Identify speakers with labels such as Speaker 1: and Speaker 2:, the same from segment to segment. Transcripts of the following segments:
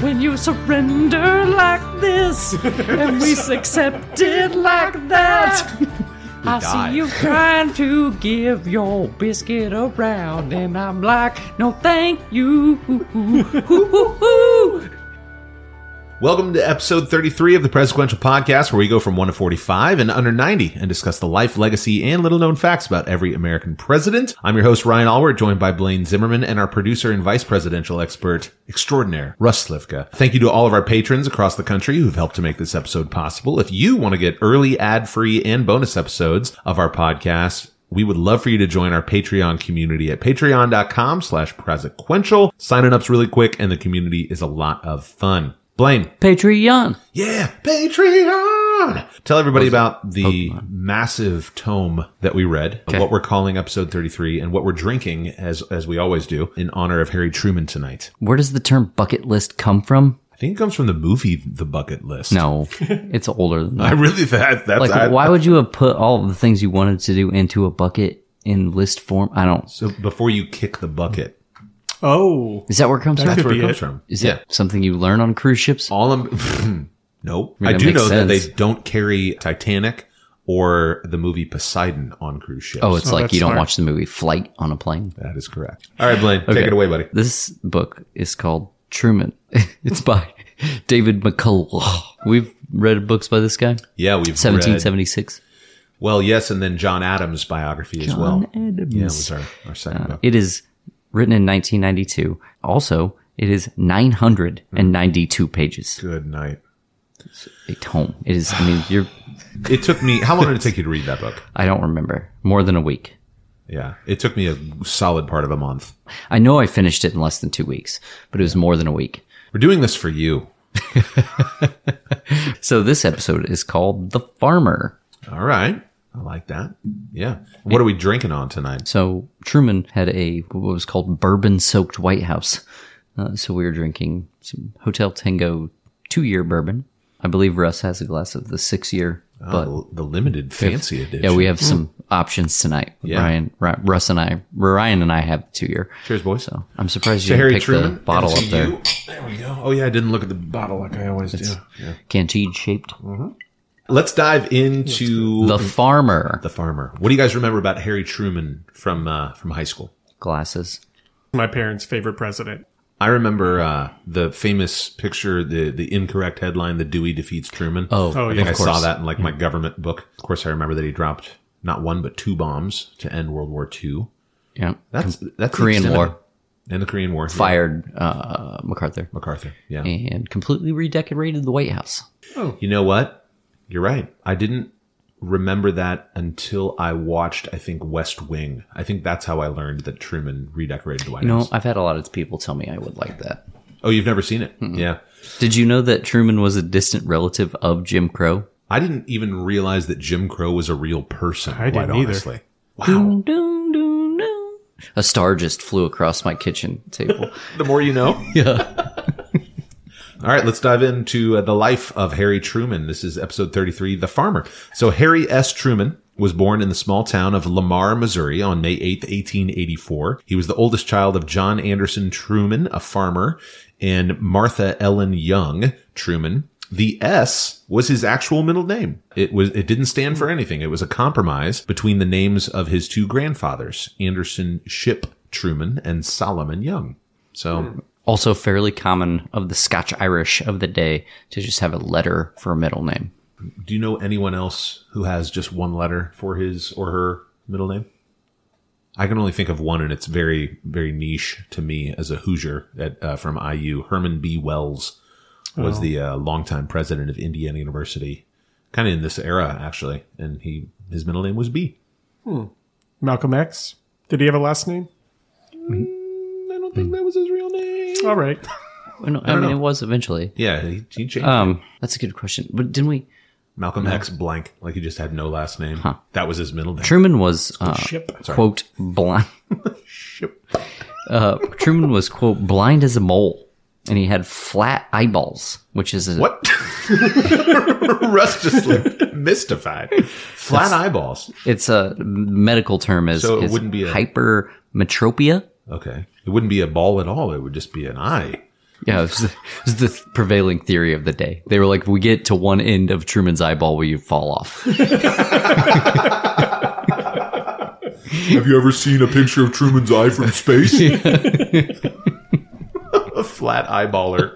Speaker 1: When you surrender like this, and we accept it like that. I
Speaker 2: die.
Speaker 1: see you trying to give your biscuit around, and I'm like, no, thank you.
Speaker 2: Welcome to episode 33 of the Presequential Podcast, where we go from 1 to 45 and under 90 and discuss the life, legacy, and little known facts about every American president. I'm your host, Ryan Allward, joined by Blaine Zimmerman and our producer and vice presidential expert extraordinaire, Russ Slivka. Thank you to all of our patrons across the country who've helped to make this episode possible. If you want to get early ad free and bonus episodes of our podcast, we would love for you to join our Patreon community at patreon.com slash presequential. Signing up's really quick and the community is a lot of fun. Blaine,
Speaker 1: Patreon.
Speaker 2: yeah, Patreon. Tell everybody about the massive tome that we read, what we're calling episode 33 and what we're drinking as as we always do in honor of Harry Truman tonight.
Speaker 3: Where does the term bucket list come from?
Speaker 2: I think it comes from the movie The Bucket List.
Speaker 3: No, it's older than
Speaker 2: I
Speaker 3: that.
Speaker 2: really that that's
Speaker 3: Like,
Speaker 2: I-
Speaker 3: why would you have put all of the things you wanted to do into a bucket in list form? I don't.
Speaker 2: so before you kick the bucket.
Speaker 4: Oh,
Speaker 3: Is that where it comes
Speaker 2: That's
Speaker 3: from?
Speaker 2: where it
Speaker 4: be
Speaker 2: comes
Speaker 4: it.
Speaker 2: from.
Speaker 3: Is that something you learn on cruise ships?
Speaker 2: All I'm Nope.
Speaker 3: mean,
Speaker 2: I
Speaker 3: that
Speaker 2: do
Speaker 3: makes
Speaker 2: know that
Speaker 3: sense.
Speaker 2: they don't carry Titanic or the movie Poseidon on cruise ships.
Speaker 3: Oh, it's like
Speaker 4: that's
Speaker 3: you don't
Speaker 4: smart.
Speaker 3: watch the movie Flight on a plane.
Speaker 2: that is correct. All right, Blaine, take it away, buddy.
Speaker 3: This book is called Truman. it's by David McCullough. We've read books by this guy.
Speaker 2: Yeah, we've read
Speaker 3: 1776.
Speaker 2: Well, yes, and then John Adams' biography as well.
Speaker 3: Adams.
Speaker 2: Yeah, was our, our second book.
Speaker 3: It is written in 1992. Also, it is 992 pages.
Speaker 2: Good night.
Speaker 3: A tome. It is. I mean, you're.
Speaker 2: It took me how long did it take you to read that book?
Speaker 3: I don't remember more than a week.
Speaker 2: Yeah, it took me a solid part of a month.
Speaker 3: I know I finished it in less than two weeks, but it was more than a week.
Speaker 2: We're doing this for you.
Speaker 3: So this episode is called "The Farmer."
Speaker 2: All right, I like that. Yeah, what are we drinking on tonight?
Speaker 3: So Truman had a what was called bourbon-soaked White House. Uh, so we were drinking some Hotel Tango two-year bourbon. I believe Russ has a glass of the six-year. But
Speaker 2: Oh, the limited fancy edition.
Speaker 3: yeah, we have some options tonight.
Speaker 2: Yeah.
Speaker 3: Ryan, Ri- Russ, and I, Ryan and I have two-year.
Speaker 2: Cheers, boys.
Speaker 3: So I'm surprised you
Speaker 2: to
Speaker 3: didn't
Speaker 2: Harry
Speaker 3: pick
Speaker 2: Truman.
Speaker 3: the bottle
Speaker 2: and
Speaker 3: up
Speaker 2: to
Speaker 3: there.
Speaker 2: you. There we go. Oh yeah, I didn't look at the bottle like I always do. Yeah.
Speaker 3: Canteen shaped.
Speaker 2: Let's dive into
Speaker 3: The farmer
Speaker 2: the farmer. What do you guys remember about Harry Truman from uh, from high school?
Speaker 3: glasses.
Speaker 4: my parents' favorite president.
Speaker 2: I remember uh, the famous picture, the the incorrect headline, "The Dewey defeats Truman."
Speaker 3: Oh, Hmm.
Speaker 4: Oh,
Speaker 2: I think
Speaker 4: yeah.
Speaker 2: I saw that in like my government book. Of course, I remember that he dropped not one but two bombs to end World War II.
Speaker 3: yeah.
Speaker 2: That's that's the
Speaker 3: Korean
Speaker 2: extent of
Speaker 3: War
Speaker 2: it. and the Korean War yeah.
Speaker 3: fired uh, MacArthur
Speaker 2: MacArthur. Yeah,
Speaker 3: and completely redecorated the White House.
Speaker 2: you know what? You're right. I didn't remember that until I watched. I think West Wing. I think that's how I learned that Truman redecorated the White
Speaker 3: You know,
Speaker 2: House.
Speaker 3: I've had a lot of people tell me I would like that.
Speaker 2: Oh, you've never seen it? Yeah.
Speaker 3: Did you know that Truman was a distant relative of Jim Crow?
Speaker 2: I didn't even realize that Jim Crow was a real person.
Speaker 4: I
Speaker 2: quite
Speaker 4: didn't either.
Speaker 2: honestly. Wow.
Speaker 3: Dun, dun, dun, dun. A star just flew across my kitchen table.
Speaker 2: the more you know. Yeah. All right, let's dive into uh, the life of Harry Truman. This is episode 33, The Farmer. So, Harry S. Truman was born in the small town of Lamar, Missouri on May 8, 1884. He was the oldest child of John Anderson Truman, a farmer, and Martha Ellen Young Truman. The S was his actual middle name. It was it didn't stand for anything. It was a compromise between the names of his two grandfathers, Anderson Ship Truman and Solomon Young. So
Speaker 3: also, fairly common of the Scotch Irish of the day to just have a letter for a middle name.
Speaker 2: Do you know anyone else who has just one letter for his or her middle name? I can only think of one, and it's very, very niche to me as a Hoosier at, uh, from IU. Herman B. Wells was the uh, longtime president of Indiana University, kind of in this era actually, and he his middle name was B.
Speaker 4: Malcolm X. Did he have a last name?
Speaker 2: I don't think that was his real name.
Speaker 4: All right.
Speaker 3: I, know- I mean, it was eventually.
Speaker 2: Yeah, he, he changed
Speaker 3: Um, that's a good question. But didn't we?
Speaker 2: Malcolm X blank, like he just had no last name. That was his middle name.
Speaker 3: Truman was uh,
Speaker 4: Ship.
Speaker 3: quote blind.
Speaker 2: Ship.
Speaker 3: Uh, Truman was quote blind as a mole, and he had flat eyeballs, which is a,
Speaker 2: What? Russ just looked mystified. Flat eyeballs.
Speaker 3: It's a medical term is,
Speaker 2: So it
Speaker 3: is
Speaker 2: wouldn't be a-
Speaker 3: hypermetropia.
Speaker 2: Okay. It wouldn't be a ball at all. It would just be an eye.
Speaker 3: Yeah, it was, the, it was the prevailing theory of the day. They were like, if we get to one end of Truman's eyeball, we fall off.
Speaker 2: Have you ever seen a picture of Truman's eye from space? a flat eyeballer.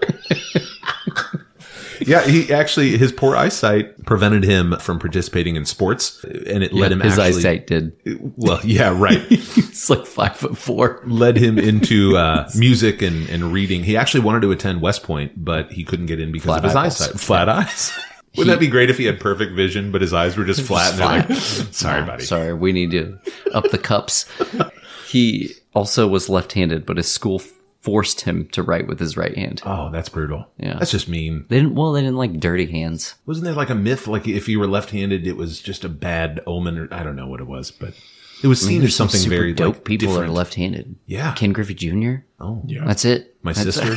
Speaker 2: yeah, he actually his poor eyesight prevented him from participating in sports, and it led him
Speaker 3: His
Speaker 2: actually,
Speaker 3: eyesight did.
Speaker 2: Well, yeah, right.
Speaker 3: It's like five foot four.
Speaker 2: led him into uh, music and, and reading. He actually wanted to attend West Point, but he couldn't get in because of his
Speaker 3: eyeballs.
Speaker 2: eyesight. Flat eyes. Wouldn't that be great if he had perfect vision, but his eyes were just flat? and they're like, sorry, buddy.
Speaker 3: Sorry, we need to up the cups. He also was left-handed, but his school forced him to write with his right hand.
Speaker 2: Oh, that's brutal.
Speaker 3: Yeah.
Speaker 2: That's just mean.
Speaker 3: They didn't. Well, they didn't like dirty hands.
Speaker 2: Wasn't there like a myth, like if you were left-handed, it was just a bad omen, or I don't know what it was, but it was seen as something
Speaker 3: Super
Speaker 2: very
Speaker 3: dope
Speaker 2: like,
Speaker 3: people
Speaker 2: different.
Speaker 3: are left-handed.
Speaker 2: Yeah.
Speaker 3: Ken Griffey Jr.
Speaker 2: Oh,
Speaker 4: Yeah.
Speaker 3: That's it.
Speaker 2: my
Speaker 3: That's-
Speaker 2: sister.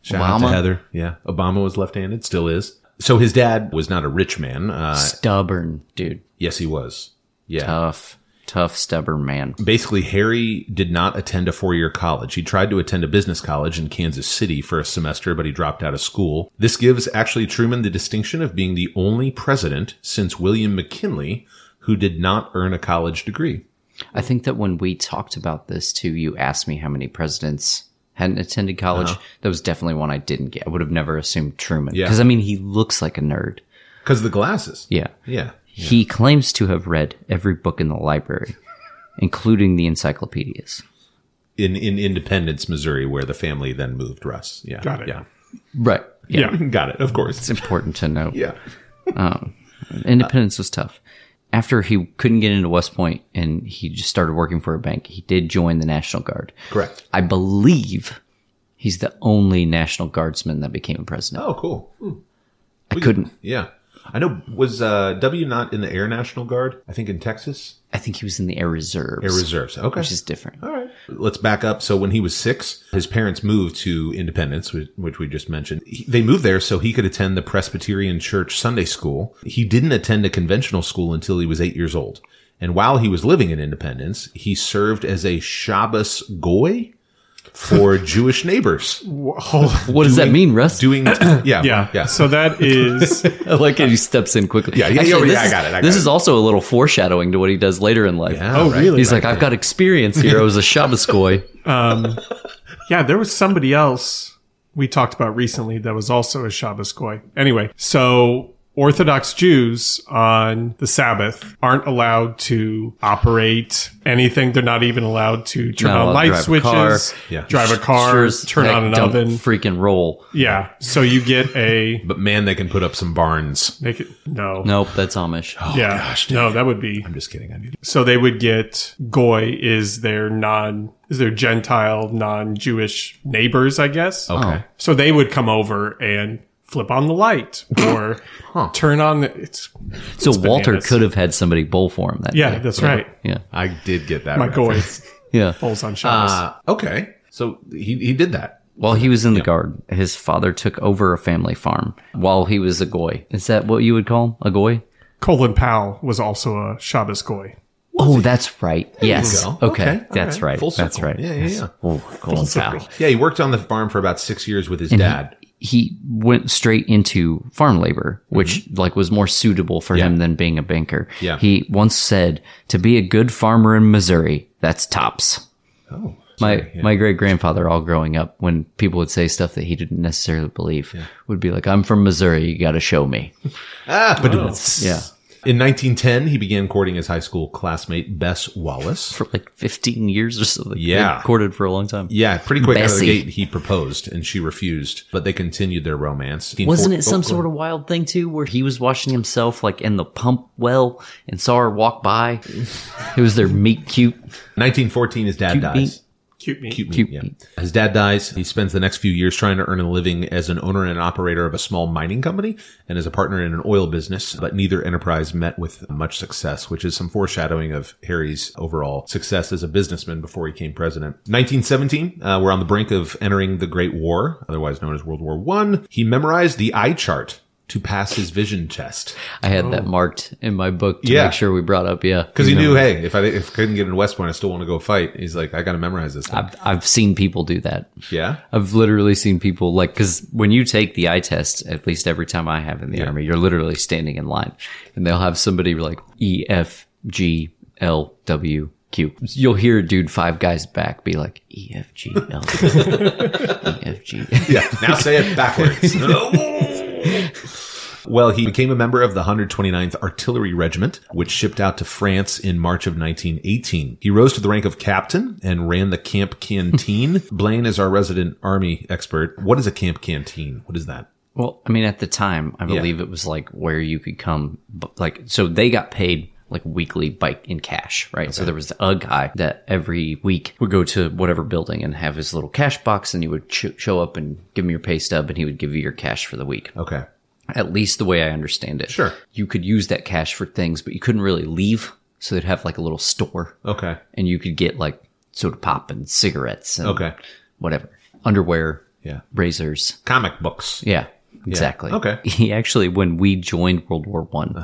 Speaker 2: Shout out to
Speaker 3: Obama.
Speaker 2: Heather. Yeah, Obama was left-handed, still is. So his dad was not a rich man. Uh,
Speaker 3: Stubborn dude.
Speaker 2: yes, he was. Yeah.
Speaker 3: Tough, tough, stubborn man.
Speaker 2: basically harry did not attend a four-year college he tried to attend a business college in kansas city for a semester but he dropped out of school this gives actually truman the distinction of being the only president since william mckinley who did not earn a college degree
Speaker 3: I think that when we talked about this too, you asked me how many presidents hadn't attended college. That was definitely one I didn't get. I would have never assumed Truman.
Speaker 2: Uh-huh. Yeah.
Speaker 3: Because, I mean, he looks like a nerd.
Speaker 2: because of the glasses
Speaker 3: Yeah.
Speaker 2: yeah
Speaker 3: He claims to have read every book in the library, including the encyclopedias.
Speaker 2: in in independence missouri where the family then moved russ yeah
Speaker 4: Got it.
Speaker 2: yeah
Speaker 3: Right. Yeah.
Speaker 4: Yeah.
Speaker 2: got it of course
Speaker 3: It's important to know.
Speaker 2: yeah
Speaker 3: Independence was tough. After he couldn't get into West Point and he just started working for a bank, he did join the National Guard.
Speaker 2: correct
Speaker 3: I believe he's the only National Guardsman that became a president.
Speaker 2: oh cool
Speaker 3: I couldn't.
Speaker 2: yeah i know was uh w not in the air national guard i think in texas
Speaker 3: I think he was in the Air Reserves,
Speaker 2: air reserves okay
Speaker 3: which is different.
Speaker 2: All right. Let's back up. So when he was six, his parents moved to Independence, which, which we just mentioned. He, they moved there so he could attend the Presbyterian Church Sunday school. He didn't attend a conventional school until he was eight years old. And while he was living in Independence, he served as a Shabbos goy for Jewish neighbors,
Speaker 4: Wha- hold on.
Speaker 3: What does that mean, Russ?
Speaker 2: doing yeah,
Speaker 4: Yeah.
Speaker 2: yeah.
Speaker 4: So that is
Speaker 3: I like how he steps in quickly.
Speaker 2: yeah, yeah, yeah,
Speaker 3: this
Speaker 2: I
Speaker 3: is-
Speaker 2: got it, I got
Speaker 3: this
Speaker 2: it.
Speaker 3: is also a little foreshadowing to what he does later in life.
Speaker 2: Yeah,
Speaker 4: Oh, really?
Speaker 3: He's
Speaker 2: right.
Speaker 3: like, I've got experience here. I was a Shabbos goy.
Speaker 4: yeah. There was somebody else we talked about recently that was also a Shabbos goy. Anyway, so Orthodox Jews on the Sabbath aren't allowed to operate anything. They're not even allowed to turn
Speaker 3: Not allowed
Speaker 4: on
Speaker 3: to
Speaker 4: light
Speaker 3: drive a
Speaker 4: switches,
Speaker 3: car.
Speaker 2: Yeah.
Speaker 4: drive a car,
Speaker 3: Sure as
Speaker 4: turn
Speaker 3: heck
Speaker 4: on an
Speaker 3: don't
Speaker 4: oven.
Speaker 3: Freaking roll.
Speaker 4: yeah. So you get a
Speaker 2: but man, they can put up some barns.
Speaker 4: make it no.
Speaker 3: Nope, that's Amish.
Speaker 2: Oh,
Speaker 4: yeah. no, that would be
Speaker 2: I'm just kidding. I need
Speaker 4: So they would get goy is their non is their Gentile non Jewish neighbors, I guess.
Speaker 2: Okay.
Speaker 4: So they would come over and flip on the light or turn on the, it's
Speaker 3: so Walter
Speaker 4: bananas.
Speaker 3: could have had somebody bowl for him that
Speaker 4: yeah,
Speaker 3: day.
Speaker 4: that's right.
Speaker 3: Yeah.
Speaker 2: I did get that.
Speaker 4: My goy
Speaker 2: reference.
Speaker 3: Yeah.
Speaker 4: bowls on Shabbos.
Speaker 2: Uh, okay. So he, he did that.
Speaker 3: While he was in the guard, his father took over a family farm while he was a goy. Is that what you would call him? A goy?
Speaker 4: Colin Powell was also a Shabbos goy.
Speaker 3: Oh, that's right. yes.
Speaker 2: go.
Speaker 3: Okay.
Speaker 2: Okay. All
Speaker 3: That's
Speaker 2: right.
Speaker 3: right.
Speaker 2: Full
Speaker 3: that's
Speaker 2: circle.
Speaker 3: right.
Speaker 2: Yeah, yeah,
Speaker 3: Yes.
Speaker 2: yeah.
Speaker 3: Oh, Colin Powell.
Speaker 2: Yeah, he worked on the farm for about six years with his dad.
Speaker 3: He went straight into farm labor,
Speaker 2: Mm-hmm.
Speaker 3: which like was more suitable for him than being a banker.
Speaker 2: Yeah.
Speaker 3: He once said, "To be a good farmer in Missouri, that's tops."
Speaker 2: oh,
Speaker 3: My my great grandfather, all growing up, when people would say stuff that he didn't necessarily believe, would be like, "I'm from Missouri. You got to show me."
Speaker 2: ah, but
Speaker 3: Yeah.
Speaker 2: In 1910, he began courting his high school classmate Bess Wallace.
Speaker 3: For like 15 years or so. Like, they
Speaker 2: Yeah.
Speaker 3: courted for a long time.
Speaker 2: Yeah, pretty quick out of the
Speaker 3: Bessie.
Speaker 2: gate, he proposed and she refused, but they continued their romance.
Speaker 3: Wasn't it some sort of wild thing too, where he was washing himself like in the pump well and saw her walk by? it was their meet cute.
Speaker 2: 1914? His dad
Speaker 3: Cute
Speaker 2: dies.
Speaker 3: beat.
Speaker 4: Cute me.
Speaker 2: Cute meat,
Speaker 3: Cute
Speaker 2: yeah.
Speaker 3: meat.
Speaker 2: His dad dies. He spends the next few years trying to earn a living as an owner and operator of a small mining company and as a partner in an oil business, but neither enterprise met with much success, which is some foreshadowing of Harry's overall success as a businessman before he came president. 1917, uh, we're on the brink of entering the Great War, otherwise known as World War One. He memorized the eye chart to pass his vision test
Speaker 3: I had that marked in my book to
Speaker 2: Oh. Yeah.
Speaker 3: make sure we brought up. Yeah,
Speaker 2: because he knew, hey, if I if I couldn't get into West Point, I still want to go fight. He's like, I got to memorize this. Thing.
Speaker 3: I've, I've seen people do that.
Speaker 2: yeah,
Speaker 3: I've literally seen people like because when you take the eye test, at least every time I have in the army, you're literally standing in line, and they'll have somebody like E F G L W Q. You'll hear a dude five guys back be like E F G L E F G.
Speaker 2: yeah. Now say it backwards. Well, he became a member of the 129th Artillery Regiment, which shipped out to France in March of 1918. He rose to the rank of captain and ran the camp canteen. Blaine is our resident army expert. What is a camp canteen? What is that?
Speaker 3: Well, I mean, at the time, I believe it was like where you could come, b- like, so they got paid like weekly bike in cash, right? So there was a guy that every week would go to whatever building and have his little cash box and you would ch- show up and give him your pay stub and he would give you your cash for the week.
Speaker 2: Okay.
Speaker 3: At least the way I understand it.
Speaker 2: Sure.
Speaker 3: You could use that cash for things, but you couldn't really leave. So they'd have like a little store
Speaker 2: Okay.
Speaker 3: and you could get like soda pop and cigarettes and
Speaker 2: Okay.
Speaker 3: whatever, underwear,
Speaker 2: Yeah.
Speaker 3: razors.
Speaker 2: Comic books.
Speaker 3: Yeah, exactly.
Speaker 2: Okay. Uh-huh.
Speaker 3: He actually, when we joined World War One,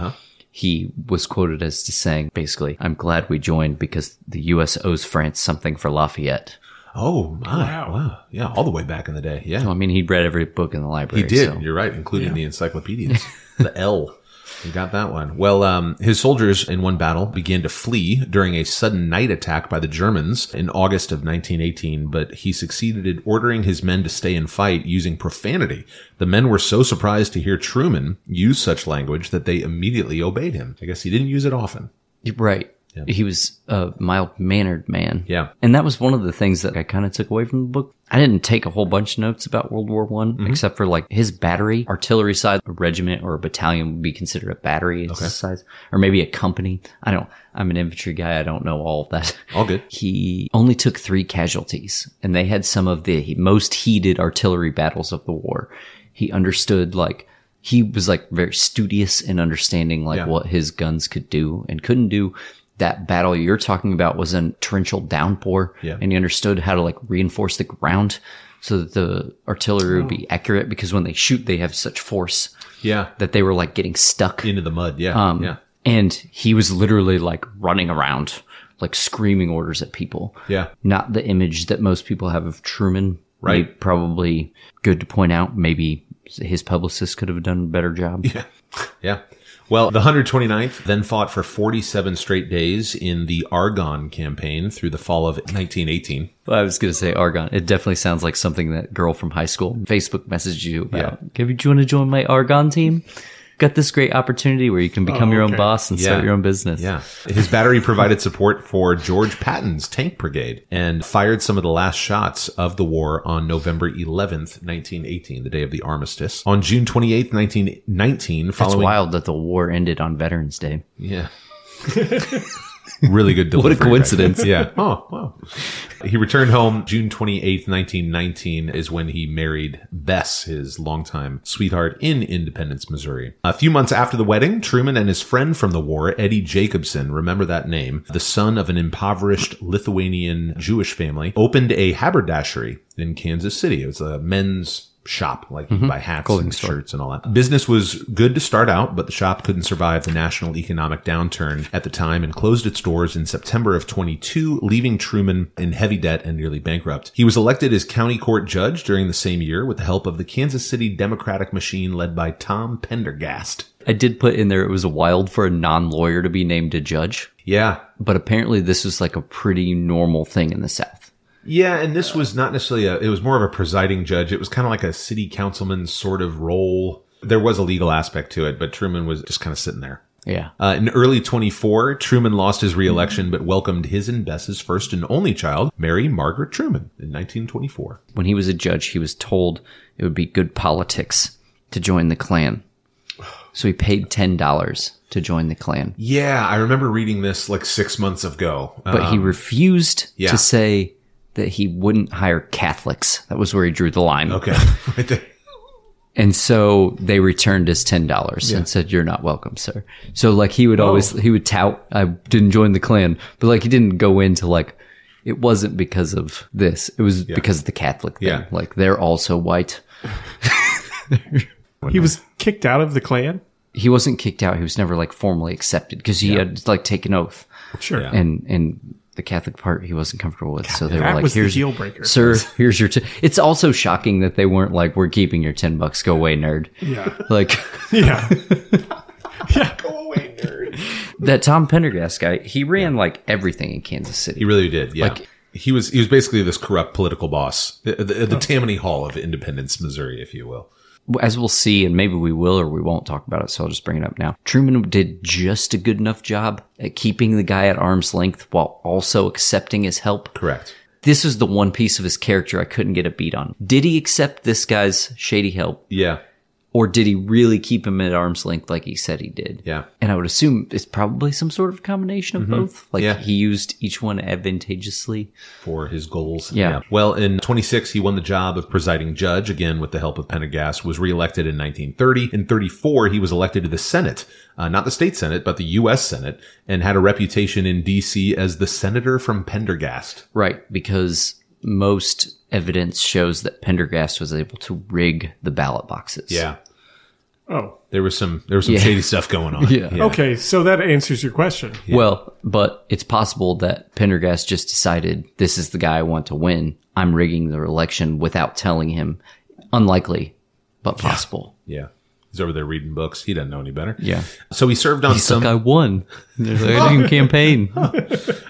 Speaker 3: he was quoted as to saying, basically, "I'm glad we joined because the U.S. owes France something for Lafayette."
Speaker 2: Oh my. Wow.
Speaker 4: Wow.
Speaker 2: Yeah. All the way back in the day. Yeah.
Speaker 3: I mean, he'd read every book in the library.
Speaker 2: He did.
Speaker 3: so-
Speaker 2: You're right, including the encyclopedias. the L. You got that one. Well, um, his soldiers in one battle began to flee during a sudden night attack by the Germans in August of 1918, but he succeeded in ordering his men to stay and fight using profanity. The men were so surprised to hear Truman use such language that they immediately obeyed him. I guess he didn't use it often.
Speaker 3: You're right. He was a mild mannered man.
Speaker 2: Yeah.
Speaker 3: And that was one of the things that I kind of took away from the book. I didn't take a whole bunch of notes about World War One,
Speaker 2: Mm-hmm.
Speaker 3: except for like his battery, artillery size, a regiment or a battalion would be considered a battery size, or maybe a company. I don't, I'm an infantry guy. I don't know all of that.
Speaker 2: All good.
Speaker 3: He only took three casualties, and they had some of the most heated artillery battles of the war. He understood, like, he was like very studious in understanding like
Speaker 2: Yeah.
Speaker 3: what his guns could do and couldn't do. That battle you're talking about was a torrential downpour,
Speaker 2: Yeah.
Speaker 3: and he understood how to like reinforce the ground so that the artillery would be accurate because when they shoot, they have such force
Speaker 2: Yeah.
Speaker 3: that they were like getting stuck
Speaker 2: Into the mud. Yeah. yeah.
Speaker 3: and he was literally like running around, like screaming orders at people.
Speaker 2: Yeah.
Speaker 3: Not the image that most people have of Truman.
Speaker 2: Right.
Speaker 3: May- Probably good to point out. Maybe his publicist could have done a better job.
Speaker 2: Yeah. Well, the 129th then fought for 47 straight days in the Argonne campaign through the fall of 1918.
Speaker 3: Well, I was going to say Argon. It definitely sounds like something that girl from high school Facebook messaged you about. Yeah. Do you want to join my Argon team? Got this great opportunity where you can become
Speaker 4: Oh,
Speaker 3: your own
Speaker 4: okay.
Speaker 3: boss and start
Speaker 2: Yeah.
Speaker 3: your own business.
Speaker 2: Yeah. His battery provided support for George Patton's tank brigade and fired some of the last shots of the war on November 11th, 1918, the day of the armistice. On June 28th, 1919,
Speaker 3: It's
Speaker 2: following
Speaker 3: wild that the war ended on Veterans Day.
Speaker 2: Yeah. really good delivery.
Speaker 3: What a coincidence.
Speaker 2: right? Yeah. Oh, wow. He returned home June 28th, 1919 is when he married Bess, his longtime sweetheart in Independence, Missouri. A few months after the wedding, Truman and his friend from the war, Eddie Jacobson, remember that name, the son of an impoverished Lithuanian Jewish family, opened a haberdashery in Kansas City. It was a men's shop, like you buy hats and shirts and all that. Business was good to start out, but the shop couldn't survive the national economic downturn at the time and closed its doors in September of 22, leaving Truman in heavy debt and nearly bankrupt. He was elected as county court judge during the same year with the help of the Kansas City Democratic machine led by Tom Pendergast.
Speaker 3: I did put in there it was wild for a non lawyer to be named a judge.
Speaker 2: Yeah.
Speaker 3: but apparently this was like a pretty normal thing in the South.
Speaker 2: Yeah, and this was not necessarily a. It was more of a presiding judge. It was kind of like a city councilman sort of role. There was a legal aspect to it, but Truman was just kind of sitting there.
Speaker 3: Yeah.
Speaker 2: Uh, in early 24, Truman lost his reelection but welcomed his and Bess's first and only child, Mary Margaret Truman, in 1924.
Speaker 3: When he was a judge, he was told it would be good politics to join the Klan. So he paid $10 to join the Klan,
Speaker 2: Yeah, I remember reading this like six months ago. Uh,
Speaker 3: but he refused
Speaker 2: yeah.
Speaker 3: to say that he wouldn't hire Catholics. That was where he drew the line.
Speaker 2: okay, right there.
Speaker 3: And so they returned his ten dollars and said, "You're not welcome, sir." So like he
Speaker 2: Oh.
Speaker 3: would always he would tout, "I didn't join the Klan," but like he didn't go into like it wasn't because of this. It was because of the Catholic thing.
Speaker 2: Yeah.
Speaker 3: Like they're also white.
Speaker 4: He was kicked out of the Klan?
Speaker 3: He wasn't kicked out. He was never like formally accepted because he had like taken oath.
Speaker 4: Sure.
Speaker 3: and and the Catholic part he wasn't comfortable with. so they
Speaker 4: that
Speaker 3: were like,
Speaker 4: was the
Speaker 3: "Here's
Speaker 4: deal breaker."
Speaker 3: sir. Here's your." T-. It's also shocking that they weren't like, "We're keeping your ten bucks. Go away, nerd."
Speaker 4: Yeah.
Speaker 3: Like
Speaker 4: Yeah.
Speaker 3: that Tom Pendergast guy. He ran like everything in Kansas City.
Speaker 2: He really did. Yeah. he was he was basically this corrupt political boss, the, the, the Tammany Hall of Independence, Missouri, if you will.
Speaker 3: as we'll see, and maybe we will or we won't talk about it, so I'll just bring it up now. Truman did just a good enough job at keeping the guy at arm's length while also accepting his help.
Speaker 2: Correct.
Speaker 3: This is the one piece of his character I couldn't get a beat on. Did he accept this guy's shady help,
Speaker 2: Yeah.
Speaker 3: or did he really keep him at arm's length like he said he did?
Speaker 2: Yeah. Mm-hmm.
Speaker 3: And I would assume it's probably some sort of combination of both. Like
Speaker 2: Yeah.
Speaker 3: he used each one advantageously.
Speaker 2: for his goals.
Speaker 3: Yeah.
Speaker 2: Well, in 26, he won the job of presiding judge, again with the help of Pendergast, was reelected in 1930. In 34, he was elected to the Senate, uh, not the state Senate, but the U.S. Senate, and had a reputation in D.C. as the senator from Pendergast.
Speaker 3: Right, because most evidence shows that Pendergast was able to rig the ballot boxes.
Speaker 4: Oh.
Speaker 2: There was some, there was some
Speaker 3: Yeah.
Speaker 2: shady stuff going on.
Speaker 3: Yeah.
Speaker 4: Okay, so that answers your question.
Speaker 3: Well, but it's possible that Pendergast just decided this is the guy I want to win. I'm rigging the election without telling him. Unlikely, but possible.
Speaker 2: Yeah. He's over there reading books. He doesn't know any better.
Speaker 3: Yeah.
Speaker 2: So he served on
Speaker 3: It's
Speaker 2: some.
Speaker 3: like I won. There's like, I didn't campaign.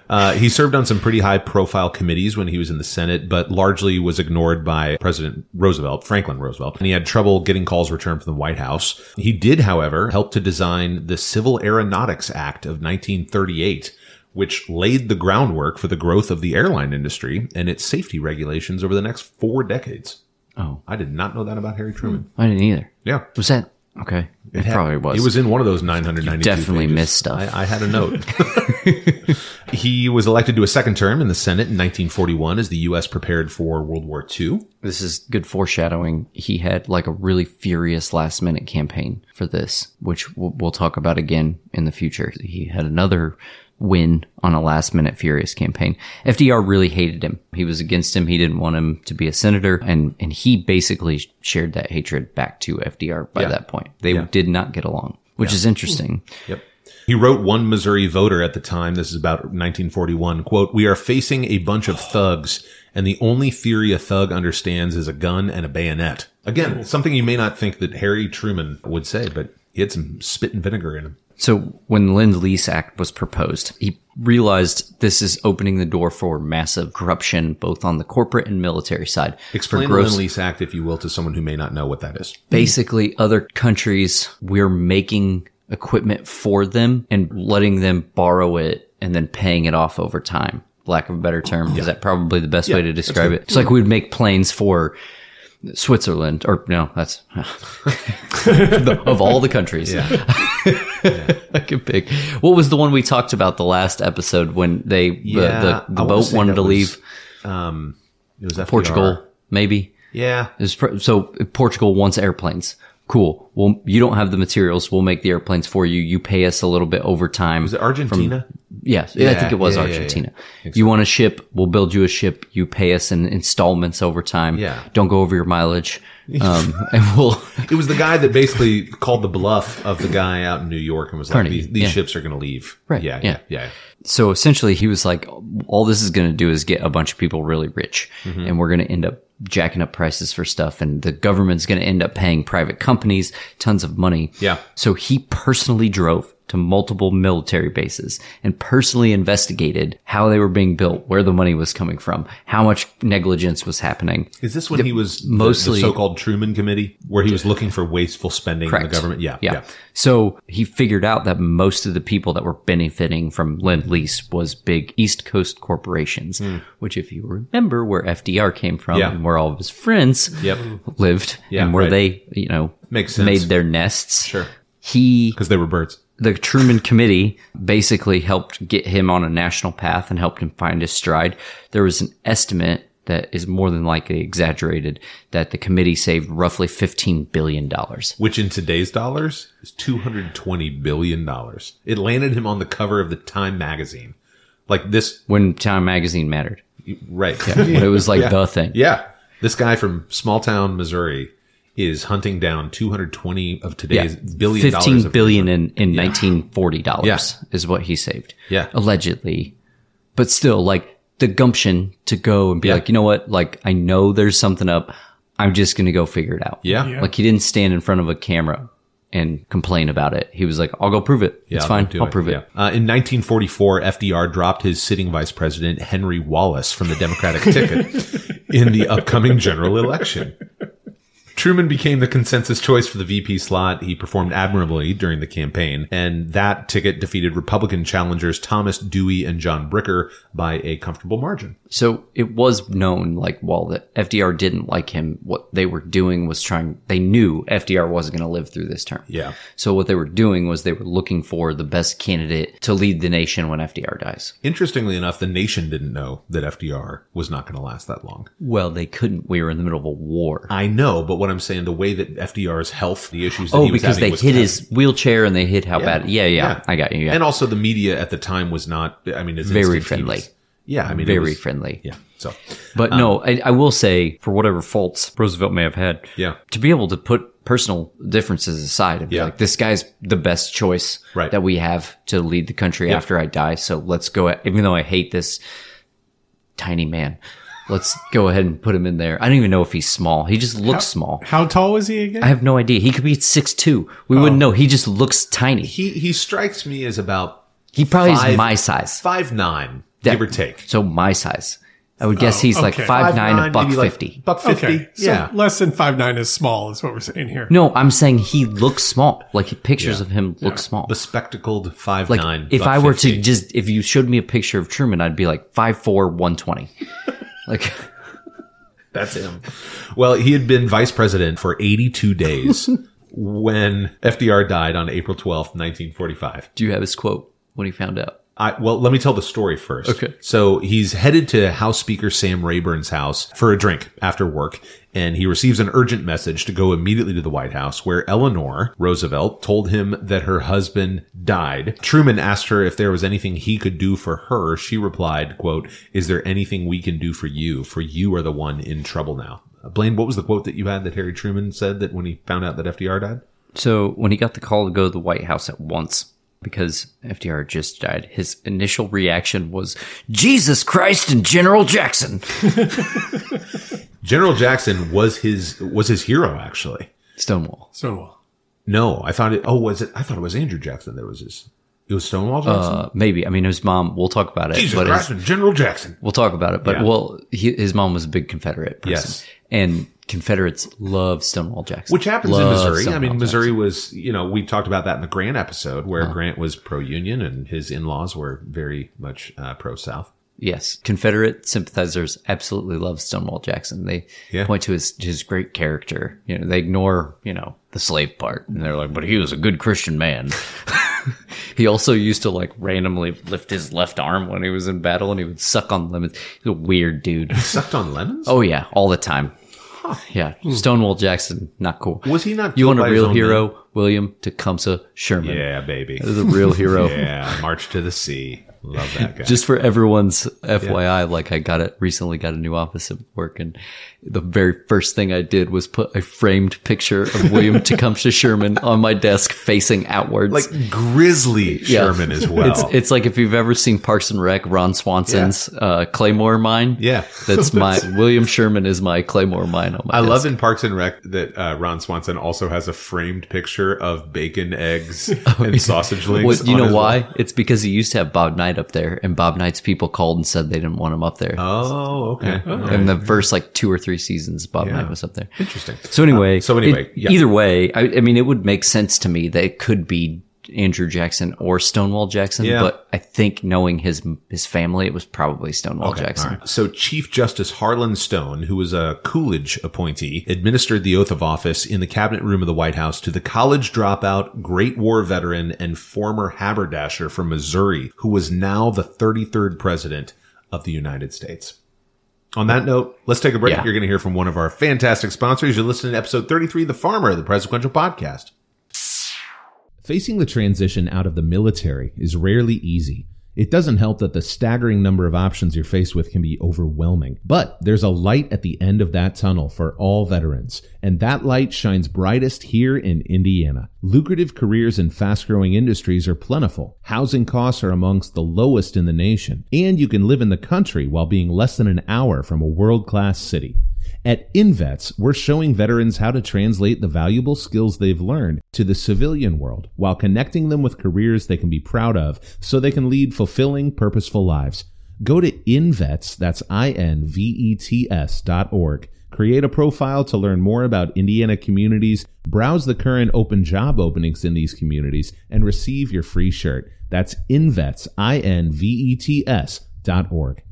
Speaker 2: Uh, he served on some pretty high profile committees when he was in the Senate, but largely was ignored by President Roosevelt, Franklin Roosevelt, and he had trouble getting calls returned from the White House. He did, however, help to design the Civil Aeronautics Act of 1938, which laid the groundwork for the growth of the airline industry and its safety regulations over the next four decades.
Speaker 3: Oh. Hmm.
Speaker 2: I did not know that about Harry Truman.
Speaker 3: I didn't either.
Speaker 2: Yeah.
Speaker 3: Was that okay? It, probably was.
Speaker 2: He was in one of those 992.
Speaker 3: definitely
Speaker 2: pages.
Speaker 3: missed stuff.
Speaker 2: I, I had a note. he was elected to a second term in the Senate in 1941 as the U.S. prepared for World War II.
Speaker 3: this is good foreshadowing. He had like a really furious last minute campaign for this, which we'll, we'll talk about again in the future. He had another win on a last minute furious campaign. FDR really hated him. He was against him. He didn't want him to be a senator. And, and he basically shared that hatred back to FDR by that point. They did not get along, which is interesting.
Speaker 2: Yep. He wrote one Missouri voter at the time. This is about 1941. Quote, we are facing a bunch of thugs and the only fury a thug understands is a gun and a bayonet. Again, something you may not think that Harry Truman would say, but he had some spit and vinegar in him.
Speaker 3: So when the Lend-Lease Act was proposed, he realized this is opening the door for massive corruption, both on the corporate and military side. for
Speaker 2: Explain the
Speaker 3: gross-
Speaker 2: Lend-Lease Act, if you will, to someone who may not know what that is.
Speaker 3: basically other countries we're making equipment for them and letting them borrow it and then paying it off over time lack of a better term is that probably the best way to describe it it's like we would make planes for switzerland or no that's of all the countries i could pick what was the one we talked about the last episode when they
Speaker 2: Yeah,
Speaker 3: the, the, the
Speaker 2: I wanna
Speaker 3: boat
Speaker 2: say
Speaker 3: wanted to
Speaker 2: that was um,
Speaker 3: leave
Speaker 2: It was FDR.
Speaker 3: portugal maybe
Speaker 2: Yeah.
Speaker 3: It's pr- so Portugal wants airplanes. Cool. Well, you don't have the materials. We'll make the airplanes for you. You pay us a little bit over time.
Speaker 2: Was it Argentina?
Speaker 3: Yes, I think it was
Speaker 2: yeah, yeah, yeah.
Speaker 3: Argentina. You want a ship? We'll build you a ship. You pay us in installments over time.
Speaker 2: Yeah.
Speaker 3: Don't go over your mileage. Um, and we'll
Speaker 2: it was the guy that basically called the bluff of the guy out in New York and was
Speaker 3: Carnegie,
Speaker 2: like, "These, these
Speaker 3: yeah.
Speaker 2: ships are going to leave."
Speaker 3: Right,
Speaker 2: Yeah.
Speaker 3: yeah.
Speaker 2: Yeah. Yeah.
Speaker 3: so essentially he was like all this is going to do is get a bunch of people really rich and we're going to end up jacking up prices for stuff and the government's going to end up paying private companies tons of money
Speaker 2: Yeah.
Speaker 3: so he personally drove to multiple military bases and personally investigated how they were being built where the money was coming from how much negligence was happening
Speaker 2: Is this when he was the-
Speaker 3: mostly-
Speaker 2: the so-called Truman Committee, where he was looking for wasteful spending in the
Speaker 3: Correct.
Speaker 2: government? Yeah.
Speaker 3: Yeah. So he figured out that most of the people that were benefiting from Lend Lease was big East Coast corporations, which, if you remember, where FDR came from
Speaker 2: Hmm. Yeah.
Speaker 3: and where all of his friends
Speaker 2: Yep.
Speaker 3: lived
Speaker 2: Yeah,
Speaker 3: and where
Speaker 2: right.
Speaker 3: they, you know,
Speaker 2: Makes sense.
Speaker 3: made their nests.
Speaker 2: Sure.
Speaker 3: He,
Speaker 2: Because they were birds.
Speaker 3: the Truman Committee, basically helped get him on a national path and helped him find his stride. There was an estimate that is more than likely exaggerated that the committee saved roughly $15 billion.
Speaker 2: Which in today's dollars is two hundred twenty billion dollars. It landed him on the cover of the Time magazine. Like this,
Speaker 3: when Time Magazine mattered.
Speaker 2: right?
Speaker 3: When it was like the thing.
Speaker 2: Yeah. This guy from small town Missouri is hunting down 220 of today's billion dollars.
Speaker 3: 15
Speaker 2: Of,
Speaker 3: billion in, in 1940 dollars
Speaker 2: Yeah.
Speaker 3: is what he saved.
Speaker 2: Yeah.
Speaker 3: Allegedly. But still, like the gumption to go and be
Speaker 2: Yeah.
Speaker 3: like, you know what? Like, I know there's something up. I'm just going to go figure it out.
Speaker 2: yeah.
Speaker 4: Yeah.
Speaker 3: Like, he didn't stand in front of a camera and complain about it. He was like, I'll go prove it. it's
Speaker 2: I'll
Speaker 3: fine.
Speaker 2: do
Speaker 3: I'll prove it.
Speaker 2: Yeah. Uh, in 1944, FDR dropped his sitting vice president, Henry Wallace, from the Democratic ticket in the upcoming general election. Truman became the consensus choice for the VP slot. He performed admirably during the campaign, and that ticket defeated Republican challengers Thomas Dewey and John Bricker by a comfortable margin.
Speaker 3: So it was known, like, while the FDR didn't like him, what they were doing was trying, they knew FDR wasn't going to live through this term.
Speaker 2: Yeah.
Speaker 3: So what they were doing was they were looking for the best candidate to lead the nation when FDR dies.
Speaker 2: Interestingly enough, the nation didn't know that FDR was not going to last that long.
Speaker 3: Well, they couldn't. We were in the middle of a war.
Speaker 2: I know, but what I'm saying, the way that FDR's health, the issues that
Speaker 3: Oh,
Speaker 2: he was
Speaker 3: because
Speaker 2: having
Speaker 3: they
Speaker 2: was
Speaker 3: hit
Speaker 2: kept-
Speaker 3: his wheelchair and they hit how bad. Yeah, yeah,
Speaker 2: Yeah.
Speaker 3: I got you. Yeah.
Speaker 2: And also, the media at the time was not. I mean, it's
Speaker 3: Very
Speaker 2: instantaneous.
Speaker 3: friendly.
Speaker 2: Yeah, I mean, it
Speaker 3: Very
Speaker 2: was-
Speaker 3: friendly.
Speaker 2: Yeah. So,
Speaker 3: But no, I, I will say, for whatever faults Roosevelt may have had,
Speaker 2: Yeah.
Speaker 3: to be able to put personal differences aside and be
Speaker 2: Yeah.
Speaker 3: like, this guy's the best choice
Speaker 2: Right.
Speaker 3: that we have to lead the country after I die. So let's go, a- even though I hate this tiny man, let's go ahead and put him in there. I don't even know if he's small. He just looks small.
Speaker 4: How tall was he again?
Speaker 3: I have no idea. He could be six two. We wouldn't know. He just looks tiny.
Speaker 2: Oh. he he strikes me as about
Speaker 3: He probably
Speaker 2: Five-
Speaker 3: is my size.
Speaker 2: five nine, give or take.
Speaker 3: So my size. I would
Speaker 2: Oh,
Speaker 3: guess he's like
Speaker 4: okay.
Speaker 3: five nine, a
Speaker 2: 5'9",,
Speaker 3: buck
Speaker 2: maybe like
Speaker 3: fifty.
Speaker 2: buck fifty.
Speaker 4: okay. So
Speaker 2: yeah.
Speaker 4: less than five nine is small is what we're saying here.
Speaker 3: No, I'm saying he looks small. Like pictures of him look small.
Speaker 2: Bespectacled five
Speaker 3: like
Speaker 2: nine.
Speaker 3: if I were to just if you showed me a picture of Truman, I'd be like five four one twenty. like
Speaker 2: that's him. Well, he had been vice president for eighty two days when FDR died on April twelfth, nineteen forty five.
Speaker 3: do you have his quote when he found out?
Speaker 2: I, well, let me tell the story first.
Speaker 3: Okay.
Speaker 2: So he's headed to House Speaker Sam Rayburn's house for a drink after work, and he receives an urgent message to go immediately to the White House, where Eleanor Roosevelt told him that her husband died. Truman asked her if there was anything he could do for her. She replied, "Quote: Is there anything we can do for you? For you are the one in trouble now." Uh, Blaine, what was the quote that you had that Harry Truman said that when he found out that FDR died?
Speaker 3: So when he got the call to go to the White House at once, because FDR just died, his initial reaction was Jesus Christ and General Jackson.
Speaker 2: General Jackson was his was his hero actually.
Speaker 3: Stonewall.
Speaker 4: Stonewall.
Speaker 2: No, I thought it. Oh, was it? I thought it was Andrew Jackson that was his. It was Stonewall Jackson.
Speaker 3: Uh, maybe. I mean, his mom, we'll talk about it.
Speaker 2: Jesus
Speaker 3: but his-
Speaker 2: Christ, and General Jackson.
Speaker 3: we'll talk about it. But
Speaker 2: Yeah.
Speaker 3: well, he, his mom was a big Confederate person.
Speaker 2: Yes.
Speaker 3: And Confederates love Stonewall Jackson.
Speaker 2: Which happens in
Speaker 3: Love
Speaker 2: Missouri. I
Speaker 3: Stonewall
Speaker 2: mean,
Speaker 3: Jackson. Uh-huh.
Speaker 2: Missouri was, you know, we talked about that in the Grant episode where Grant was pro Union and his in laws were very much uh, pro South.
Speaker 3: Yes, Confederate sympathizers absolutely love Stonewall Jackson. They
Speaker 2: Yeah.
Speaker 3: point to his his great character. You know, they ignore you know the slave part, and they're like, "But he was a good Christian man." he also used to like randomly lift his left arm when he was in battle, and he would suck on lemons. He's a weird dude.
Speaker 2: Sucked on lemons?
Speaker 3: oh yeah, all the time. Yeah, Stonewall Jackson, not cool.
Speaker 2: Was he not
Speaker 3: You
Speaker 2: killed
Speaker 3: want
Speaker 2: by
Speaker 3: a
Speaker 2: his
Speaker 3: real
Speaker 2: own
Speaker 3: hero, William Tecumseh Sherman?
Speaker 2: Yeah, baby.
Speaker 3: He's a real hero.
Speaker 2: Yeah, March to the Sea. Love that guy.
Speaker 3: just for everyone's FYI, like I got it recently, got a new office at work, and the very first thing I did was put a framed picture of William Tecumseh Sherman on my desk facing outwards.
Speaker 2: like Grizzly
Speaker 3: Yeah.
Speaker 2: Sherman as well.
Speaker 3: it's it's like if you've ever seen Parks and Rec, Ron Swanson's uh, Claymore mine.
Speaker 2: Yeah.
Speaker 3: that's my William Sherman is my Claymore mine on my.
Speaker 2: I
Speaker 3: desk.
Speaker 2: love in Parks and Rec that uh, Ron Swanson also has a framed picture of bacon, eggs, and sausage links.
Speaker 3: Well, Oh, you
Speaker 2: on
Speaker 3: know
Speaker 2: his
Speaker 3: why? It's because he used to have Bob Knight up there, and Bob Knight's people called and said they didn't want him up there.
Speaker 2: Oh, okay. All right.
Speaker 3: In the first like two or three seasons, Bob Knight was up there.
Speaker 2: Interesting. Uh,
Speaker 3: So anyway,
Speaker 2: so anyway,
Speaker 3: it-
Speaker 2: yeah.
Speaker 3: either way, I, I mean, it would make sense to me that it could be Andrew Jackson or Stonewall Jackson,
Speaker 2: Yeah.
Speaker 3: but I think knowing his his family, it was probably Stonewall Jackson.
Speaker 2: So Chief Justice Harlan Stone, who was a Coolidge appointee, administered the oath of office in the cabinet room of the White House to the college dropout, Great War veteran, and former haberdasher from Missouri, who was now the 33rd president of the United States. On that note, let's take a break.
Speaker 3: Yeah.
Speaker 2: You're going to hear from one of our fantastic sponsors. You're listening to episode 33 The Farmer, the Presequential Podcast. Facing the transition out of the military is rarely easy. It doesn't help that the staggering number of options you're faced with can be overwhelming. But there's a light at the end of that tunnel for all veterans, and that light shines brightest here in Indiana. Lucrative careers in fast growing industries are plentiful. Housing costs are amongst the lowest in the nation, and you can live in the country while being less than an hour from a world class city. At InVets, we're showing veterans how to translate the valuable skills they've learned to the civilian world while connecting them with careers they can be proud of so they can lead fulfilling, purposeful lives. Go to InVets, that's I N V E T S dot org. Create a profile to learn more about Indiana communities, browse the current open job openings in these communities, and receive your free shirt. That's InVets, I N V E T S dot org.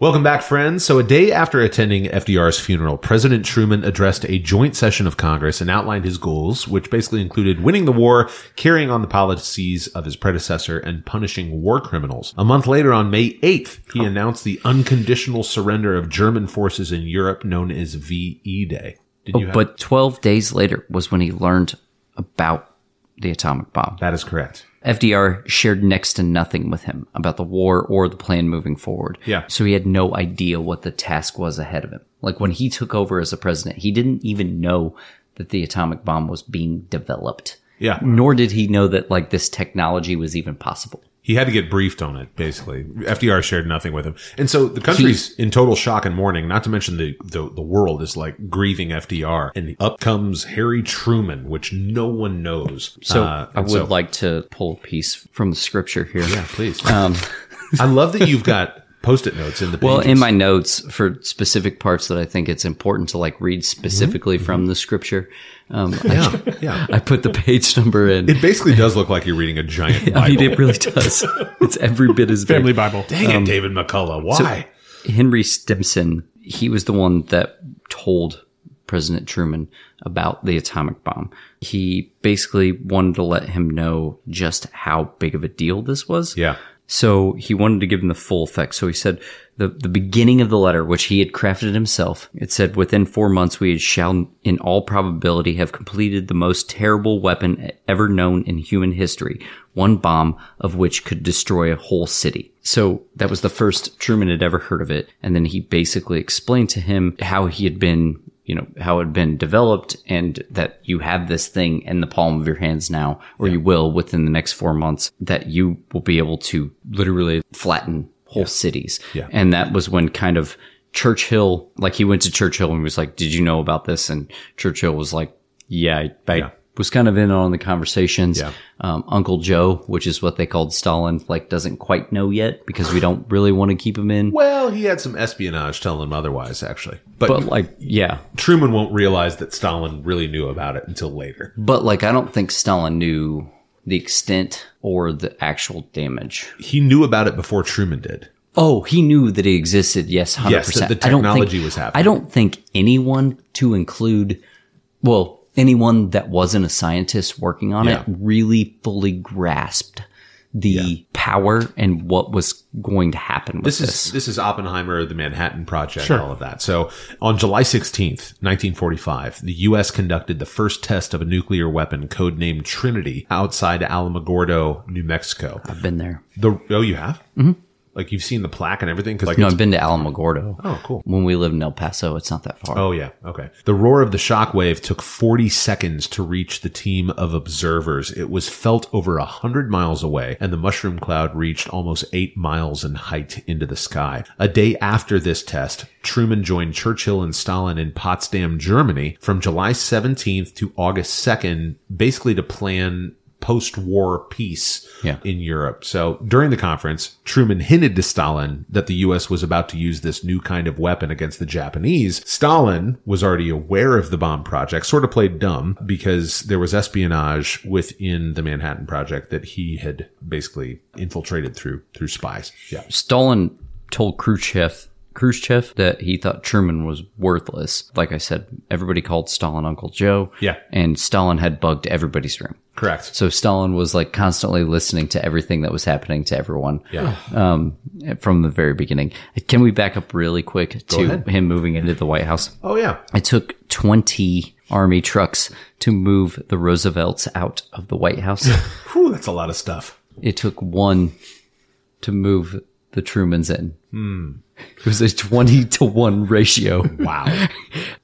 Speaker 2: Welcome back, friends. So, a day after attending FDR's funeral, President Truman addressed a joint session of Congress and outlined his goals, which basically included winning the war, carrying on the policies of his predecessor, and punishing war criminals. A month later, on May 8th, he announced the unconditional surrender of German forces in Europe, known as VE Day. Did
Speaker 3: Oh, but 12 days later was when he learned about the atomic bomb.
Speaker 2: that is correct.
Speaker 3: FDR shared next to nothing with him about the war or the plan moving forward.
Speaker 2: Yeah.
Speaker 3: So he had no idea what the task was ahead of him. Like when he took over as a president, he didn't even know that the atomic bomb was being developed.
Speaker 2: Yeah.
Speaker 3: Nor did he know that like this technology was even possible.
Speaker 2: He had to get briefed on it, basically. FDR shared nothing with him. And so the country's in total shock and mourning, not to mention the, the, the world is like grieving FDR. And up comes Harry Truman, which no one knows.
Speaker 3: So
Speaker 2: Uh,
Speaker 3: I
Speaker 2: and
Speaker 3: would
Speaker 2: so-
Speaker 3: like to pull a piece from the scripture here.
Speaker 2: Yeah, please.
Speaker 3: Um,
Speaker 2: I love that you've got post it notes in the
Speaker 3: well, in
Speaker 2: pages.
Speaker 3: my notes for specific parts that I think it's important to like read
Speaker 2: Mm-hmm.
Speaker 3: specifically from the scripture, um, I,
Speaker 2: Yeah, yeah.
Speaker 3: I put the page number in.
Speaker 2: It basically does look like you're reading a giant Bible.
Speaker 3: I mean, it really does. It's every bit as big.
Speaker 4: Family Bible.
Speaker 2: Dang
Speaker 3: Um,
Speaker 2: it, David McCullough. Why?
Speaker 3: Henry Stimson, he was the one that told President Truman about the atomic bomb. He basically wanted to let him know just how big of a deal this was.
Speaker 2: yeah.
Speaker 3: So he wanted to give him the full effect. So he said the, the beginning of the letter, which he had crafted himself, it said, within four months, we shall in all probability have completed the most terrible weapon ever known in human history, one bomb of which could destroy a whole city. So that was the first Truman had ever heard of it. And then he basically explained to him how he had been you know how it had been developed and that you have this thing in the palm of your hands now or you will within the next four months that you will be able to literally flatten whole cities
Speaker 2: Yeah.
Speaker 3: and that was when kind of churchill like he went to churchill and was like did you know about this and churchill was like yeah i, I
Speaker 2: Yeah.
Speaker 3: was kind of in on the conversations
Speaker 2: Yeah.
Speaker 3: um, uncle joe which is what they called stalin like doesn't quite know yet because we don't really want to keep him in
Speaker 2: Well, he had some espionage telling him otherwise, actually.
Speaker 3: but
Speaker 2: but
Speaker 3: like yeah
Speaker 2: Truman won't realize that Stalin really knew about it until later.
Speaker 3: But like, I don't think Stalin knew the extent or the actual damage.
Speaker 2: He knew about it before Truman did.
Speaker 3: Oh, he knew that it existed. Yes, hundred
Speaker 2: Yes, that
Speaker 3: percent.
Speaker 2: the technology was happening.
Speaker 3: I don't think anyone, to include, well, anyone that wasn't a scientist working on
Speaker 2: Yeah.
Speaker 3: it, really fully grasped the power and what was going to happen with this.
Speaker 2: This is this is Oppenheimer, the Manhattan Project, all of that. So on July 16th, 1945, the U.S. conducted the first test of a nuclear weapon, codenamed Trinity, outside Alamogordo, New Mexico.
Speaker 3: I've been there.
Speaker 2: The oh, you have, mm-hmm. like you've seen the plaque and everything, because like
Speaker 3: No,
Speaker 2: it's-
Speaker 3: I've been to Alamogordo.
Speaker 2: oh, cool.
Speaker 3: When we lived in El Paso, it's not that far.
Speaker 2: Oh yeah, okay. The roar of the shockwave took 40 seconds to reach the team of observers. It was felt over 100 miles away, and the mushroom cloud reached almost 8 miles in height into the sky. A day after this test, Truman joined Churchill and Stalin in Potsdam, Germany from July 17th to August 2nd, basically to plan post-war peace
Speaker 3: Yeah.
Speaker 2: in Europe. So during the conference, Truman hinted to Stalin that the U.S. was about to use this new kind of weapon against the Japanese. Stalin was already aware of the bomb project, sort of played dumb because there was espionage within the Manhattan Project that he had basically infiltrated through through spies. Yeah.
Speaker 3: Stalin told Khrushchev Khrushchev that he thought Truman was worthless. Like I said, everybody called Stalin Uncle Joe.
Speaker 2: Yeah.
Speaker 3: And Stalin had bugged everybody's room.
Speaker 2: Correct.
Speaker 3: So Stalin was like constantly listening to everything that was happening to everyone.
Speaker 2: Yeah.
Speaker 3: Um, from the very beginning. Can we back up really quick to
Speaker 2: ahead.
Speaker 3: him moving into the White House?
Speaker 2: Oh yeah.
Speaker 3: It took 20 army trucks to move the Roosevelts out of the White House.
Speaker 2: Whew, that's a lot of stuff.
Speaker 3: It took one to move the Trumans in. It was a 20 to 1 ratio.
Speaker 2: Wow.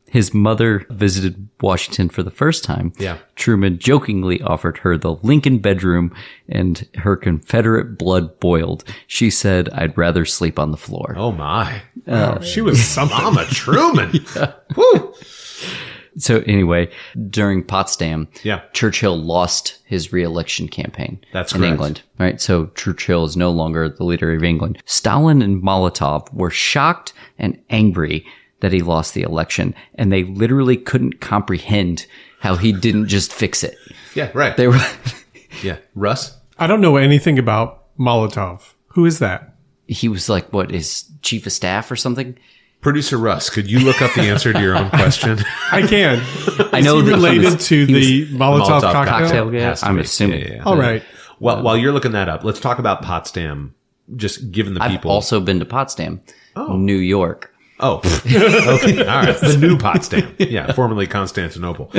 Speaker 3: His mother visited Washington for the first time.
Speaker 2: Yeah.
Speaker 3: Truman jokingly offered her the Lincoln bedroom and her Confederate blood boiled. She said, I'd rather sleep on the floor.
Speaker 2: Oh my.
Speaker 4: She was something.
Speaker 2: Mama Truman. Woo.
Speaker 3: So anyway, during Potsdam,
Speaker 2: Yeah.
Speaker 3: Churchill lost his reelection campaign.
Speaker 2: That's
Speaker 3: in
Speaker 2: correct.
Speaker 3: England, right? So Churchill is no longer the leader of England. Stalin and Molotov were shocked and angry that he lost the election, and they literally couldn't comprehend how he didn't just fix it.
Speaker 2: Yeah, right.
Speaker 3: They were
Speaker 2: yeah. Russ?
Speaker 4: I don't know anything about Molotov. Who is that?
Speaker 3: he was like what his chief of staff or something.
Speaker 2: Producer Russ, could you look up the answer to your own question?
Speaker 4: I can.
Speaker 3: I know that he
Speaker 4: Related
Speaker 3: was-
Speaker 4: to
Speaker 3: he was-
Speaker 4: the Molotov,
Speaker 2: Molotov
Speaker 4: cocktail.
Speaker 3: cocktail gas.
Speaker 2: Has to
Speaker 3: I'm
Speaker 2: be.
Speaker 3: assuming.
Speaker 2: Yeah, yeah, yeah.
Speaker 4: All right.
Speaker 2: Well, while you're looking that up, let's talk about Potsdam. Just giving the
Speaker 3: I've
Speaker 2: people.
Speaker 3: also been to Potsdam, New York.
Speaker 2: oh, okay, all right. The new Potsdam, yeah, formerly Constantinople.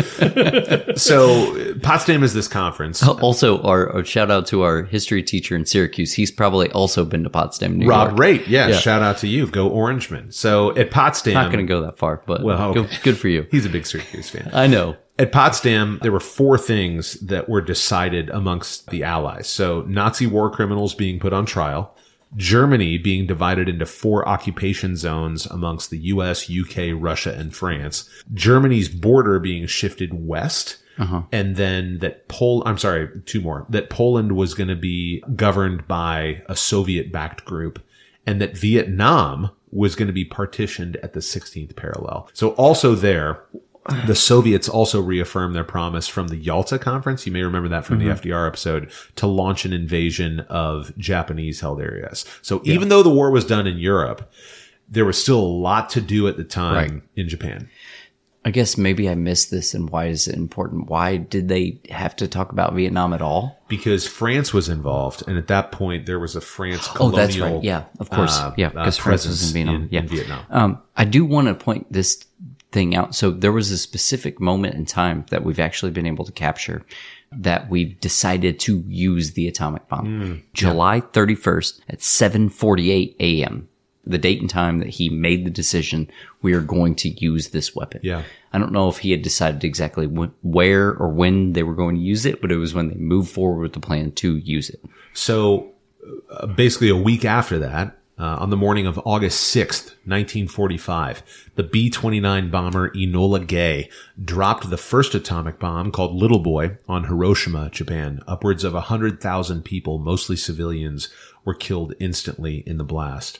Speaker 2: So uh, Potsdam is this conference.
Speaker 3: Oh, Also, our, our shout out to our history teacher in Syracuse. He's probably also been to Potsdam, New
Speaker 2: Rob
Speaker 3: York.
Speaker 2: Raitt, yeah, shout out to you. Go Orangemen. So at Potsdam,
Speaker 3: Not going to go that far, but
Speaker 2: Well,
Speaker 3: go-
Speaker 2: okay.
Speaker 3: good, for you.
Speaker 2: he's a big Syracuse fan.
Speaker 3: I know.
Speaker 2: At Potsdam, there were four things that were decided amongst the Allies. So Nazi war criminals being put on trial, Germany being divided into four occupation zones amongst the US, UK, Russia, and France, Germany's border being shifted west, and then that Pol, I'm sorry, two more, that Poland was going to be governed by a Soviet backed group and that Vietnam was going to be partitioned at the 16th parallel. So also there, the Soviets also reaffirmed their promise from the Yalta conference. You may remember that
Speaker 3: Mm-hmm.
Speaker 2: from the FDR episode to launch an invasion of Japanese held areas. So even though the war was done in Europe, there was still a lot to do at the time
Speaker 3: Right.
Speaker 2: in Japan.
Speaker 3: I guess maybe I missed this, and why is it important? Why did they have to talk about Vietnam at all?
Speaker 2: because France was involved, and at that point there was a France
Speaker 3: Oh,
Speaker 2: colonial.
Speaker 3: that's right. Yeah, of course.
Speaker 2: uh,
Speaker 3: yeah,
Speaker 2: uh,
Speaker 3: because France
Speaker 2: presence
Speaker 3: was in Vietnam. yeah.
Speaker 2: Vietnam.
Speaker 3: Um, I do want to point this thing out. So there was a specific moment in time that we've actually been able to capture that we decided to use the atomic bomb. July 31st at 7:48 a.m. The date and time that he made the decision, we are going to use this weapon.
Speaker 2: Yeah.
Speaker 3: I don't know if he had decided exactly when, where or when they were going to use it, but it was when they moved forward with the plan to use it.
Speaker 2: So uh, basically, a week after that, uh, on the morning of August 6th, 1945, the B 29 bomber Enola Gay dropped the first atomic bomb called Little Boy on Hiroshima, Japan. Upwards of 100,000 people, mostly civilians, were killed instantly in the blast.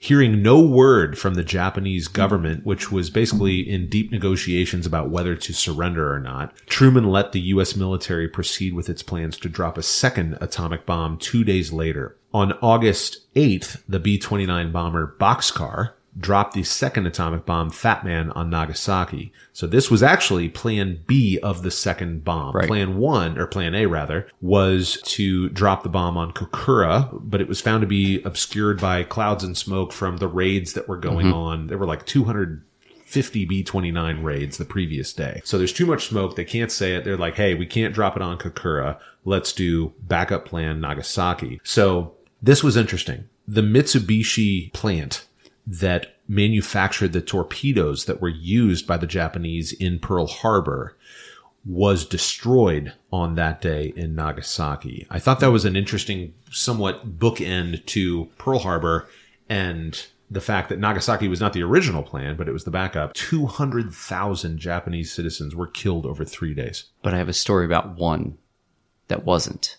Speaker 2: hearing no word from the Japanese government, which was basically in deep negotiations about whether to surrender or not, Truman let the U.S. military proceed with its plans to drop a second atomic bomb two days later. On August 8th, the B 29 bomber Boxcar dropped the second atomic bomb, Fat Man, on Nagasaki. So this was actually plan B of the second bomb.
Speaker 3: Right.
Speaker 2: Plan one, or plan A rather, was to drop the bomb on Kokura, but it was found to be obscured by clouds and smoke from the raids that were going on. There were like 250 B 29 raids the previous day. So there's too much smoke. They can't say it. They're like, hey, we can't drop it on Kokura. Let's do backup plan Nagasaki. So this was interesting. The Mitsubishi plant that manufactured the torpedoes that were used by the Japanese in Pearl Harbor was destroyed on that day in Nagasaki. I thought that was an interesting, somewhat bookend to Pearl Harbor and the fact that Nagasaki was not the original plan, but it was the backup. 200,000 Japanese citizens were killed over three days.
Speaker 3: but I have a story about one that wasn't.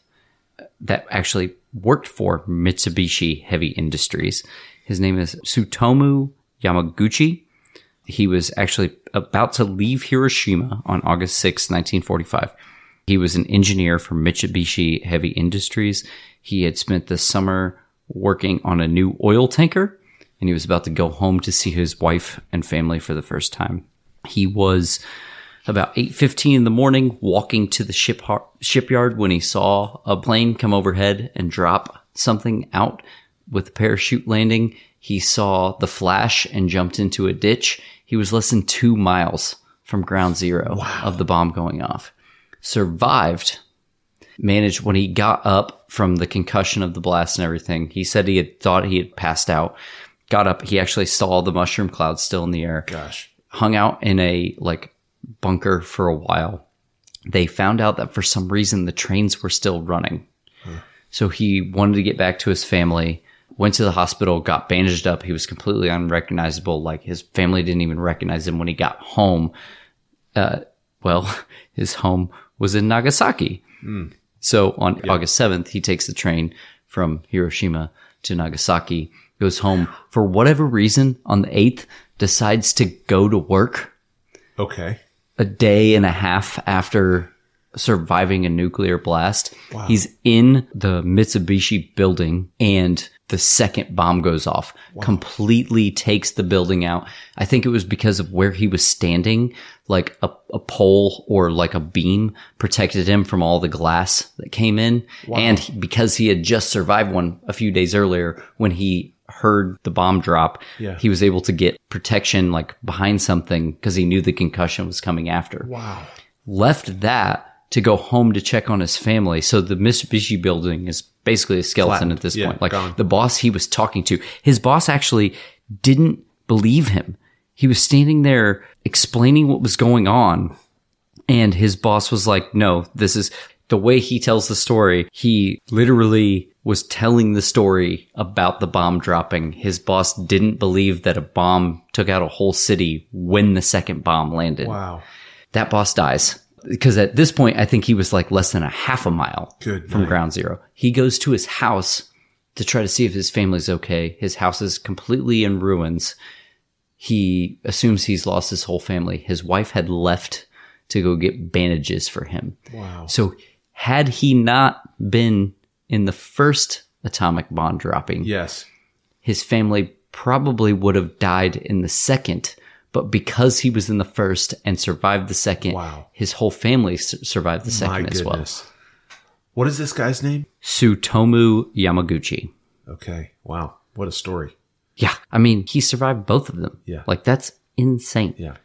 Speaker 3: That actually worked for Mitsubishi Heavy Industries. His name is Tsutomu Yamaguchi. He was actually about to leave Hiroshima on August 6, 1945. He was an engineer for Mitsubishi Heavy Industries. He had spent the summer working on a new oil tanker and he was about to go home to see his wife and family for the first time. He was about 8:15 in the morning walking to the ship har- shipyard when he saw a plane come overhead and drop something out with a parachute landing. He saw the flash and jumped into a ditch. He was less than 2 miles from ground zero of the bomb going off. Survived managed when he got up from the concussion of the blast and everything. He said he had thought he had passed out. Got up, he actually saw the mushroom cloud still in the air.
Speaker 2: Gosh.
Speaker 3: Hung out in a like bunker for a while. They found out that for some reason the trains were still running. So he wanted to get back to his family, went to the hospital, got bandaged up. He was completely unrecognizable. Like his family didn't even recognize him when he got home. Uh, well, his home was in Nagasaki. So on August 7th, he takes the train from Hiroshima to Nagasaki, goes home for whatever reason on the 8th, decides to go to work
Speaker 2: Okay.
Speaker 3: a day and a half after surviving a nuclear blast. He's in the Mitsubishi building and the second bomb goes off, completely takes the building out. I think it was because of where he was standing, like a, a pole or like a beam protected him from all the glass that came in. And he- because he had just survived one a few days earlier when he heard the bomb drop,
Speaker 2: Yeah.
Speaker 3: he was able to get protection like behind something because he knew the concussion was coming after.
Speaker 2: Wow.
Speaker 3: Left that to go home to check on his family. So the Mitsubishi building is basically a skeleton
Speaker 2: Flattened.
Speaker 3: at this
Speaker 2: Yeah,
Speaker 3: point. Like
Speaker 2: gone.
Speaker 3: the boss he was talking to, his boss actually didn't believe him. He was standing there explaining what was going on and his boss was like, no, this is the way he tells the story. He literally was telling the story about the bomb dropping. His boss didn't believe that a bomb took out a whole city when the second bomb landed.
Speaker 2: Wow.
Speaker 3: That boss dies. Because at this point, I think he was like less than a half a mile
Speaker 2: Good
Speaker 3: from
Speaker 2: night.
Speaker 3: ground zero. He goes to his house to try to see if his family's okay. His house is completely in ruins he assumes he's lost his whole family. His wife had left to go get bandages for him.
Speaker 2: Wow.
Speaker 3: So, had he not been in the first atomic bomb dropping,
Speaker 2: Yes.
Speaker 3: his family probably would have died in the second. But because he was in the first and survived the second,
Speaker 2: Wow.
Speaker 3: his whole family s- survived the
Speaker 2: My
Speaker 3: second as
Speaker 2: goodness.
Speaker 3: well.
Speaker 2: What is this guy's name?
Speaker 3: Sutomu Yamaguchi.
Speaker 2: Okay. Wow. What a story.
Speaker 3: Yeah. I mean, he survived both of them.
Speaker 2: Yeah.
Speaker 3: Like, that's insane.
Speaker 2: Yeah.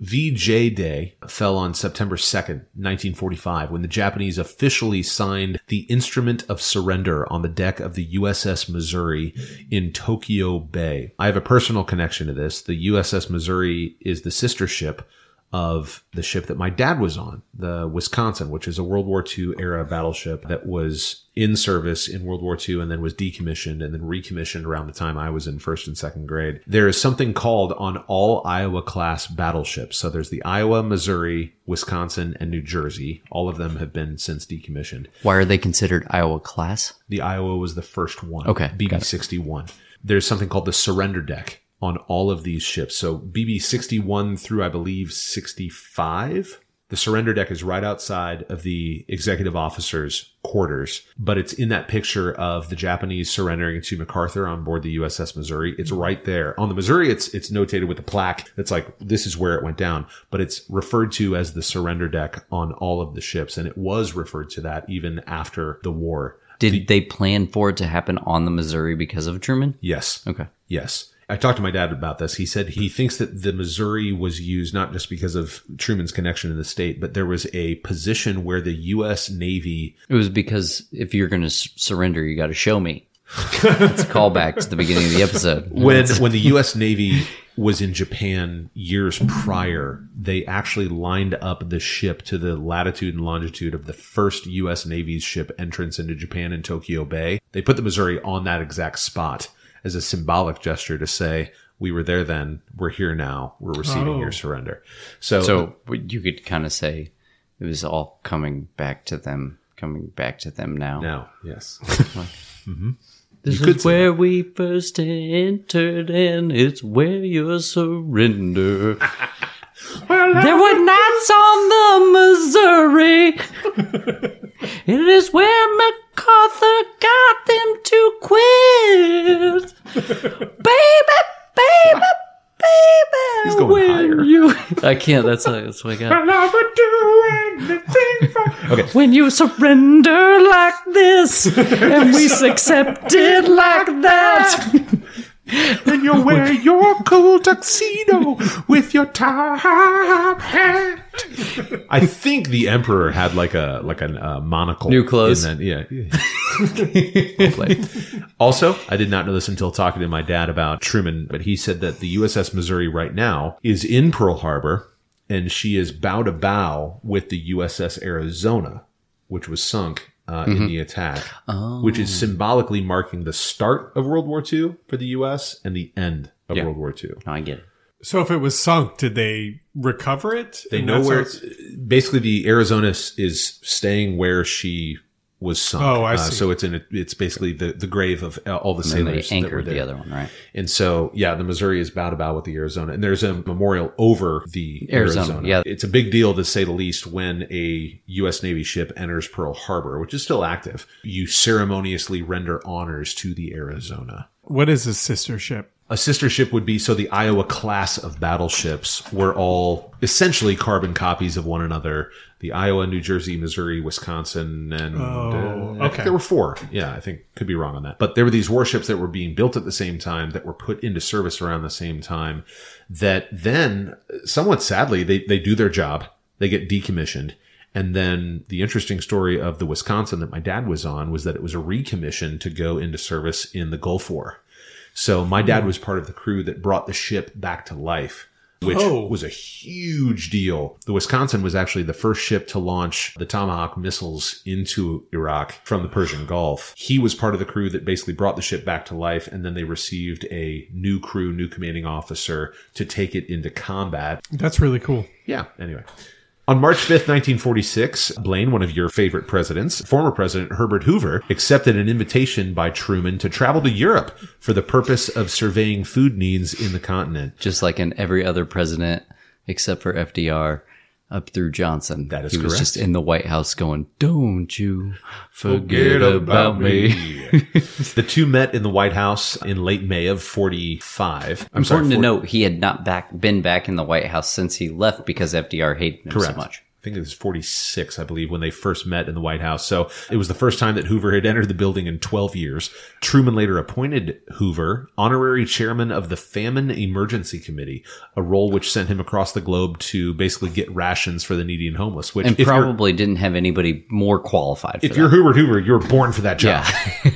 Speaker 2: VJ Day fell on September 2nd, 1945, when the Japanese officially signed the Instrument of Surrender on the deck of the USS Missouri in Tokyo Bay. I have a personal connection to this. The USS Missouri is the sister ship of the ship that my dad was on, the Wisconsin, which is a World War II era battleship that was in service in World War II and then was decommissioned and then recommissioned around the time I was in first and second grade. There is something called on all Iowa class battleships. So there's the Iowa, Missouri, Wisconsin, and New Jersey. All of them have been since decommissioned.
Speaker 3: Why are they considered Iowa class?
Speaker 2: The Iowa was the first one.
Speaker 3: Okay, got
Speaker 2: BB 61. There's something called the surrender deck on all of these ships. So BB 61 through, I believe, 65. The surrender deck is right outside of the executive officer's quarters, but it's in that picture of the Japanese surrendering to MacArthur on board the USS Missouri. It's right there. On the Missouri, it's it's notated with a plaque that's like this is where it went down, but it's referred to as the surrender deck on all of the ships, and it was referred to that even after the war.
Speaker 3: Did they plan for it to happen on the Missouri because of Truman?
Speaker 2: Yes.
Speaker 3: Okay.
Speaker 2: Yes. I talked to my dad about this. He said he thinks that the Missouri was used not just because of Truman's connection to the state, but there was a position where the U.S. Navy.
Speaker 3: It was because if you're going to s- surrender, you got to show me. it's a callback to the beginning of the episode.
Speaker 2: When, when the U.S. Navy was in Japan years prior, they actually lined up the ship to the latitude and longitude of the first U.S. Navy's ship entrance into Japan in Tokyo Bay. They put the Missouri on that exact spot as a symbolic gesture to say, we were there then, we're here now, we're receiving
Speaker 4: Oh.
Speaker 2: your surrender.
Speaker 3: so you could kind of say it was all coming back to them, coming back to them now.
Speaker 2: Now, yes.
Speaker 3: This
Speaker 2: could
Speaker 3: is
Speaker 2: say
Speaker 3: where we first entered, and it's where you surrender.
Speaker 1: There were nights on the Missouri. it is where MacArthur got them to quit. baby, baby, baby. He's
Speaker 2: going
Speaker 1: when
Speaker 2: higher.
Speaker 1: You,
Speaker 3: I can't. That's that's what I got.
Speaker 4: I would do anything for
Speaker 1: when you surrender like this, and we accept it like that.
Speaker 2: and you'll wear your cool tuxedo with your top hat. I think the emperor had like a like a uh, monocle,
Speaker 3: New clothes.
Speaker 2: and then- yeah. Well played. also, I did not know this until talking to my dad about Truman, but he said that the USS Missouri right now is in Pearl Harbor, and she is bow to bow with the USS Arizona, which was sunk. Uh,
Speaker 3: Mm-hmm.
Speaker 2: In the attack, which
Speaker 3: Oh.
Speaker 2: is symbolically marking the start of World War II for the U.S. and the end of World War II.
Speaker 3: No, I get it.
Speaker 4: So if it was sunk, did they recover it?
Speaker 2: They
Speaker 4: And
Speaker 2: know
Speaker 4: that's
Speaker 2: where.
Speaker 4: how it's-
Speaker 2: basically, the Arizona s- is staying where she was sunk.
Speaker 4: Oh, I
Speaker 2: Uh,
Speaker 4: see.
Speaker 2: so it's in. A, it's basically the, the grave of uh, all the
Speaker 3: And they
Speaker 2: sailors that were
Speaker 3: anchored
Speaker 2: there.
Speaker 3: the other one, right?
Speaker 2: And so, yeah, the Missouri is bow to bow with the Arizona, and there's a memorial over the Arizona.
Speaker 3: Arizona, yeah.
Speaker 2: it's a big deal to say the least when a U.S. Navy ship enters Pearl Harbor, which is still active. You ceremoniously render honors to the Arizona.
Speaker 4: What is a sister ship?
Speaker 2: A sister ship would be so the Iowa class of battleships were all essentially carbon copies of one another. The Iowa, New Jersey, Missouri, Wisconsin, and
Speaker 4: Oh,
Speaker 2: I think
Speaker 4: okay.
Speaker 2: there were four. Yeah, I think could be wrong on that. But there were these warships that were being built at the same time that were put into service around the same time. That then, somewhat sadly, they they do their job. They get decommissioned. And then the interesting story of the Wisconsin that my dad was on was that it was a recommission to go into service in the Gulf War. So my dad was part of the crew that brought the ship back to life, which
Speaker 4: Oh.
Speaker 2: was a huge deal. The Wisconsin was actually the first ship to launch the Tomahawk missiles into Iraq from the Persian Gulf. He was part of the crew that basically brought the ship back to life, and then they received a new crew, new commanding officer to take it into combat.
Speaker 4: That's really cool.
Speaker 2: Yeah. Anyway. On March 5th, 1946, Blaine, one of your favorite presidents, former President Herbert Hoover, accepted an invitation by Truman to travel to Europe for the purpose of surveying food needs in the continent.
Speaker 3: Just like in every other president, except for FDR, up through Johnson.
Speaker 2: That is
Speaker 3: he
Speaker 2: correct.
Speaker 3: was just in the White House going, "Don't you forget, about me."
Speaker 2: the two met in the White House in late May of 45. I'm
Speaker 3: Important
Speaker 2: sorry,
Speaker 3: to
Speaker 2: 40
Speaker 3: note, he had not back been back in the White House since he left because FDR hated him so
Speaker 2: Correct.
Speaker 3: much.
Speaker 2: I think it was 46, I believe, when they first met in the White House. So it was the first time that Hoover had entered the building in 12 years. Truman later appointed Hoover honorary chairman of the Famine Emergency Committee, a role which sent him across the globe to basically get rations for the needy and homeless, which
Speaker 3: And
Speaker 2: if you're-
Speaker 3: probably didn't have anybody more qualified for
Speaker 2: if
Speaker 3: that.
Speaker 2: you're Hoover Hoover, you're born for that job.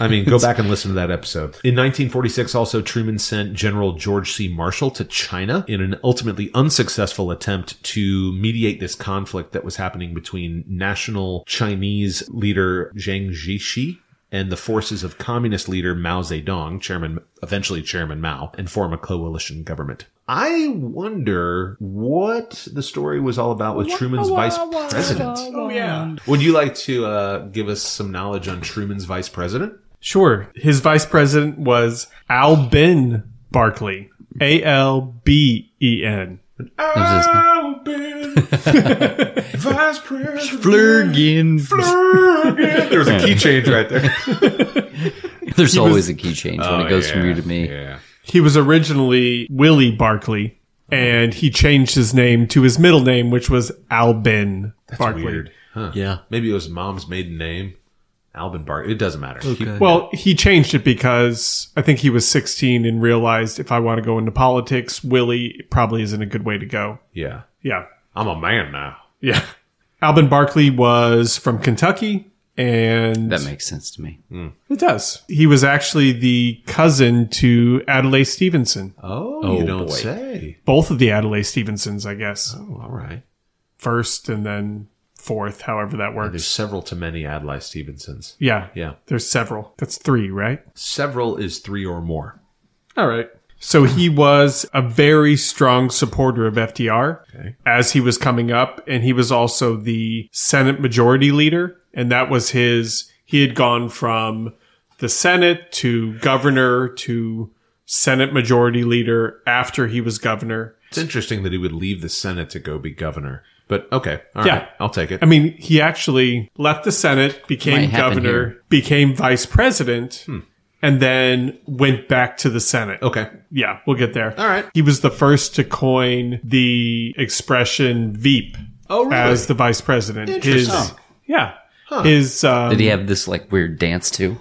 Speaker 2: I mean, go back and listen to that episode. In 1946, also, Truman sent General George C. Marshall to China in an ultimately unsuccessful attempt to mediate this conflict that was happening between national Chinese leader Zhang Jixi and the forces of communist leader Mao Zedong, chairman, eventually chairman Mao, and form a coalition government. I wonder what the story was all about with Truman's vice president.
Speaker 4: Oh yeah.
Speaker 2: Would you like to uh, give us some knowledge on Truman's vice president?
Speaker 4: Sure. His vice president was Albin Barkley. A L B E N.
Speaker 3: was his-
Speaker 2: I've been vice president. There was a key change right there.
Speaker 3: There's always a key change when it goes from you to me.
Speaker 2: Oh, Yeah.
Speaker 4: He was originally Willie Barkley, and he changed his name to his middle name, which was Albin Barkley.
Speaker 2: Weird. Huh.
Speaker 3: Yeah.
Speaker 2: Maybe it was mom's maiden name. Alvin Bark. It doesn't matter. He-
Speaker 4: Well, he changed it because I think he was 16 and realized if I want to go into politics, Willie probably isn't a good way to go.
Speaker 2: yeah.
Speaker 4: Yeah.
Speaker 2: I'm a man now.
Speaker 4: Yeah. Albin Barkley was from Kentucky and
Speaker 3: That makes sense to me.
Speaker 4: it does. He was actually the cousin to Adlai Stevenson.
Speaker 2: Oh,
Speaker 3: Oh,
Speaker 2: you don't
Speaker 3: boy.
Speaker 2: say.
Speaker 4: Both of the Adlai Stevensons, I guess.
Speaker 2: Oh, all right.
Speaker 4: First and then fourth, however that
Speaker 2: There's
Speaker 4: works.
Speaker 2: several to many Adlai Stevensons.
Speaker 4: Yeah.
Speaker 2: Yeah.
Speaker 4: There's several. That's three, right?
Speaker 2: Several is three or more.
Speaker 4: All right. So he was a very strong supporter of FDR
Speaker 2: Okay.
Speaker 4: as he was coming up, and he was also the Senate Majority Leader, and that was his. He had gone from the Senate to governor to Senate Majority Leader after he was governor.
Speaker 2: It's interesting that he would leave the Senate to go be governor. But okay. all right.
Speaker 4: Yeah.
Speaker 2: I'll take it.
Speaker 4: I mean, he actually left the Senate,
Speaker 3: Might
Speaker 4: became
Speaker 3: happen
Speaker 4: governor,
Speaker 3: here.
Speaker 4: became vice president, and then went back to the Senate.
Speaker 2: Hmm. okay.
Speaker 4: Yeah, we'll get there.
Speaker 2: All right.
Speaker 4: He was the first to coin the expression "veep"
Speaker 2: Oh, really?
Speaker 4: as the vice president. His,
Speaker 2: Interesting.
Speaker 4: yeah, His um,
Speaker 3: Did he
Speaker 2: Mm-hmm.
Speaker 3: have this like weird dance too?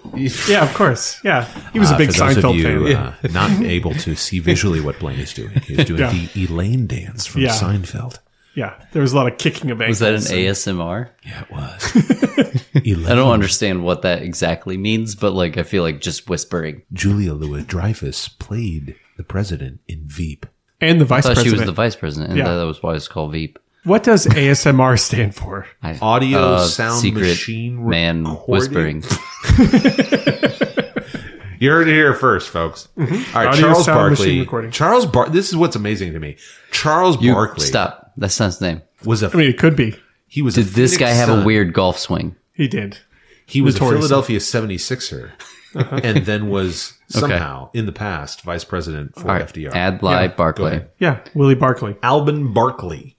Speaker 4: yeah, of course, yeah.
Speaker 3: Ah,
Speaker 4: He was a big
Speaker 2: for those of
Speaker 4: Seinfeld
Speaker 2: you
Speaker 4: fan.
Speaker 2: uh, not able to see visually what Blaney's doing, he's doing
Speaker 4: Yeah.
Speaker 2: the Elaine dance from
Speaker 4: Yeah.
Speaker 2: Seinfeld.
Speaker 4: Yeah, there was a lot of kicking of ankles.
Speaker 3: Is that an ASMR?
Speaker 2: Yeah, it was.
Speaker 3: I
Speaker 2: Elaine,
Speaker 3: don't understand what that exactly means, but like I feel like just whispering.
Speaker 2: Julia Louis Dreyfus played the president in Veep.
Speaker 4: and the vice
Speaker 3: I thought she
Speaker 4: president.
Speaker 3: was the vice president, and
Speaker 4: Yeah.
Speaker 3: that was why it's called Veep.
Speaker 4: what does ASMR stand for?
Speaker 3: I-
Speaker 2: Audio
Speaker 3: uh,
Speaker 2: sound
Speaker 3: secret
Speaker 2: machine
Speaker 3: man
Speaker 2: recording.
Speaker 3: whispering.
Speaker 2: You heard it here first, folks. All right,
Speaker 4: Mm-hmm. Audio
Speaker 2: Charles
Speaker 4: sound machine
Speaker 2: Barkley.
Speaker 4: recording.
Speaker 2: Charles Bar. This is what's amazing to me. Charles
Speaker 3: You-
Speaker 2: Barkley
Speaker 3: Stop. That's not his name.
Speaker 2: was a
Speaker 4: I mean, it could be.
Speaker 2: he was.
Speaker 3: Did
Speaker 2: a
Speaker 3: this
Speaker 2: Phoenix
Speaker 3: guy have a
Speaker 2: Sun.
Speaker 3: weird golf swing?
Speaker 4: He did.
Speaker 2: He was a
Speaker 4: notorious-
Speaker 2: Philadelphia 76er, and then was somehow in the past vice president for
Speaker 3: All right.
Speaker 2: FDR.
Speaker 3: Adlai Barclay.
Speaker 2: ahead.
Speaker 4: Yeah, Willie Barkley,
Speaker 2: Albin Barkley.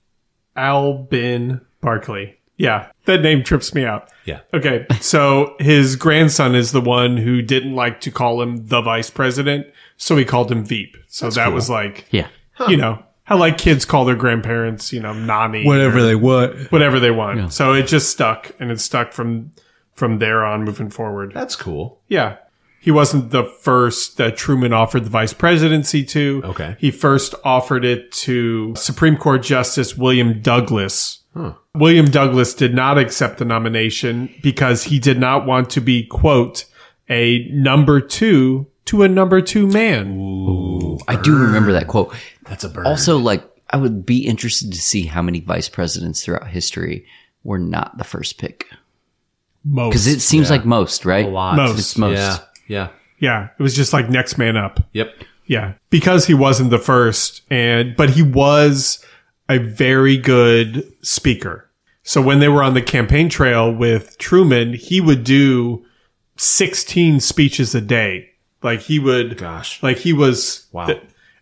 Speaker 4: Albin Barkley. Yeah, that name trips me out.
Speaker 2: Yeah.
Speaker 4: Okay, so his grandson is the one who didn't like to call him the vice president, so he called him Veep. So that was like,
Speaker 3: Yeah.
Speaker 4: you know, how like kids call their grandparents, you know, Nani,
Speaker 2: they what.
Speaker 4: whatever they want. So it just stuck, and it stuck from from there on moving forward.
Speaker 2: That's cool.
Speaker 4: Yeah. He wasn't the first that Truman offered the vice presidency to.
Speaker 2: Okay.
Speaker 4: He first offered it to Supreme Court Justice William Douglas. William Douglas did not accept the nomination because he did not want to be, quote, a number two to a number two man.
Speaker 3: I do remember that quote.
Speaker 2: That's a bird.
Speaker 3: Also, like, I would be interested to see how many vice presidents throughout history were not the first pick. Because
Speaker 4: Most.
Speaker 3: it seems like most, right? A
Speaker 2: lot.
Speaker 4: Most.
Speaker 3: It's most.
Speaker 2: Yeah. Yeah.
Speaker 4: yeah. It was just like next man up.
Speaker 2: Yep.
Speaker 4: Yeah, because he wasn't the first, and but he was a very good speaker. So when they were on the campaign trail with Truman, he would do 16 speeches a day. Like he would,
Speaker 2: Gosh.
Speaker 4: like he was.
Speaker 2: Wow.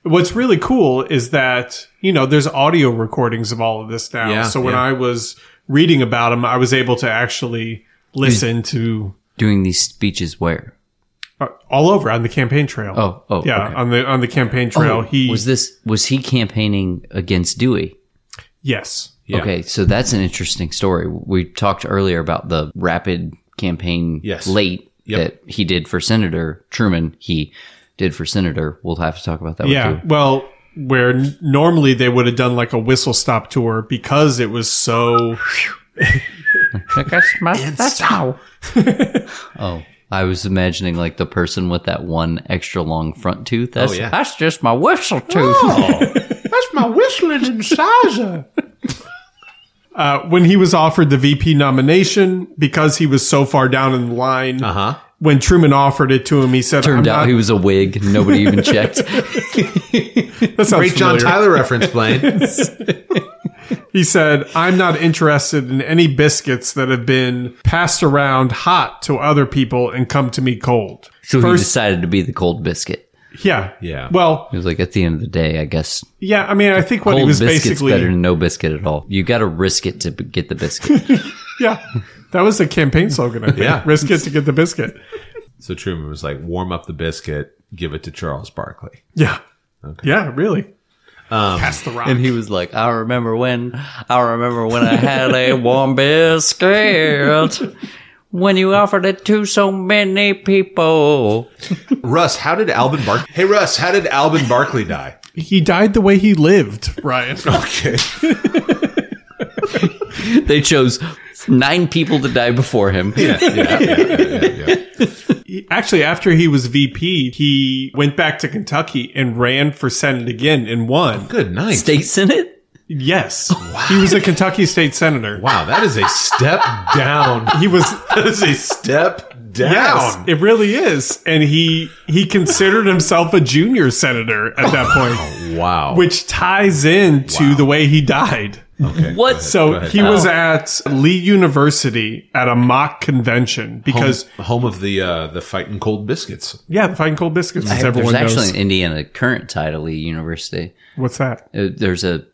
Speaker 4: what's really cool is that you know there's audio recordings of all of this now.
Speaker 2: Yeah,
Speaker 4: so when
Speaker 2: yeah.
Speaker 4: I was reading about him, I was able to actually listen to
Speaker 3: Doing these speeches where?
Speaker 4: uh, all over on the campaign trail.
Speaker 3: Oh, oh,
Speaker 4: yeah,
Speaker 3: okay.
Speaker 4: on the on the campaign trail.
Speaker 3: Oh,
Speaker 4: he
Speaker 3: was this was he campaigning against Dewey?
Speaker 4: yes.
Speaker 2: Yeah.
Speaker 3: Okay, so that's an interesting story. We talked earlier about the rapid campaign
Speaker 2: Yes.
Speaker 3: late
Speaker 2: Yep.
Speaker 3: that he did for Senator Truman. He did for Senator. We'll have to talk about that.
Speaker 4: Yeah.
Speaker 3: With you.
Speaker 4: Well, where n- normally they would have done like a whistle stop tour because it was so
Speaker 3: Oh, I was imagining like the person with that one extra long front tooth. That's,
Speaker 2: Oh, yeah. Oh.
Speaker 3: that's just my whistle tooth.
Speaker 2: That's my whistling incisor.
Speaker 4: uh, when he was offered the VP nomination because he was so far down in the line.
Speaker 2: Uh huh.
Speaker 4: When Truman offered it to him, he said,
Speaker 3: Uh-huh. Turned
Speaker 4: I'm
Speaker 3: out
Speaker 4: not-
Speaker 3: he was a wig. Nobody even checked.
Speaker 4: that sounds
Speaker 2: Great John
Speaker 4: familiar.
Speaker 2: Tyler reference, Blaine.
Speaker 4: He said, I'm not interested in any biscuits that have been passed around hot to other people and come to me cold.
Speaker 3: So he
Speaker 4: First-
Speaker 3: decided to be the cold biscuit.
Speaker 4: Yeah.
Speaker 2: Yeah.
Speaker 4: Well,
Speaker 3: He was like, at the end of the day, I guess
Speaker 4: yeah. I mean, I think what he
Speaker 3: cold
Speaker 4: was
Speaker 3: biscuit's
Speaker 4: basically.
Speaker 3: better than no biscuit at all. You got to risk it to b- get the biscuit.
Speaker 4: Yeah. That was the campaign slogan, I think.
Speaker 2: Yeah.
Speaker 4: Risk it to get the biscuit.
Speaker 2: so Truman was like, warm up the biscuit, give it to Charles Barkley.
Speaker 4: Yeah. Yeah, really. Pass the rock.
Speaker 3: and he was like, I remember when, I remember when I had a warm biscuit. When you offered it to so many people.
Speaker 2: Russ, how did Alvin Bark? Hey, Russ, how did Alvin Barkley die?
Speaker 4: he died the way he lived, Ryan.
Speaker 2: Okay.
Speaker 3: They chose nine people to die before him.
Speaker 2: Yeah. Yeah. yeah, yeah, yeah.
Speaker 4: He- Actually, after he was VP, he went back to Kentucky and ran for Senate again and won.
Speaker 2: Good night.
Speaker 3: State Senate?
Speaker 4: Yes. He was a Kentucky state senator.
Speaker 2: wow, that is a step down.
Speaker 4: He was
Speaker 2: That is a step down.
Speaker 4: Yes, it really is. And he he considered himself a junior senator at that point,
Speaker 2: Wow.
Speaker 4: which ties in to the way he died.
Speaker 3: What?
Speaker 4: So he was
Speaker 3: Oh.
Speaker 4: at Lee University at a mock convention because
Speaker 2: home of the uh, the fighting cold biscuits.
Speaker 4: yeah, the fine cold biscuits, as
Speaker 3: There's
Speaker 4: everyone knows.
Speaker 3: actually an Indiana current tie to Lee University.
Speaker 4: What's that?
Speaker 3: Uh, there's a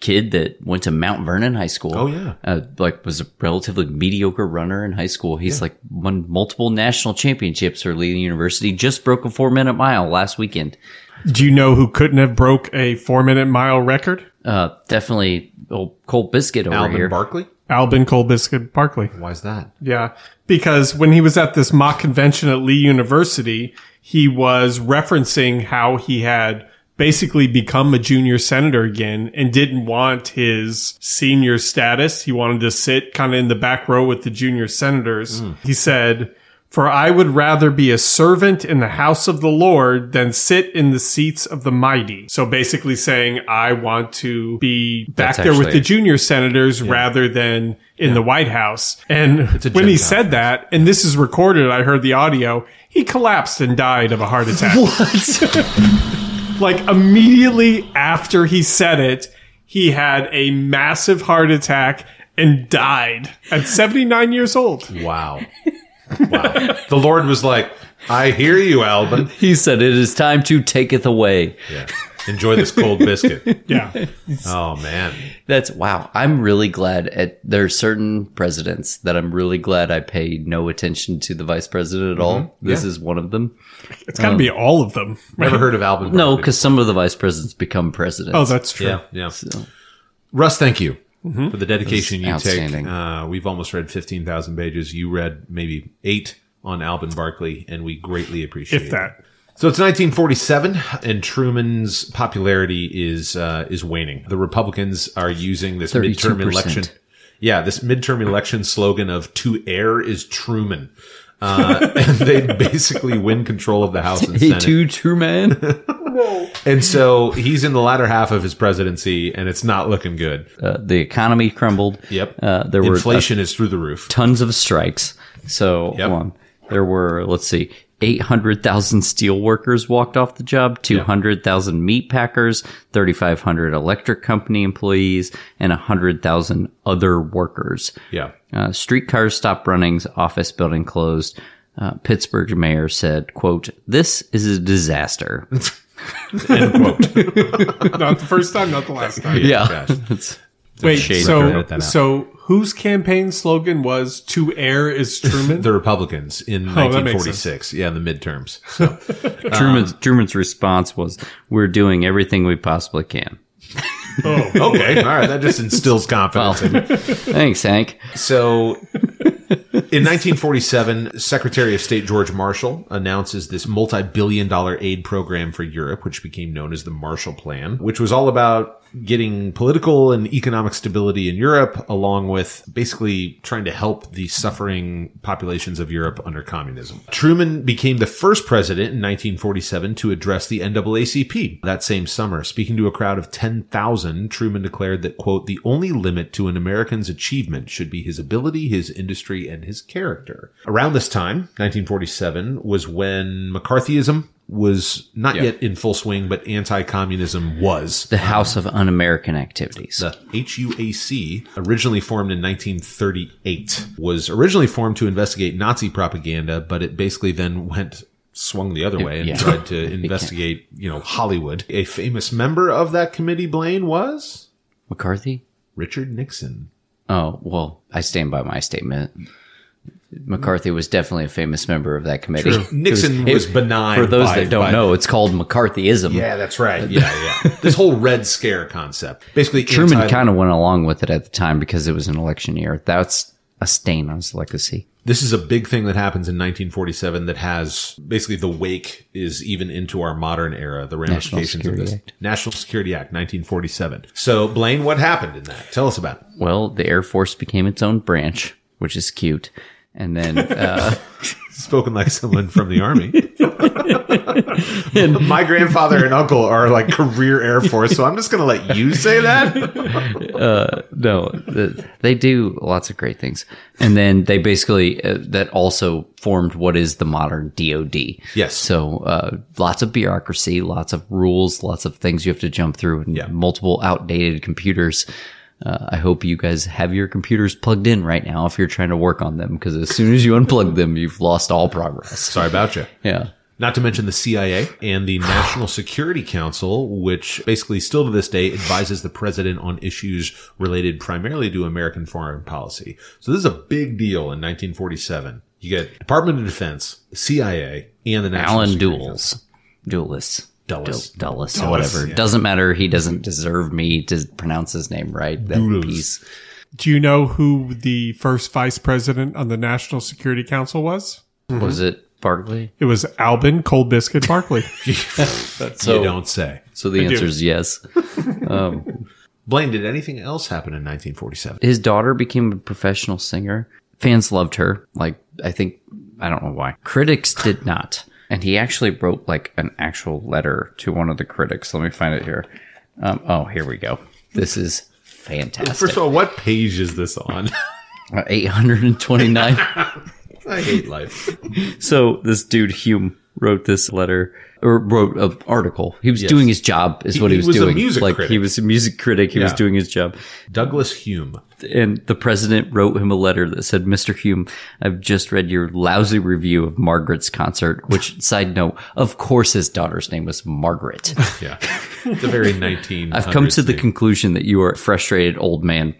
Speaker 3: kid that went to Mount Vernon High School.
Speaker 2: Oh, yeah.
Speaker 3: uh, like was a relatively mediocre runner in high school. He's like won multiple national championships for Lee University. Just broke a four minute mile last weekend.
Speaker 4: Do you know who couldn't have broke a four minute mile record?
Speaker 3: Uh, definitely old Colt Biscuit over
Speaker 2: Alvin
Speaker 3: here.
Speaker 2: Barkley.
Speaker 4: Albin Cole Biscuit Barkley.
Speaker 2: Why is that?
Speaker 4: Yeah, because when he was at this mock convention at Lee University, he was referencing how he had basically become a junior senator again and didn't want his senior status. He wanted to sit kind of in the back row with the junior senators.
Speaker 3: Hmm.
Speaker 4: He said, for I would rather be a servant in the house of the Lord than sit in the seats of the mighty. So basically saying, I want to be back
Speaker 3: That's
Speaker 4: there with
Speaker 3: actually-
Speaker 4: the junior senators rather than in the White House. And when he
Speaker 2: Gentile
Speaker 4: said that, and this is recorded, I heard the audio, he collapsed and died of a heart attack. like immediately after he said it, he had a massive heart attack and died at 79 years old.
Speaker 2: Wow. wow. The Lord was like, I hear you, Albin.
Speaker 3: He said, "It is time to taketh away."
Speaker 2: Yeah. Enjoy this cold biscuit.
Speaker 4: Yeah.
Speaker 2: Oh, man.
Speaker 3: That's wow. I'm really glad at there are certain presidents that I'm really glad I paid no attention to the vice president at all.
Speaker 2: Mm-hmm.
Speaker 3: This is one of them.
Speaker 4: It's got to be all of them.
Speaker 2: Never heard of Albin.
Speaker 3: No,
Speaker 2: Barkley.
Speaker 3: because some of the vice presidents become presidents.
Speaker 4: Oh, that's true.
Speaker 2: Yeah, yeah. Russ, thank you
Speaker 4: Mm-hmm.
Speaker 2: for the dedication you take.
Speaker 3: outstanding.
Speaker 2: Uh, we've almost read 15,000 pages. You read maybe eight on Albin Barkley, and we greatly appreciate
Speaker 4: If
Speaker 2: it.
Speaker 4: that.
Speaker 2: So it's 1947, and Truman's popularity is uh, is waning. The Republicans are using this midterm
Speaker 3: 32%.
Speaker 2: election, yeah, this midterm election slogan of "To air is Truman," uh, and they basically win control of the House and
Speaker 3: Hey,
Speaker 2: Senate.
Speaker 3: two true man.
Speaker 2: and so he's in the latter half of his presidency, and it's not looking good.
Speaker 3: Uh, the economy crumbled.
Speaker 2: Yep,
Speaker 3: Uh, there were uh,
Speaker 2: inflation is through the roof.
Speaker 3: tons of strikes. So
Speaker 2: Yep.
Speaker 3: um, there were, let's see, 800,000 steel workers walked off the job, 200,000 meat packers, 3,500 electric company employees, and 100,000 other workers.
Speaker 2: Yeah,
Speaker 3: Uh, streetcars stopped running, office building closed. Uh, Pittsburgh mayor said, quote, this is a disaster.
Speaker 2: end quote.
Speaker 4: Not the first time, not the last time.
Speaker 3: yeah.
Speaker 2: gosh.
Speaker 3: It's-
Speaker 4: Wait,
Speaker 3: shade
Speaker 4: so,
Speaker 2: Edit that out.
Speaker 4: so whose campaign slogan was to air is Truman?
Speaker 2: The Republicans in
Speaker 4: Oh, that makes
Speaker 2: 1946, yeah, in the midterms.
Speaker 3: Truman's, Truman's response was, we're doing everything we possibly can.
Speaker 4: oh,
Speaker 2: Okay, all right, that just instills confidence in me.
Speaker 3: Thanks, Hank.
Speaker 2: So, in 1947, Secretary of State George Marshall announces this multi-billion dollar aid program for Europe, which became known as the Marshall Plan, which was all about getting political and economic stability in Europe, along with basically trying to help the suffering populations of Europe under communism. Truman became the first president in 1947 to address the NAACP that same summer. Speaking to a crowd of 10,000, Truman declared that, quote, the only limit to an American's achievement should be his ability, his industry, and his character. Around this time, 1947, was when McCarthyism was not yet in full swing, but anti-communism was.
Speaker 3: The House of Un-American Activities.
Speaker 2: The HUAC, originally formed in 1938, was originally formed to investigate Nazi propaganda, but it basically then went swung the other way and
Speaker 3: yeah.
Speaker 2: tried to investigate, you know, Hollywood. A famous member of that committee, Blaine, was
Speaker 3: McCarthy?
Speaker 2: Richard Nixon.
Speaker 3: Oh, well, I stand by my statement. McCarthy was definitely a famous member of that committee.
Speaker 2: Nixon
Speaker 3: it-
Speaker 2: was benign.
Speaker 3: For those
Speaker 2: by-
Speaker 3: that don't
Speaker 2: by-
Speaker 3: know, it's called McCarthyism.
Speaker 2: Yeah, that's right. Yeah, yeah. this whole Red Scare concept. Basically,
Speaker 3: Truman
Speaker 2: anti-
Speaker 3: kind of went along with it at the time because it was an election year. That's a stain on his legacy.
Speaker 2: this is a big thing that happens in 1947 that has basically the wake is even into our modern era, the ramifications of
Speaker 3: Security
Speaker 2: this.
Speaker 3: Act.
Speaker 2: National Security Act, 1947. So, Blaine, what happened in that? Tell us about it.
Speaker 3: Well, the Air Force became its own branch, which is cute. And then, uh,
Speaker 2: Spoken like someone from the Army. My grandfather and uncle are like career Air Force, so I'm just going to let you say that.
Speaker 3: no, the, they do lots of great things. And then they basically, uh, that also formed what is the modern DOD.
Speaker 2: Yes.
Speaker 3: So uh, lots of bureaucracy, lots of rules, lots of things you have to jump through, and
Speaker 2: Yeah.
Speaker 3: multiple outdated computers. Uh, I hope you guys have your computers plugged in right now if you're trying to work on them, because as soon as you unplug them, you've lost all progress.
Speaker 2: Sorry about you.
Speaker 3: Yeah.
Speaker 2: Not to mention the CIA and the National Security Council, which basically still to this day advises the president on issues related primarily to American foreign policy. So this is a big deal in 1947. You get Department of Defense, CIA, and the National
Speaker 3: Alan
Speaker 2: Security
Speaker 3: Duels. Duelists.
Speaker 2: Dulles.
Speaker 3: Dulles, whatever.
Speaker 2: yeah.
Speaker 3: Doesn't matter. He doesn't deserve me to pronounce his name right. That piece.
Speaker 4: Do you know who the first vice president on the National Security Council was?
Speaker 3: Was
Speaker 2: Hmm?
Speaker 3: it Barkley?
Speaker 4: It was Albin Cold Biscuit Barkley.
Speaker 3: So,
Speaker 2: you don't say.
Speaker 3: so the answer is yes.
Speaker 2: Blaine, did anything else happen in 1947?
Speaker 3: His daughter became a professional singer. Fans loved her. Like, I think, I don't know why. Critics did not. And he actually wrote like an actual letter to one of the critics. Let me find it here. Um, oh, here we go. This is
Speaker 2: First
Speaker 3: fantastic.
Speaker 2: of all, what page is this on?
Speaker 3: Uh, 829.
Speaker 2: I hate life.
Speaker 3: so this dude Hume wrote this letter or wrote an article. He was
Speaker 2: Yes.
Speaker 3: doing his job, is what
Speaker 2: he
Speaker 3: he was,
Speaker 2: was a
Speaker 3: doing.
Speaker 2: music
Speaker 3: like he
Speaker 2: critic.
Speaker 3: was a music critic. He was
Speaker 2: Yeah.
Speaker 3: doing his job.
Speaker 2: Douglas Hume.
Speaker 3: and the president wrote him a letter that said, Mr. Hume, I've just read your lousy review of Margaret's concert, which, side note, of course his daughter's name was Margaret.
Speaker 2: Yeah. It's a very 19.
Speaker 3: I've come to the conclusion that you are a frustrated old man.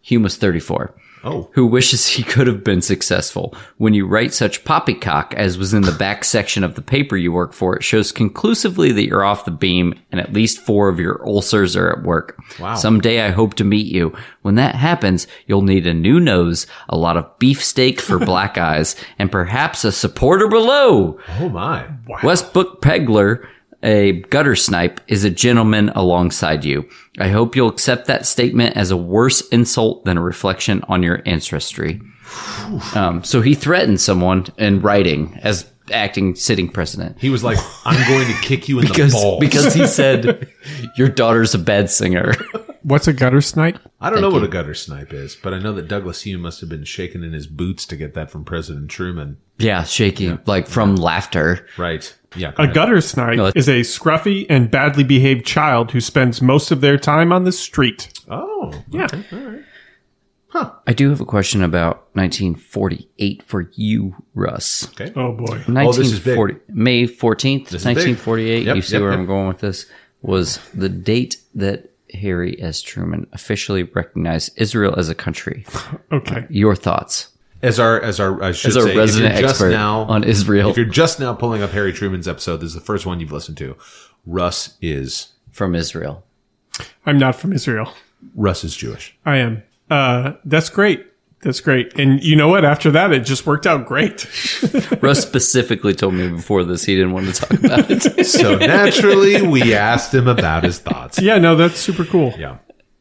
Speaker 3: Hume was 34.
Speaker 2: Oh.
Speaker 3: Who wishes he could have been successful. When you write such poppycock as was in the back section of the paper you work for, it shows conclusively that you're off the beam and at least four of your ulcers are at work.
Speaker 2: Wow.
Speaker 3: Someday I hope to meet you. When that happens, you'll need a new nose, a lot of beefsteak for black eyes, and perhaps a supporter below.
Speaker 2: Oh, my.
Speaker 3: Westbrook Pegler, a gutter snipe, is a gentleman alongside you. I hope you'll accept that statement as a worse insult than a reflection on your ancestry. Um, so he threatened someone in writing as acting sitting president.
Speaker 2: He was like, I'm going to kick you in the
Speaker 3: Because,
Speaker 2: balls.
Speaker 3: because he said, Your daughter's a bad singer.
Speaker 4: What's a gutter snipe?
Speaker 2: I don't know what a gutter snipe is, but I know that Douglas Hume must have been shaking in his boots to get that from President Truman.
Speaker 3: yeah, shaking, like from laughter.
Speaker 2: Right. Yeah. go
Speaker 4: A
Speaker 2: ahead.
Speaker 4: gutter snipe
Speaker 3: No, it-
Speaker 4: is a scruffy and badly behaved child who spends most of their time on the street.
Speaker 2: oh. okay. All right.
Speaker 3: I do have a question about 1948 for you, Russ.
Speaker 4: Oh boy.
Speaker 3: 1940 May 14th,
Speaker 2: is big.
Speaker 3: 1948.
Speaker 2: Yep,
Speaker 3: you see
Speaker 2: yep,
Speaker 3: where
Speaker 2: yep.
Speaker 3: I'm going with this? Was the date that Harry S. Truman officially recognized Israel as a country.
Speaker 4: Okay.
Speaker 3: Your thoughts
Speaker 2: As our, as our, I should
Speaker 3: as a
Speaker 2: say, if
Speaker 3: resident
Speaker 2: you're just
Speaker 3: expert
Speaker 2: now,
Speaker 3: on Israel
Speaker 2: if you're just now pulling up Harry Truman's episode, this is the first one you've listened to. Russ is,
Speaker 3: from Israel.
Speaker 4: I'm not from Israel.
Speaker 2: Russ is Jewish.
Speaker 4: I am. Uh, that's great. That's great. And you know what? After that, it just worked out great.
Speaker 3: Russ specifically told me before this he didn't want to talk about it.
Speaker 2: So naturally, we asked him about his thoughts.
Speaker 4: yeah. No, that's super cool.
Speaker 2: Yeah.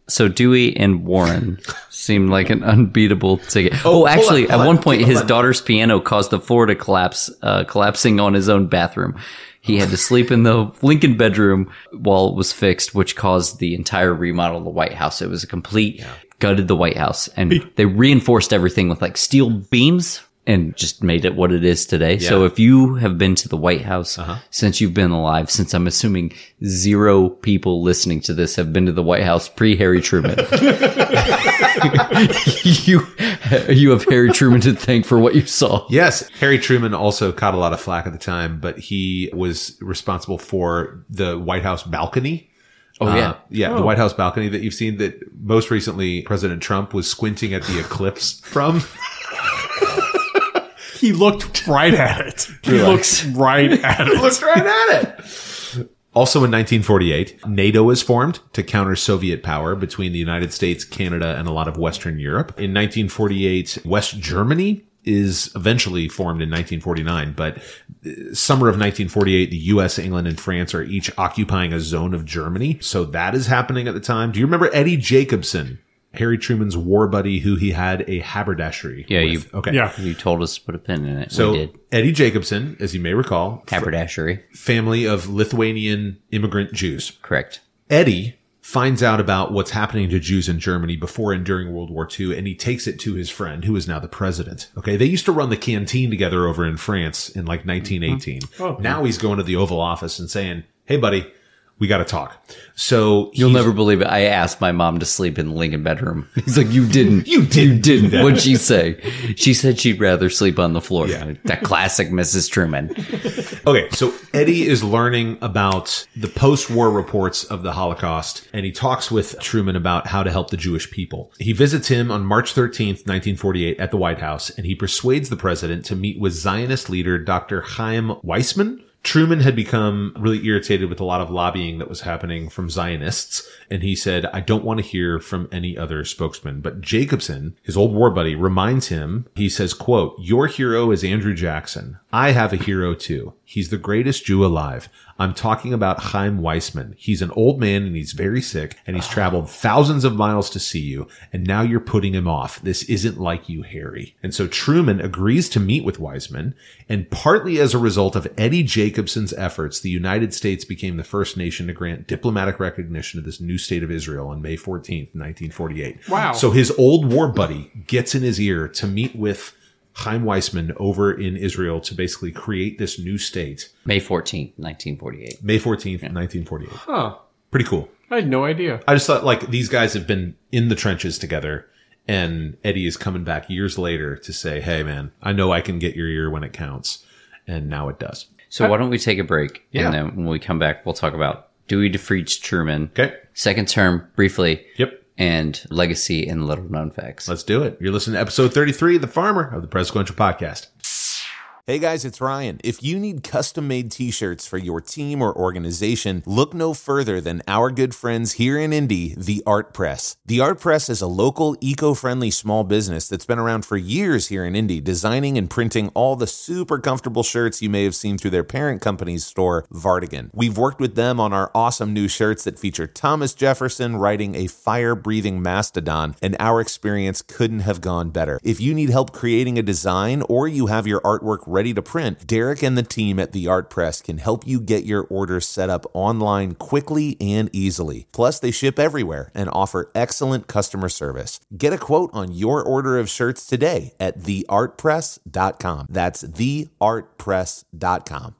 Speaker 3: so Dewey and Warren seemed like an unbeatable ticket. Oh,
Speaker 2: hold
Speaker 3: actually,
Speaker 2: on, hold
Speaker 3: at
Speaker 2: on,
Speaker 3: one point
Speaker 2: hold
Speaker 3: his
Speaker 2: on.
Speaker 3: daughter's piano caused the floor to collapse, uh, collapsing on his own bathroom. He had to sleep in the Lincoln bedroom while it was fixed, which caused the entire remodel of the White House. It was a complete gutted the White House, and they reinforced everything with like steel beams and just made it what it is today. So if you have been to the White House since you've been alive, since I'm assuming zero people listening to this have been to the White House pre Harry Truman, you you have Harry Truman to thank for what you saw.
Speaker 2: Yes, Harry Truman also caught a lot of flack at the time, but he was responsible for the White House balcony. Uh,
Speaker 3: Oh yeah,
Speaker 2: yeah, the White House balcony that you've seen that most recently President Trump was squinting at the eclipse from.
Speaker 4: He looked right at it. He
Speaker 3: Relax.
Speaker 4: looked right at it.
Speaker 2: Looked right at it. Also in 1948, NATO was formed to counter Soviet power between the United States, Canada, and a lot of Western Europe. In 1948, West Germany is eventually formed in 1949, but uh, summer of 1948, the US, England, and France are each occupying a zone of Germany. So that is happening at the time. Do you remember Eddie Jacobson, Harry Truman's war buddy who he had a haberdashery?
Speaker 3: Yeah,
Speaker 2: with?
Speaker 3: you-
Speaker 2: okay.
Speaker 4: Yeah.
Speaker 3: you told us to put a pin in it. we
Speaker 2: So
Speaker 3: did.
Speaker 2: Eddie Jacobson, as you may recall,
Speaker 3: Haberdashery,
Speaker 2: family of Lithuanian immigrant Jews.
Speaker 3: correct?
Speaker 2: Eddie finds out about what's happening to Jews in Germany before and during World War II, and he takes it to his friend, who is now the president. Okay, they used to run the canteen together over in France in like 1918. Now he's going to the Oval Office and saying, "Hey, buddy, we got to talk." So
Speaker 3: You'll never believe it. I asked my mom to sleep in the Lincoln bedroom. He's like, "You didn't.
Speaker 2: You didn't do
Speaker 3: didn't."
Speaker 2: that.
Speaker 3: What'd she say? She said she'd rather sleep on the floor.
Speaker 2: Yeah.
Speaker 3: That classic Mrs. Truman.
Speaker 2: Okay, so Eddie is learning about the post war reports of the Holocaust, and he talks with Truman about how to help the Jewish people. He visits him on March 13th, 1948, at the White House, and he persuades the president to meet with Zionist leader Dr. Chaim Weissman Truman had become really irritated with a lot of lobbying that was happening from Zionists. And he said, I don't want to hear from any other spokesman. But Jacobson, his old war buddy, reminds him, he says, quote, your hero is Andrew Jackson. I have a hero too. He's the greatest Jew alive. I'm talking about Chaim Weissman. He's an old man and he's very sick and he's traveled thousands of miles to see you. And now you're putting him off. This isn't like you, Harry. And so Truman agrees to meet with Weissman. And partly as a result of Eddie Jacobson's efforts, the United States became the first nation to grant diplomatic recognition of this new state of Israel on May 14th, 1948.
Speaker 4: Wow.
Speaker 2: So his old war buddy gets in his ear to meet with Chaim Weissman over in Israel to basically create this new state.
Speaker 3: May 14th, 1948.
Speaker 2: May 14th, 1948.
Speaker 4: Huh.
Speaker 2: Pretty cool.
Speaker 4: I had no idea.
Speaker 2: I just thought like these guys have been in the trenches together and Eddie is coming back years later to say, Hey man, I know I can get your ear when it counts. And now it does.
Speaker 3: So why don't we take a break?
Speaker 2: Yeah.
Speaker 3: And then when we come back, we'll talk about Dewey DeFreeze Truman,
Speaker 2: Okay.
Speaker 3: second term, briefly,
Speaker 2: Yep.
Speaker 3: and legacy and little known facts.
Speaker 2: Let's do it. You're listening to episode 33 The Farmer of the Presequential Podcast.
Speaker 5: Hey guys, it's Ryan. If you need custom made t shirts for your team or organization, look no further than our good friends here in Indy, The Art Press. The Art Press is a local, eco friendly small business that's been around for years here in Indy, designing and printing all the super comfortable shirts you may have seen through their parent company's store, Vardigan. We've worked with them on our awesome new shirts that feature Thomas Jefferson riding a fire breathing mastodon, and our experience couldn't have gone better. If you need help creating a design or you have your artwork ready to print, Derek and the team at The Art Press can help you get your orders set up online quickly and easily. Plus, they ship everywhere and offer excellent customer service. Get a quote on your order of shirts today at theartpress.com. That's theartpress.com.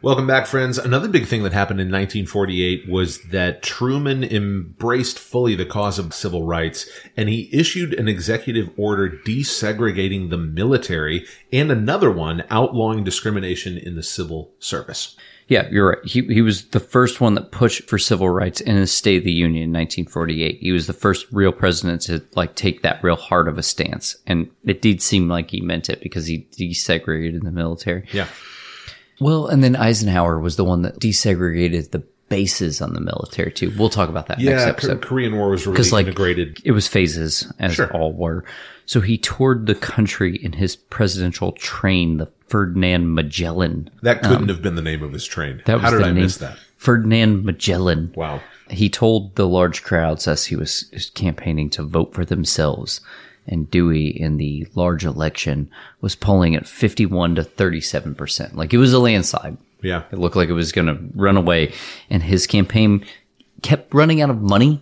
Speaker 2: Welcome back, friends. Another big thing that happened in 1948 was that Truman embraced fully the cause of civil rights and he issued an executive order desegregating the military and another one outlawing discrimination in the civil service.
Speaker 3: Yeah, you're right. He, he was the first one that pushed for civil rights in his State of the Union in 1948. He was the first real president to like take that real hard of a stance, and it did seem like he meant it because he desegregated the military.
Speaker 2: Yeah.
Speaker 3: Well, and then Eisenhower was the one that desegregated the bases on the military too. We'll talk about that next
Speaker 2: Yeah.
Speaker 3: episode.
Speaker 2: Korean War was really
Speaker 3: 'Cause, like-
Speaker 2: integrated.
Speaker 3: It was phases, as
Speaker 2: Sure.
Speaker 3: all were. So he toured the country in his presidential train, the Ferdinand Magellan.
Speaker 2: That couldn't have been the name of his train.
Speaker 3: That was
Speaker 2: How did
Speaker 3: the
Speaker 2: I
Speaker 3: name.
Speaker 2: miss that?
Speaker 3: Ferdinand Magellan.
Speaker 2: Wow.
Speaker 3: He told the large crowds as he was campaigning to vote for themselves. And Dewey in the large election was polling at 51 to 37%. Like it was a landslide.
Speaker 2: Yeah.
Speaker 3: It looked like it was going to run away. And his campaign kept running out of money.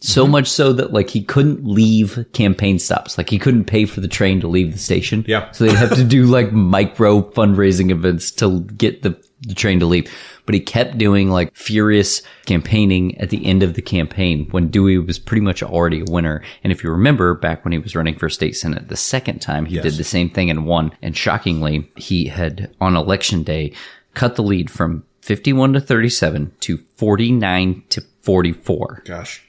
Speaker 3: So much so that like he couldn't leave campaign stops. Like he couldn't pay for the train to leave the station.
Speaker 2: Yeah.
Speaker 3: So they'd have to do like micro fundraising events to get the, the train to leave. But he kept doing like furious campaigning at the end of the campaign when Dewey was pretty much already a winner. And if you remember back when he was running for state senate the second time, he did the same thing and won. And shockingly, he had on election day cut the lead from 51 to 37 to 49 to 44
Speaker 2: Gosh.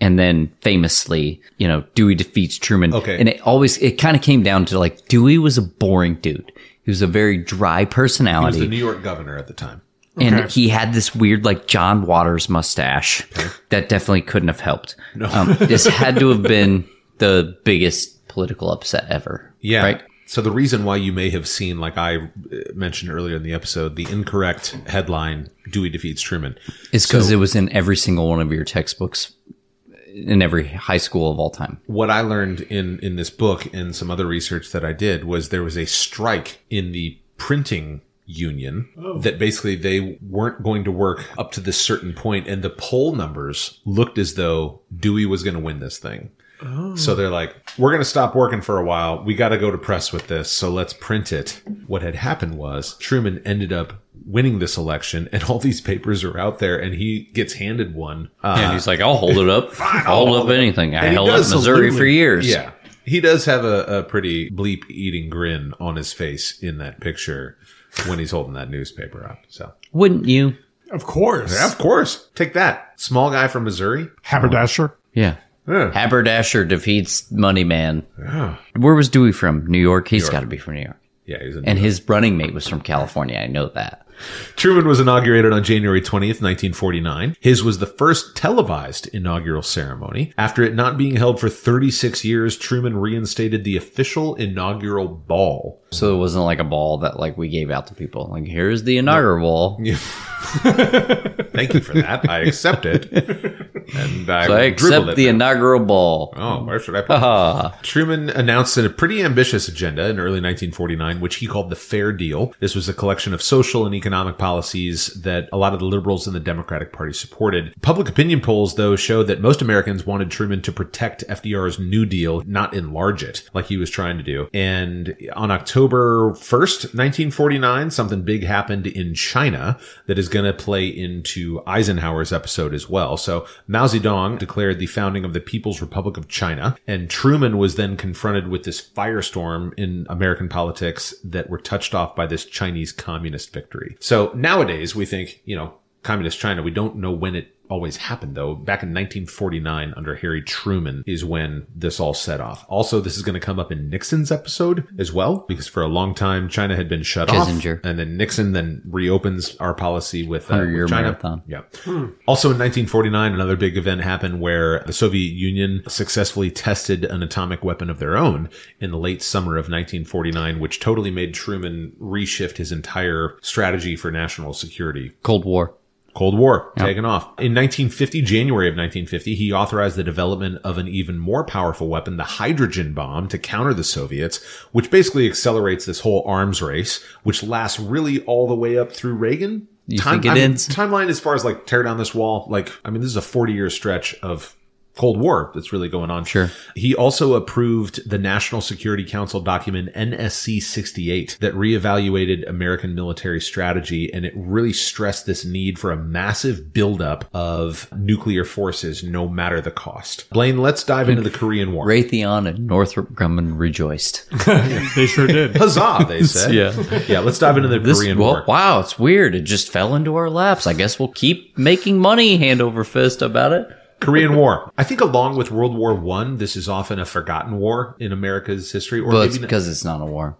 Speaker 3: and then famously, you know, Dewey defeats Truman.
Speaker 2: Okay.
Speaker 3: And it always, it kind of came down to like, Dewey was a boring dude. He was a very dry
Speaker 2: He was
Speaker 3: personality.
Speaker 2: the New York governor at the time.
Speaker 3: And he had this weird, like, John Waters mustache that definitely couldn't have helped. Um, this had to have been the biggest political upset ever.
Speaker 2: Yeah.
Speaker 3: Right?
Speaker 2: So the reason why you may have seen, like I uh, mentioned earlier in the episode, the incorrect headline "Dewey defeats Truman."
Speaker 3: It's because it was in every single one of your textbooks in every high school of all time.
Speaker 2: What I learned in in this book and some other research that I did was there was a strike in the printing union that basically they weren't going to work up to this certain point, and the poll numbers looked as though Dewey was going to win this thing. So they're like, we're going to stop working for a while. We got to go to press with this. So let's print it. What had happened was Truman ended up winning this election and all these papers are out there and he gets handed one. Uh,
Speaker 3: and he's like, I'll hold it up. I'll hold up anything. I
Speaker 2: and he
Speaker 3: held up
Speaker 2: does
Speaker 3: Missouri
Speaker 2: salute-
Speaker 3: for years.
Speaker 2: Yeah. He does have a, a pretty bleep eating grin on his face in that picture when he's holding that newspaper up. So,
Speaker 3: Wouldn't you?
Speaker 4: Of course.
Speaker 2: of course, take that. Small guy from Missouri.
Speaker 4: Haberdasher.
Speaker 3: Yeah.
Speaker 2: Yeah.
Speaker 3: Haberdasher defeats Money Man. Where was Dewey from? New York? He's got to be from New York.
Speaker 2: Yeah. He's a
Speaker 3: And his running mate was from California. I know that.
Speaker 6: Truman was inaugurated on January 20th, 1949. His was the first televised inaugural ceremony. After it not being held for 36 years, Truman reinstated the official inaugural ball.
Speaker 3: So it wasn't like a ball that like we gave out to people. Like here's the inaugural ball.
Speaker 6: Thank you for that. I accept it. And I,
Speaker 3: So I
Speaker 6: will dribble
Speaker 3: accept
Speaker 6: it
Speaker 3: the
Speaker 6: now.
Speaker 3: inaugural ball. Uh,
Speaker 6: Oh, where should I put it? Truman announced a pretty ambitious agenda in early 1949, which he called the Fair Deal. This was a collection of social and economic policies that a lot of the liberals in the Democratic Party supported. Public opinion polls, though, showed that most Americans wanted Truman to protect FDR's New Deal, not enlarge it like he was trying to do. And on October 1st, 1949, something big happened in China that is going to play into Eisenhower's episode as well. So Mao Zedong declared the founding of the People's Republic of China, and Truman was then confronted with this firestorm in American politics that were touched off by this Chinese communist victory. So nowadays we think, you know, communist China, we don't know when it always happened though. Back in 1949 under Harry Truman is when this all set off. Also, this is going to come up in Nixon's episode as well, because for a long time China had been shut
Speaker 3: Kissinger.
Speaker 6: off. And then Nixon then reopens our policy with, uh,
Speaker 3: 100-year
Speaker 6: with China.
Speaker 3: marathon.
Speaker 6: Yeah. Also in 1949, another big event happened where the Soviet Union successfully tested an atomic weapon of their own in the late summer of 1949, which totally made Truman reshift his entire strategy for national security
Speaker 3: Cold War.
Speaker 6: Cold War taken off. In 1950, January of 1950, he authorized the development of an even more powerful weapon, the hydrogen bomb, to counter the Soviets, which basically accelerates this whole arms race, which lasts really all the way up through Reagan.
Speaker 3: You think it
Speaker 6: I mean,
Speaker 3: ends?
Speaker 6: Timeline as far as like tear down this wall. Like, I mean, this is a 40 year stretch of Cold War that's really going on.
Speaker 3: Sure.
Speaker 6: He also approved the National Security Council document NSC 68 that reevaluated American military strategy. And it really stressed this need for a massive buildup of nuclear forces, no matter the cost. Blaine, let's dive into the Korean War.
Speaker 3: Raytheon and Northrop Grumman rejoiced.
Speaker 4: They sure did.
Speaker 6: Huzzah, they said.
Speaker 3: Yeah.
Speaker 6: Yeah, let's dive into the
Speaker 3: This,
Speaker 6: Korean
Speaker 3: well,
Speaker 6: War.
Speaker 3: wow, it's weird. It just fell into our laps. I guess we'll keep making money hand over fist about it.
Speaker 6: Korean War. I think along with World War One, this is often a forgotten war in America's history, or
Speaker 3: Well, it's
Speaker 6: maybe not-
Speaker 3: because it's not a war.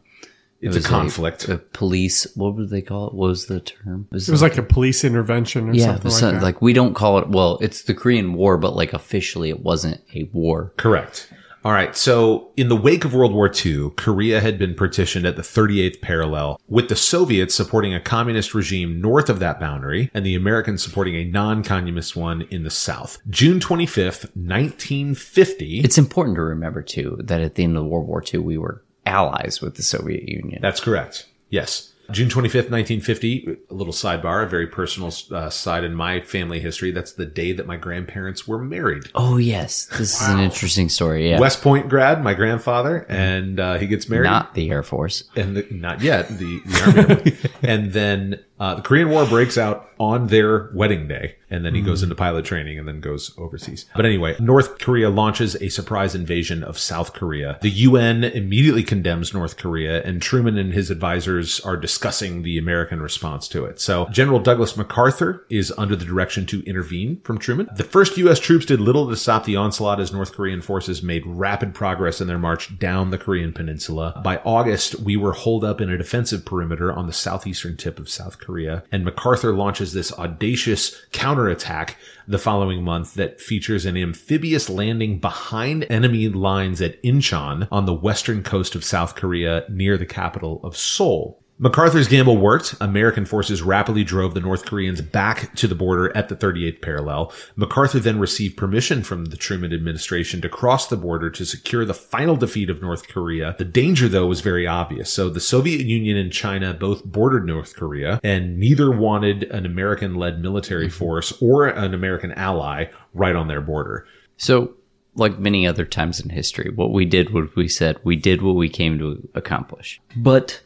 Speaker 3: It
Speaker 6: it's a
Speaker 3: was
Speaker 6: conflict.
Speaker 3: A, uh, police. What would they call it? What was the term?
Speaker 4: It was like a police intervention or
Speaker 3: yeah,
Speaker 4: something
Speaker 3: it was
Speaker 4: like
Speaker 3: some-
Speaker 4: that.
Speaker 3: like we don't call it. Well, it's the Korean War, but like officially, it wasn't a war.
Speaker 6: Correct. All right. So, in the wake of World War II, Korea had been partitioned at the 38th parallel, with the Soviets supporting a communist regime north of that boundary and the Americans supporting a non communist one in the south. June 25th, 1950.
Speaker 3: It's important to remember too that at the end of World War II, we were allies with the Soviet Union.
Speaker 6: That's correct. Yes. June 25th, 1950, a little sidebar, a very personal uh, side in my family history. That's the day that my grandparents were married.
Speaker 3: oh yes, this is an interesting story. Yeah,
Speaker 6: West Point grad, my grandfather, and uh, he gets married.
Speaker 3: not the Air Force.
Speaker 6: and the, not yet the, the army and then uh, the korean war breaks out on their wedding day and then he goes into pilot training and then goes overseas but anyway north korea launches a surprise invasion of south korea the un immediately condemns north korea and truman and his advisors are discussing the american response to it so general douglas macarthur is under the direction to intervene from truman the first u.s troops did little to stop the onslaught as north korean forces made rapid progress in their march down the korean peninsula by august we were holed up in a defensive perimeter on the southeastern tip of south korea and macarthur launches this audacious counterattack the following month that features an amphibious landing behind enemy lines at incheon on the western coast of south korea near the capital of seoul MacArthur's gamble worked. American forces rapidly drove the North Koreans back to the border at the 38th parallel. MacArthur then received permission from the Truman administration to cross the border to secure the final defeat of North Korea. The danger, though, was very obvious. So the Soviet Union and China both bordered North Korea, and neither wanted an American led military force or an American ally right on their border.
Speaker 3: So, like many other times in history, what we did was we said we did what we came to accomplish. But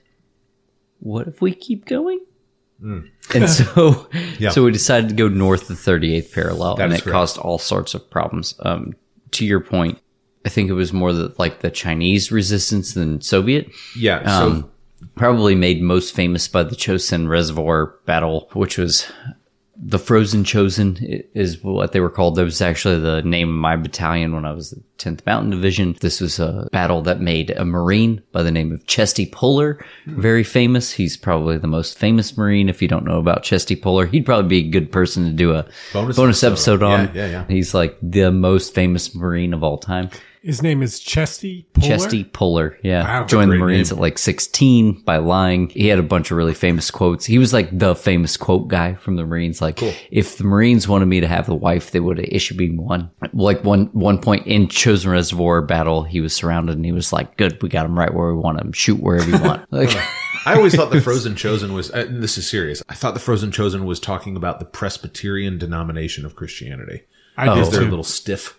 Speaker 3: what if we keep going?
Speaker 6: Hmm.
Speaker 3: And so, so we decided to go north of the 38th parallel, and
Speaker 6: is
Speaker 3: it
Speaker 6: correct.
Speaker 3: caused all sorts of problems. Um, to your point, I think it was more the, like the Chinese resistance than Soviet
Speaker 6: Yeah. so
Speaker 3: um, probably made most famous by the Chosin Reservoir battle, which was the Frozen Chosen i- is what they were called. That was actually the name of my battalion when I was the 10th Mountain Division. This was a battle that made a Marine by the name of Chesty Puller very famous. He's probably the most famous Marine. If you don't know about Chesty Puller, he'd probably be a good person to do a
Speaker 2: Bonus
Speaker 3: bonus, episode,
Speaker 2: episode.
Speaker 3: on.
Speaker 2: Yeah, yeah, yeah.
Speaker 3: He's like the most famous Marine of all time.
Speaker 4: His name is Chesty Puller.
Speaker 3: Chesty Puller, yeah,
Speaker 4: Wow,
Speaker 3: joined the
Speaker 2: great
Speaker 3: Marines at like 16 by lying. He had a bunch of really famous quotes. He was like the famous quote guy from the Marines. Like, if the Marines wanted me to have the wife, they would have issued me one. Like one one point in Chosen Reservoir battle, he was surrounded and he was like, "Good, we got him right where we want him. Shoot wherever you want." Like,
Speaker 2: I always thought the Frozen Chosen was, and this is serious. I thought the Frozen Chosen was talking about the Presbyterian denomination of Christianity.
Speaker 4: I
Speaker 2: Is
Speaker 4: did
Speaker 2: there a
Speaker 4: too.
Speaker 2: little stiff?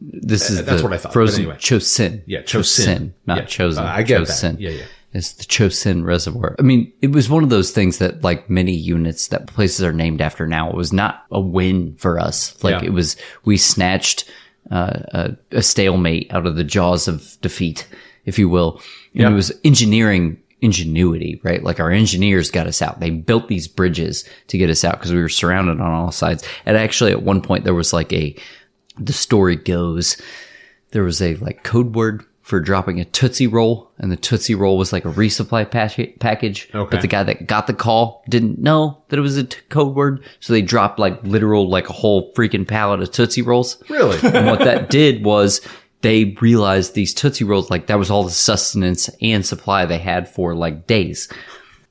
Speaker 3: this is
Speaker 2: That's
Speaker 3: the
Speaker 2: what I thought, but
Speaker 3: Frozen
Speaker 2: anyway.
Speaker 3: Chosin.
Speaker 2: Yeah, Chosin.
Speaker 3: not
Speaker 2: Yeah.
Speaker 3: Chosen.
Speaker 2: Uh, I get that.
Speaker 3: Chosin.
Speaker 2: Yeah, yeah.
Speaker 3: It's the Chosin Reservoir. I mean, it was one of those things that, like many units, that places are named after now. It was not a win for us. Like
Speaker 2: Yeah.
Speaker 3: it was, we snatched uh, a, a stalemate out of the jaws of defeat, if you will. And
Speaker 2: Yeah.
Speaker 3: it was engineering ingenuity, right? Like our engineers got us out. They built these bridges to get us out because we were surrounded on all sides. And actually, at one point, there was like a. The story goes there was a like code word for dropping a Tootsie Roll, and the Tootsie Roll was like a resupply pack- package.
Speaker 2: Okay.
Speaker 3: But the guy that got the call didn't know that it was a t- code word, so they dropped like literal like a whole freaking pallet of Tootsie Rolls.
Speaker 2: Really?
Speaker 3: And what that did was they realized these Tootsie Rolls, like that was all the sustenance and supply they had for like days.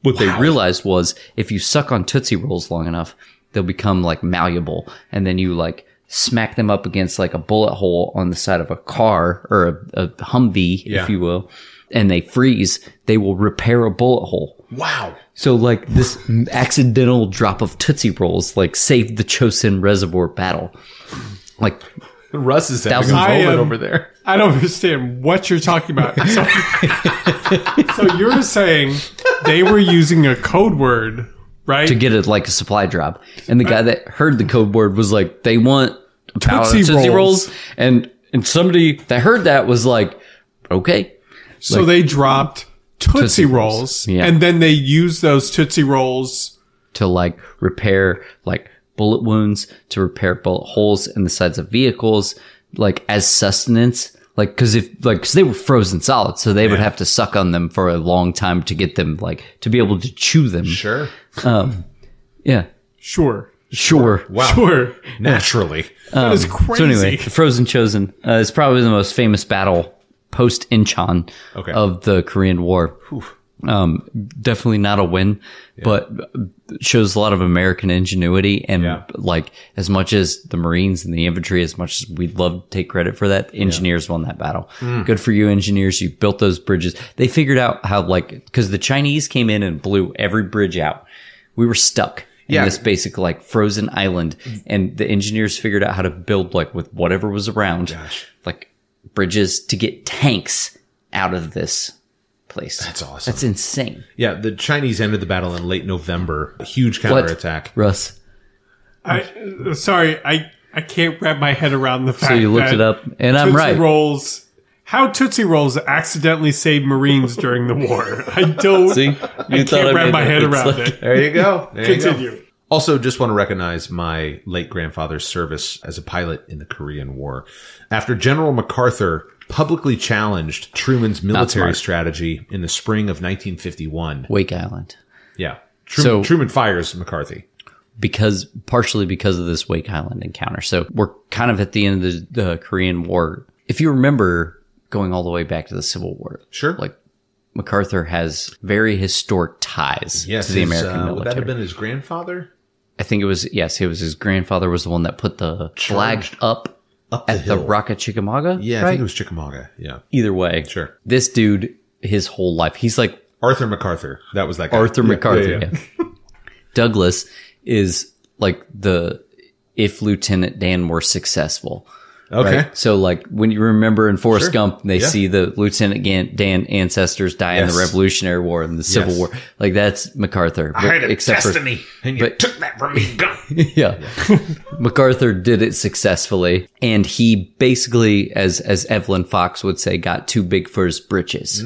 Speaker 3: What they realized was if you suck on Tootsie Rolls long enough, they'll become like malleable. And then you like smack them up against like a bullet hole on the side of a car or a, a Humvee,
Speaker 2: Yeah.
Speaker 3: if you will, and they freeze, they will repair a bullet hole.
Speaker 2: Wow.
Speaker 3: So like this accidental drop of Tootsie Rolls like saved the Chosin Reservoir battle. Like
Speaker 2: Russ is having a
Speaker 3: Thousands-
Speaker 4: I
Speaker 2: moment
Speaker 4: am-
Speaker 2: over there.
Speaker 4: I don't understand what you're talking about. So, so you're saying they were using a code word, right?
Speaker 3: to get it like a supply drop. And the guy that heard the code word was like, they want a pallet of
Speaker 4: Tootsie
Speaker 3: uh, Tootsie
Speaker 4: Rolls.
Speaker 3: Rolls. And and somebody that heard that was like, okay.
Speaker 4: so they dropped Tootsie, Rolls,
Speaker 3: Yeah.
Speaker 4: and then they used those Tootsie Rolls.
Speaker 3: To like repair like bullet wounds, to repair bullet holes in the sides of vehicles, like as sustenance. Like, cause if, like, cause they were frozen solid. So they would have to suck on them for a long time to get them, like, to be able to chew them.
Speaker 2: Sure.
Speaker 3: Yeah.
Speaker 4: Sure.
Speaker 3: Sure.
Speaker 2: Wow.
Speaker 4: Sure.
Speaker 2: Naturally.
Speaker 4: that is crazy.
Speaker 3: Um, So anyway, the Frozen Chosen uh, is probably the most famous battle post Incheon
Speaker 2: Okay.
Speaker 3: of the Korean War. Um, definitely not a win, but shows a lot of American ingenuity and
Speaker 2: Yeah.
Speaker 3: like as much as the Marines and the infantry, as much as we'd love to take credit for that, the engineers won that battle. Good for you, engineers! You built those bridges. They figured out how like because the Chinese came in and blew every bridge out. We were stuck. in
Speaker 2: Yeah.
Speaker 3: this basic like frozen island and the engineers figured out how to build like with whatever was around like bridges to get tanks out of this place that's
Speaker 2: awesome.
Speaker 3: that's insane
Speaker 2: yeah, the Chinese ended the battle in late November. A huge counterattack.
Speaker 3: russ
Speaker 4: I, sorry, I, I can't wrap my head around the fact
Speaker 3: so you looked
Speaker 4: that
Speaker 3: it up and i'm
Speaker 4: Tootsie
Speaker 3: right
Speaker 4: Rolls. How Tootsie Rolls accidentally saved Marines during the war. I don't.
Speaker 3: see you
Speaker 4: I can't wrap my head around it.
Speaker 2: There you go. There you go.
Speaker 4: Continue.
Speaker 2: Also, just want to recognize my late grandfather's service as a pilot in the Korean War. After General MacArthur publicly challenged Truman's military
Speaker 3: smart.
Speaker 2: strategy in the spring of 1951.
Speaker 3: wake island
Speaker 2: Yeah.
Speaker 3: So-
Speaker 2: Truman, Truman fires McCarthy.
Speaker 3: because partially because of this Wake Island encounter. So we're kind of at the end of the, the Korean War. If you remember going all the way back to the Civil War,
Speaker 2: Sure.
Speaker 3: like MacArthur has very historic ties
Speaker 2: Yes.
Speaker 3: to the
Speaker 2: his,
Speaker 3: American
Speaker 2: uh, would
Speaker 3: military.
Speaker 2: that have been his grandfather?
Speaker 3: I think it was yes, it was his grandfather was the one that put the flag up,
Speaker 2: Up
Speaker 3: at the
Speaker 2: hill.
Speaker 3: Rocket Chickamauga.
Speaker 2: Yeah, I
Speaker 3: right?
Speaker 2: think it was Chickamauga. Yeah.
Speaker 3: either way.
Speaker 2: Sure.
Speaker 3: this dude, his whole life, he's like
Speaker 2: Arthur MacArthur. That was that guy.
Speaker 3: Arthur
Speaker 2: Yeah,
Speaker 3: MacArthur.
Speaker 2: yeah, yeah.
Speaker 3: yeah. Douglas is like the if Lieutenant Dan were successful.
Speaker 2: Okay.
Speaker 3: Right? So, like when you remember in Forrest
Speaker 2: Sure.
Speaker 3: Gump, they
Speaker 2: Yeah.
Speaker 3: see the Lieutenant Gan- Dan ancestors die in
Speaker 2: Yes.
Speaker 3: the Revolutionary War and the Civil
Speaker 2: Yes.
Speaker 3: War. Like that's MacArthur. but-
Speaker 2: and you
Speaker 3: but-
Speaker 2: took that from me. God.
Speaker 3: yeah. MacArthur did it successfully and he basically as as Evelyn Fox would say got too big for his britches.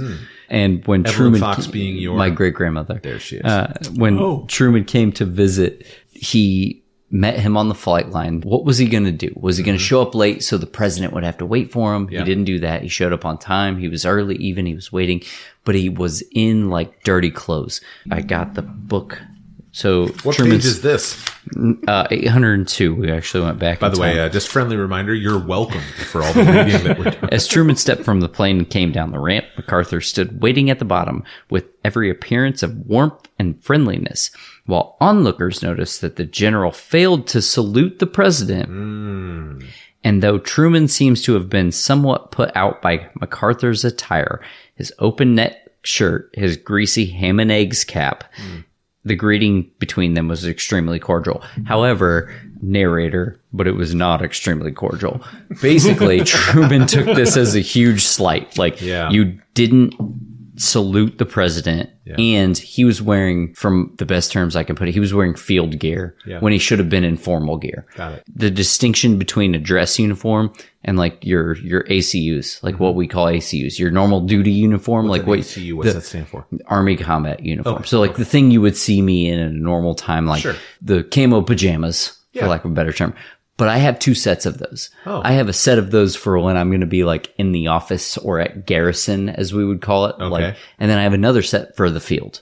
Speaker 3: And when Truman
Speaker 2: Mm. Fox being your-
Speaker 3: my great grandmother.
Speaker 6: Oh.
Speaker 2: There she is.
Speaker 3: Uh, when Truman came to visit, he met him on the flight line. What was he going to do? Was he
Speaker 6: Mm-hmm.
Speaker 3: going to show up late so the president would have to wait for him? He didn't do that. He showed up on time. He was early, even he was waiting, but he was in like dirty clothes. I got the book. So
Speaker 6: What
Speaker 3: Truman's
Speaker 6: page is this?
Speaker 3: uh, 802. We actually went back.
Speaker 6: By the way, uh, just friendly reminder: you're welcome for all the reading that we're doing.
Speaker 3: As Truman stepped from the plane and came down the ramp, MacArthur stood waiting at the bottom with every appearance of warmth and friendliness, while onlookers noticed that the general failed to salute the president. And though Truman seems to have been somewhat put out by MacArthur's attire, his open neck shirt, his greasy ham and eggs cap, the greeting between them was extremely cordial. However, narrator, but it was not extremely cordial. Basically, Truman took this as a huge slight. Like,
Speaker 6: Yeah.
Speaker 3: you didn't salute the president, and he was wearing, from the best terms I can put it, he was wearing field gear when he should have been in formal gear. Got
Speaker 6: it.
Speaker 3: The distinction between a dress uniform and like your your ACUs, like what we call ACUs, your normal duty uniform, like what
Speaker 6: ACU, what's that stand for?
Speaker 3: army combat uniform. so like the thing you would see me in at a normal time, like the camo pajamas, for lack of a better term. But I have two sets of those. I have a set of those for when I'm going to be like in the office or at garrison, as we would call it. Like, and then I have another set for the field.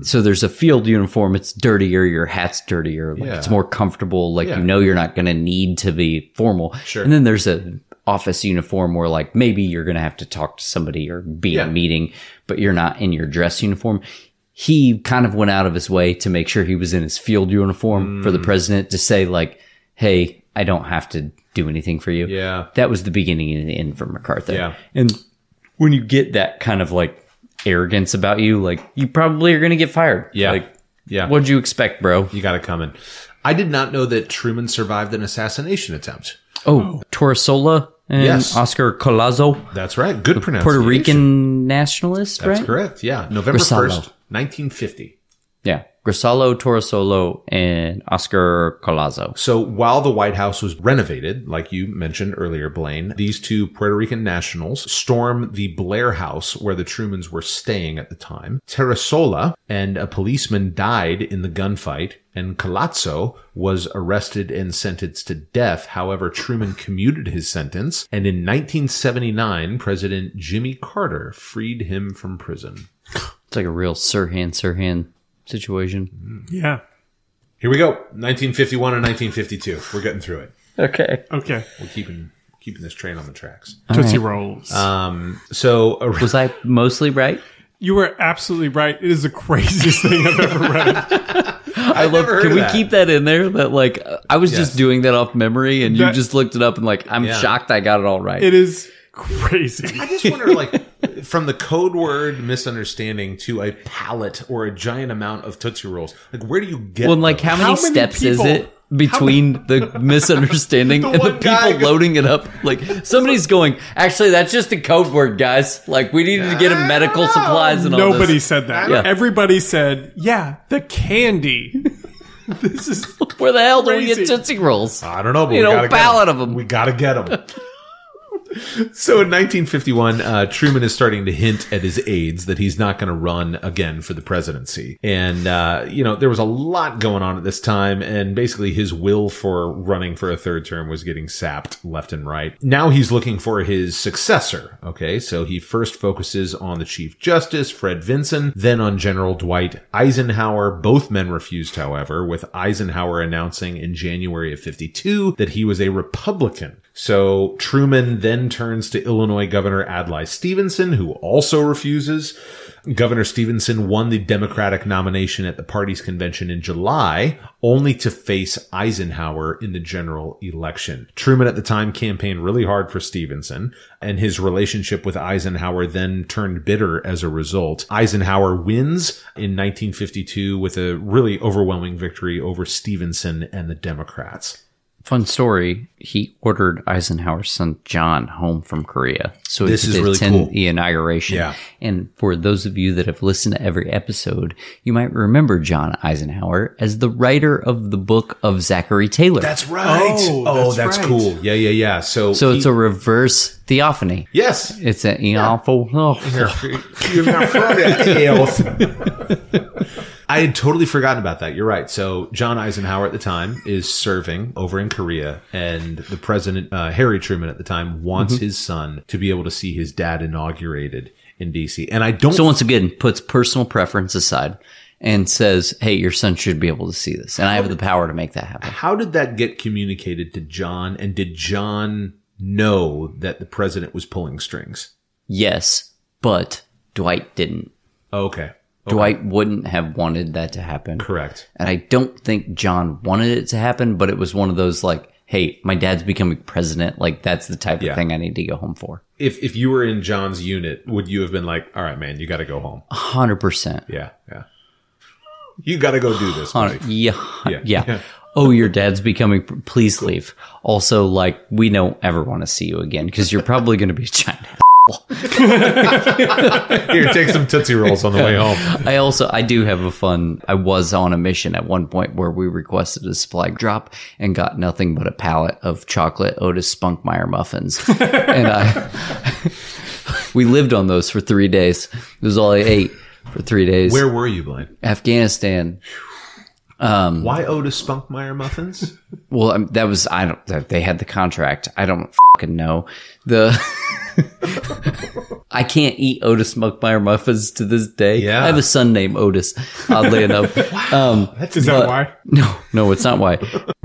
Speaker 3: So there's a field uniform. It's dirtier. Your hat's dirtier. Like It's more comfortable. Like you know you're not going to need to be formal. Sure. And then there's a office uniform where like maybe you're going to have to talk to somebody or be in a meeting, but you're not in your dress uniform. He kind of went out of his way to make sure he was in his field uniform for the
Speaker 6: Mm.
Speaker 3: president to say like, "Hey, I don't have to do anything for you."
Speaker 6: Yeah.
Speaker 3: That was the beginning and the end for MacArthur.
Speaker 6: Yeah.
Speaker 3: And when you get that kind of like arrogance about you, like you probably are going to get fired.
Speaker 6: Yeah.
Speaker 3: Like,
Speaker 6: Yeah.
Speaker 3: what'd you expect, bro?
Speaker 6: You got it coming. I did not know that Truman survived an assassination attempt.
Speaker 3: Oh, Torresola and
Speaker 6: Yes.
Speaker 3: Oscar Colazo,
Speaker 6: That's right. Good pronunciation.
Speaker 3: Puerto Rican nationalist,
Speaker 6: That's
Speaker 3: right?
Speaker 6: correct. Yeah. November
Speaker 3: Grisalo.
Speaker 6: 1st, 1950.
Speaker 3: Yeah. Grisalo, Torresolo, and Oscar Colazo.
Speaker 6: So while the White House was renovated, like you mentioned earlier, Blaine, these two Puerto Rican nationals storm the Blair house where the Trumans were staying at the time. Terrasola and a policeman died in the gunfight, and Colazzo was arrested and sentenced to death. However, Truman commuted his sentence, and in 1979, President Jimmy Carter freed him from prison.
Speaker 3: It's like a real Sirhan Sirhan situation.
Speaker 4: Yeah.
Speaker 6: Here we go, 1951 and 1952. We're getting through it.
Speaker 3: Okay.
Speaker 4: Okay.
Speaker 6: We're keeping keeping this train on the tracks.
Speaker 4: Tootsie Rolls.
Speaker 2: Uh,
Speaker 6: Um, so ar-
Speaker 3: Was I mostly right?
Speaker 4: you were absolutely right. It is the craziest thing I've ever read.
Speaker 6: I love.
Speaker 3: Can we keep that in there? That like uh, I was
Speaker 6: Yes.
Speaker 3: just doing that off memory, and
Speaker 4: That-
Speaker 3: you just looked it up, and like I'm
Speaker 6: Yeah.
Speaker 3: shocked I got it all right.
Speaker 4: It is crazy.
Speaker 6: I just wonder, like, from the code word misunderstanding to a pallet or a giant amount of tootsie rolls. Like, where do you get?
Speaker 3: Well, and, like how many,
Speaker 4: How many
Speaker 3: steps
Speaker 4: people-
Speaker 3: is it between the misunderstanding and the
Speaker 6: one guy
Speaker 3: people
Speaker 6: go-
Speaker 3: loading it up? Like somebody's going, actually, that's just a code word, guys. Like we needed to get him medical supplies and all this."
Speaker 4: Nobody said that.
Speaker 3: Yeah.
Speaker 4: Everybody said, yeah, the candy. this is
Speaker 3: Where the hell do we get
Speaker 4: Crazy.
Speaker 3: tootsie rolls?
Speaker 6: I don't know, but
Speaker 3: You
Speaker 6: we
Speaker 3: know,
Speaker 6: gotta get
Speaker 3: pallet
Speaker 6: 'em.
Speaker 3: of 'em.
Speaker 6: We gotta get them. so in 1951, uh, Truman is starting to hint at his aides that he's not going to run again for the presidency, and uh, you know there was a lot going on at this time, and basically his will for running for a third term was getting sapped left and right. Now he's looking for his successor. Okay, so he first focuses on the chief justice Fred Vinson, then on General Dwight Eisenhower. Both men refused, however, with Eisenhower announcing in January of 52 that he was a Republican. So Truman then turns to Illinois Governor Adlai Stevenson, who also refuses. Governor Stevenson won the Democratic nomination at the party's convention in July, only to face Eisenhower in the general election. Truman at the time campaigned really hard for Stevenson, and his relationship with Eisenhower then turned bitter as a result. Eisenhower wins in 1952 with a really overwhelming victory over Stevenson and the Democrats.
Speaker 3: Fun story. He ordered Eisenhower's son John home from Korea. So
Speaker 6: This
Speaker 3: he
Speaker 6: is
Speaker 3: could
Speaker 6: really
Speaker 3: attend
Speaker 6: cool.
Speaker 3: the inauguration.
Speaker 6: Yeah.
Speaker 3: And for those of you that have listened to every episode, you might remember John Eisenhower as the writer of the book of Zachary Taylor.
Speaker 6: That's right. Oh, that's,
Speaker 4: that's right.
Speaker 6: cool. Yeah, yeah, yeah. So,
Speaker 3: So
Speaker 6: he-
Speaker 3: it's a reverse theophany.
Speaker 6: Yes.
Speaker 3: It's an awful. Oh,
Speaker 6: You're not from that I had totally forgotten about that. You're right. So John Eisenhower at the time is serving over in Korea, and the president uh, Harry Truman at the time wants his son to be able to see his dad inaugurated in D.C. And I don't.
Speaker 3: So once again, puts personal preference aside and says, "Hey, your son should be able to see this, and I have the power to make that happen."
Speaker 6: how did that get communicated to John? And did John know that the president was pulling strings?
Speaker 3: Yes, but Dwight didn't.
Speaker 6: Oh, Okay.
Speaker 3: Dwight wouldn't have wanted that to happen.
Speaker 6: Correct.
Speaker 3: And I don't think John wanted it to happen, but it was one of those like, hey, my dad's becoming president. Like, that's the type
Speaker 6: Yeah.
Speaker 3: of thing I need to go home for.
Speaker 6: If if you were in John's unit, would you have been like, "All right, man, you got to go home"?
Speaker 3: 100%.
Speaker 6: Yeah, yeah. You got to go do this.
Speaker 3: Hun-
Speaker 6: buddy.
Speaker 3: yeah,
Speaker 6: Yeah.
Speaker 3: yeah.
Speaker 6: Yeah.
Speaker 3: Oh, your dad's becoming, pr- please leave. Also, like, we don't ever want to see you again because you're probably going to be a giant.
Speaker 6: Here, take some Tootsie Rolls on the way home.
Speaker 3: I also I do have a fun. I was on a mission at one point where we requested a supply drop and got nothing but a pallet of chocolate Otis Spunkmeyer muffins, and I we lived on those for three days. It was all I ate for three days.
Speaker 6: Where were you, Blaine?
Speaker 3: Afghanistan?
Speaker 6: Why Otis Spunkmeyer muffins?
Speaker 3: Well, um, that was I don't. that- They had the contract. I don't fucking know the. I can't eat Otis Spunkmeyer muffins to this day.
Speaker 6: Yeah.
Speaker 3: I have a son named Otis. Oddly enough, um,
Speaker 4: Is that
Speaker 3: But-
Speaker 4: why?
Speaker 3: No, no, it's not why.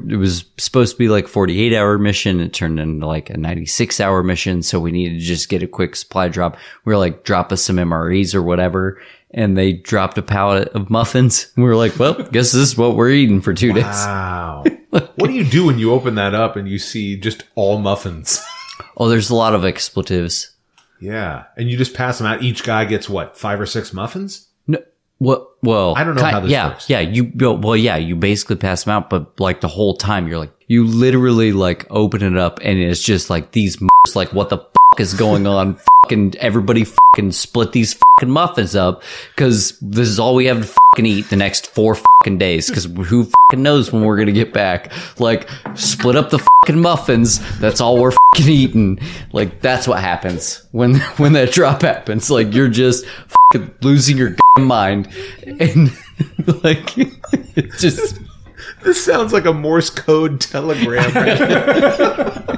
Speaker 3: it was supposed to be like 48 hour mission. It turned into like a 96 hour mission. So we needed to just get a quick supply drop. We were like, drop us some MREs or whatever. And they dropped a pallet of muffins. We were like, well, guess this is what we're eating for two days.
Speaker 6: Wow. what do you do when you open that up and you see just all muffins?
Speaker 3: Oh, there's a lot of expletives.
Speaker 6: Yeah, and you just pass them out. Each guy gets what five or six muffins.
Speaker 3: No, what? Well,
Speaker 6: I don't know
Speaker 3: ki-
Speaker 6: how this
Speaker 3: yeah,
Speaker 6: works.
Speaker 3: yeah. You well, yeah. You basically pass them out, but like the whole time, you're like, you literally like open it up, and it's just like these. m- Like, what the fuck is going on? Fucking everybody, fucking split these fucking muffins up, because this is all we have to fucking eat the next four fucking days. Because who fucking knows when we're gonna get back? Like, split up the fucking muffins. That's all we're fucking eating. Like, that's what happens when when that drop happens. Like, you're just fucking losing your goddamn mind, and like, it's just
Speaker 6: This sounds like a Morse code telegram. Right?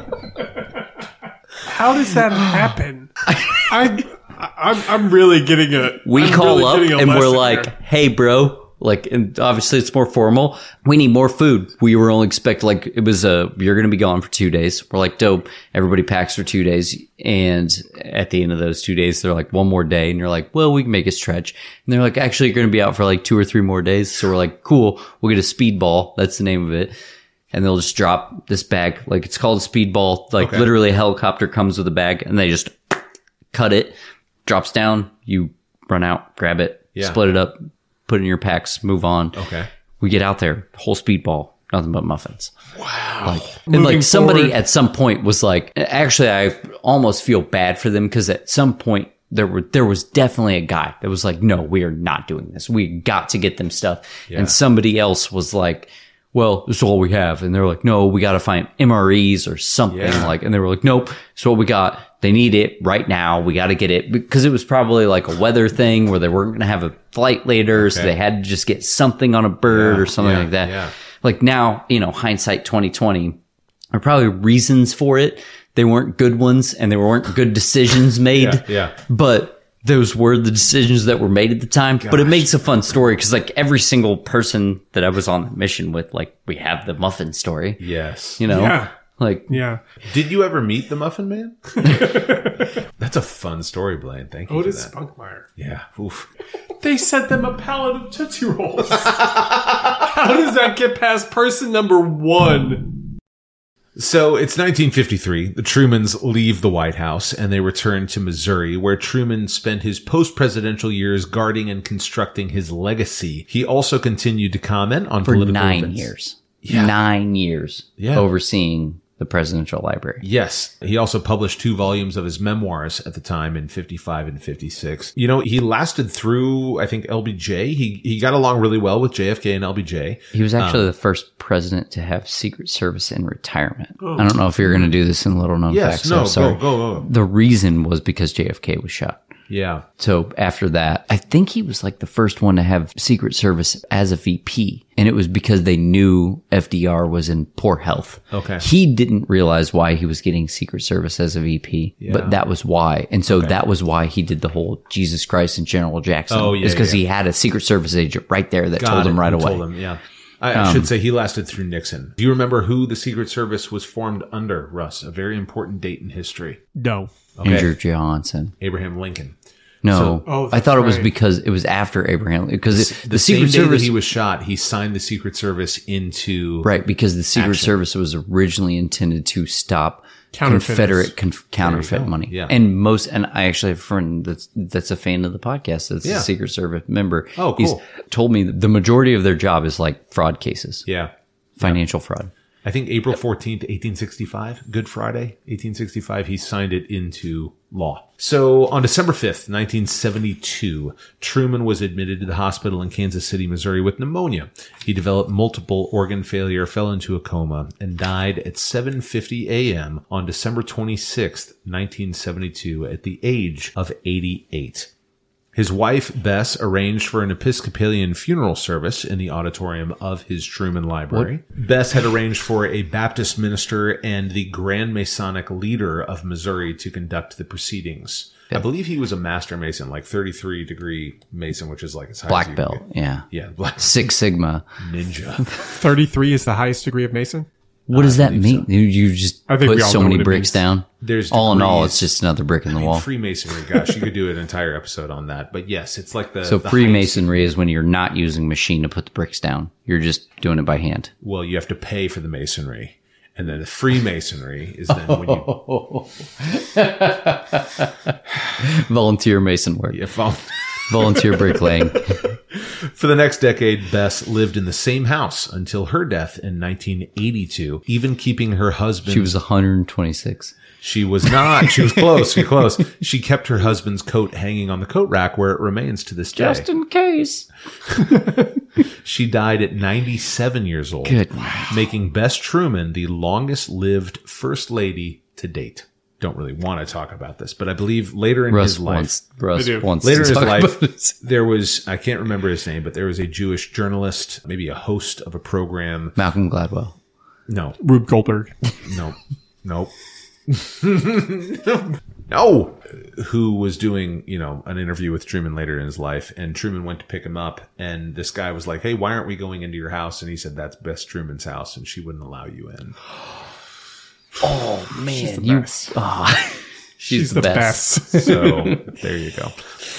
Speaker 4: How does that happen? I, I, I'm, I'm really getting a.
Speaker 3: we
Speaker 4: I'm
Speaker 3: call
Speaker 4: really getting
Speaker 3: up
Speaker 4: a
Speaker 3: and we're
Speaker 4: lesson
Speaker 3: like,
Speaker 4: here.
Speaker 3: "Hey, bro." Like, and obviously it's more formal. We need more food. We were only expect like it was a you're going to be gone for two days. We're like, dope. Everybody packs for two days, and at the end of those two days, they're like, one more day, and you're like, well, we can make a stretch. And they're like, actually, you're going to be out for like two or three more days. So we're like, cool. We'll get a speedball. That's the name of it. And they'll just drop this bag. Like it's called a speedball. Like literally a helicopter comes with a bag and they just cut it, drops down, you run out, grab it,
Speaker 6: Yeah.
Speaker 3: split it up, put it in your packs, move on.
Speaker 6: Okay.
Speaker 3: We get out there, whole speedball, nothing but muffins.
Speaker 4: Moving
Speaker 3: and like somebody
Speaker 4: forward-
Speaker 3: at some point was like, actually, I almost feel bad for them because at some point there were there was definitely a guy that was like, no, we are not doing this. We got to get them stuff. And somebody else was like. Well, this is all we have. And they're like, no, we got to find MREs or something. Like, and they were like, nope, it's what we got. They need it right now. We got to get it because it was probably like a weather thing where they weren't going to have a flight later. So they had to just get something on a bird or something
Speaker 6: yeah,
Speaker 3: like that
Speaker 6: yeah.
Speaker 3: like now, you know, hindsight 2020 are probably reasons for it. They weren't good ones and there weren't good decisions made.
Speaker 6: yeah.
Speaker 3: But those were the decisions that were made at the time. But it makes a fun story because like every single person that I was on the mission with, like we have the muffin story,
Speaker 6: Yes.
Speaker 3: you know,
Speaker 4: Yeah.
Speaker 3: like
Speaker 4: Yeah.
Speaker 6: Did you ever meet the Muffin Man? That's a fun story, Blaine. Thank you
Speaker 4: Otis
Speaker 6: for that.
Speaker 4: Spunkmeyer.
Speaker 6: Yeah. Oof.
Speaker 4: They sent them a pallet of Tootsie Rolls. How does that get past person number one?
Speaker 6: So it's 1953. The Trumans leave the White House and they return to Missouri, where Truman spent his post presidential years guarding and constructing his legacy. He also continued to comment on
Speaker 3: for
Speaker 6: political
Speaker 3: nine
Speaker 6: events.
Speaker 3: years, nine years
Speaker 6: Yeah.
Speaker 3: overseeing the Presidential Library.
Speaker 6: Yes. He also published two volumes of his memoirs at the time in 55 and 56. You know, he lasted through, I think, LBJ. He, he got along really well with JFK and LBJ.
Speaker 3: He was actually the first president to have Secret Service in retirement. I don't know if you're going to do this in little known
Speaker 6: Oh. Yes.
Speaker 3: facts.
Speaker 6: no,
Speaker 3: I'm sorry.
Speaker 6: go, go, go.
Speaker 3: The reason was because JFK was shot.
Speaker 6: Yeah.
Speaker 3: So after that, I think he was like the first one to have Secret Service as a VP. And it was because they knew FDR was in poor health.
Speaker 6: Okay.
Speaker 3: He didn't realize why he was getting Secret Service as a VP, but that was why. And so that was why he did the whole Jesus Christ and General Jackson.
Speaker 6: Oh, yeah,
Speaker 3: It's because
Speaker 6: yeah.
Speaker 3: he had a Secret Service agent right there that
Speaker 6: Got
Speaker 3: told
Speaker 6: it.
Speaker 3: him right
Speaker 6: He
Speaker 3: away. Um,
Speaker 6: Told him, yeah. I, I should say he lasted through Nixon. Do you remember who the Secret Service was formed under, Russ? A very important date in history.
Speaker 4: No.
Speaker 3: Andrew Johnson.
Speaker 6: Abraham Lincoln.
Speaker 3: No,
Speaker 4: oh,
Speaker 3: I thought it was
Speaker 4: that's right.
Speaker 3: because it was after Abraham because it, the,
Speaker 6: same
Speaker 3: Secret
Speaker 6: day that
Speaker 3: Service
Speaker 6: he was shot, he signed the Secret Service into
Speaker 3: Right, because the Secret Service was originally intended to stop
Speaker 4: Counterfeiters.
Speaker 3: Confederate conf- counterfeit money.
Speaker 6: Yeah.
Speaker 3: And most, and I actually have a friend that's, that's a fan of the podcast. That's
Speaker 6: Yeah.
Speaker 3: a Secret Service member.
Speaker 6: Oh,
Speaker 3: He's
Speaker 6: cool.
Speaker 3: told me that the majority of their job is like fraud cases,
Speaker 6: Yeah.
Speaker 3: financial fraud.
Speaker 6: I think April 14th, 1865, Good Friday, 1865, he signed it into law. So on December 5th, 1972, Truman was admitted to the hospital in Kansas City, Missouri with pneumonia. He developed multiple organ failure, fell into a coma, and died at 7:50 a.m. on December 26th, 1972 at the age of 88. His wife, Bess, arranged for an Episcopalian funeral service in the auditorium of his Truman Library. Bess had arranged for a Baptist minister and the Grand Masonic leader of Missouri to conduct the proceedings. I believe he was a master mason, like 33 degree mason, which is like as high as
Speaker 3: Black
Speaker 6: you
Speaker 3: belt.
Speaker 6: can
Speaker 3: Yeah.
Speaker 6: get. Yeah, Black
Speaker 3: Six Sigma.
Speaker 6: Ninja.
Speaker 4: 33 is the highest degree of Mason?
Speaker 3: What does that mean? You, you just
Speaker 4: I think
Speaker 3: put
Speaker 4: we all
Speaker 3: so
Speaker 4: know
Speaker 3: many
Speaker 4: what it
Speaker 3: bricks
Speaker 4: means.
Speaker 3: down.
Speaker 6: There's
Speaker 3: all in all,
Speaker 6: degrees.
Speaker 3: it's just another brick in the wall.
Speaker 6: Freemasonry, gosh, you could do an entire episode on that. But yes, it's like the.
Speaker 3: So
Speaker 6: the
Speaker 3: Freemasonry is when you're not using machine to put the bricks down. You're just doing it by hand.
Speaker 6: well, you have to pay for the masonry. And then the Freemasonry is then when
Speaker 3: Oh.
Speaker 6: you
Speaker 3: Volunteer mason work.
Speaker 6: if I'm-
Speaker 3: volunteer bricklaying.
Speaker 6: For the next decade, Bess lived in the same house until her death in 1982, even keeping her husband.
Speaker 3: She was 126.
Speaker 6: She was not. She was close. You're close. She kept her husband's coat hanging on the coat rack where it remains to this day.
Speaker 3: in case.
Speaker 6: She died at 97 years old,
Speaker 3: Good.
Speaker 6: making Bess Truman the longest lived first lady to date. Don't really want to talk about this, but I believe later in
Speaker 3: Russ
Speaker 6: his life,
Speaker 3: wants. Russ
Speaker 4: do.
Speaker 3: wants
Speaker 6: Later in
Speaker 3: to
Speaker 6: his
Speaker 3: talk
Speaker 6: life,
Speaker 3: about it.
Speaker 6: there was, I can't remember his name, but there was a Jewish journalist, maybe a host of a program.
Speaker 3: Malcolm Gladwell.
Speaker 6: No,
Speaker 4: Rube Goldberg.
Speaker 6: No. Nope. no. Who was doing, you know, an interview with Truman later in his life. And Truman went to pick him up. And this guy was like, Hey, why aren't we going into your house? And he said, That's Bess Truman's house. And she wouldn't allow you in.
Speaker 3: Man, you. ah, she's, the, best.
Speaker 6: So there you go.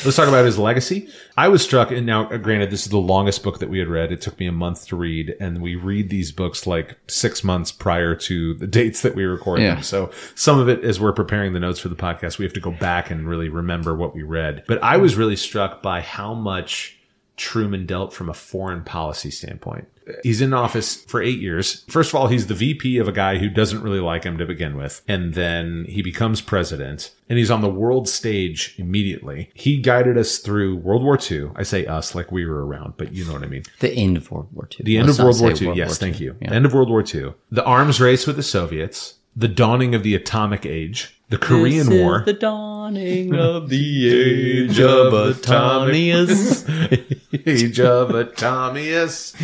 Speaker 6: Let's talk about his legacy. I was struck, and now, uh, granted, this is the longest book that we had read. It took me a month to read, and we read these books like six months prior to the dates that we record
Speaker 3: Yeah.
Speaker 6: them. So some of it, as we're preparing the notes for the podcast, we have to go back and really remember what we read. But I was really struck by how much Truman dealt from a foreign policy standpoint. He's in office for eight years. First of all, he's the VP of a guy who doesn't really like him to begin with. And then he becomes president and he's on the world stage immediately. He guided us through World War II. I say us like we were around, but you know what I mean.
Speaker 3: The end of World War II.
Speaker 6: The end
Speaker 3: Let's
Speaker 6: of
Speaker 3: not
Speaker 6: World War
Speaker 3: say
Speaker 6: II. yes,
Speaker 3: War
Speaker 6: thank
Speaker 3: II.
Speaker 6: you.
Speaker 3: Yeah.
Speaker 6: End of World War II. The arms race with the Soviets. The dawning of the atomic age. The Korean
Speaker 3: This
Speaker 6: War.
Speaker 3: Is the dawning of the age of atomias.
Speaker 6: age of Atomius.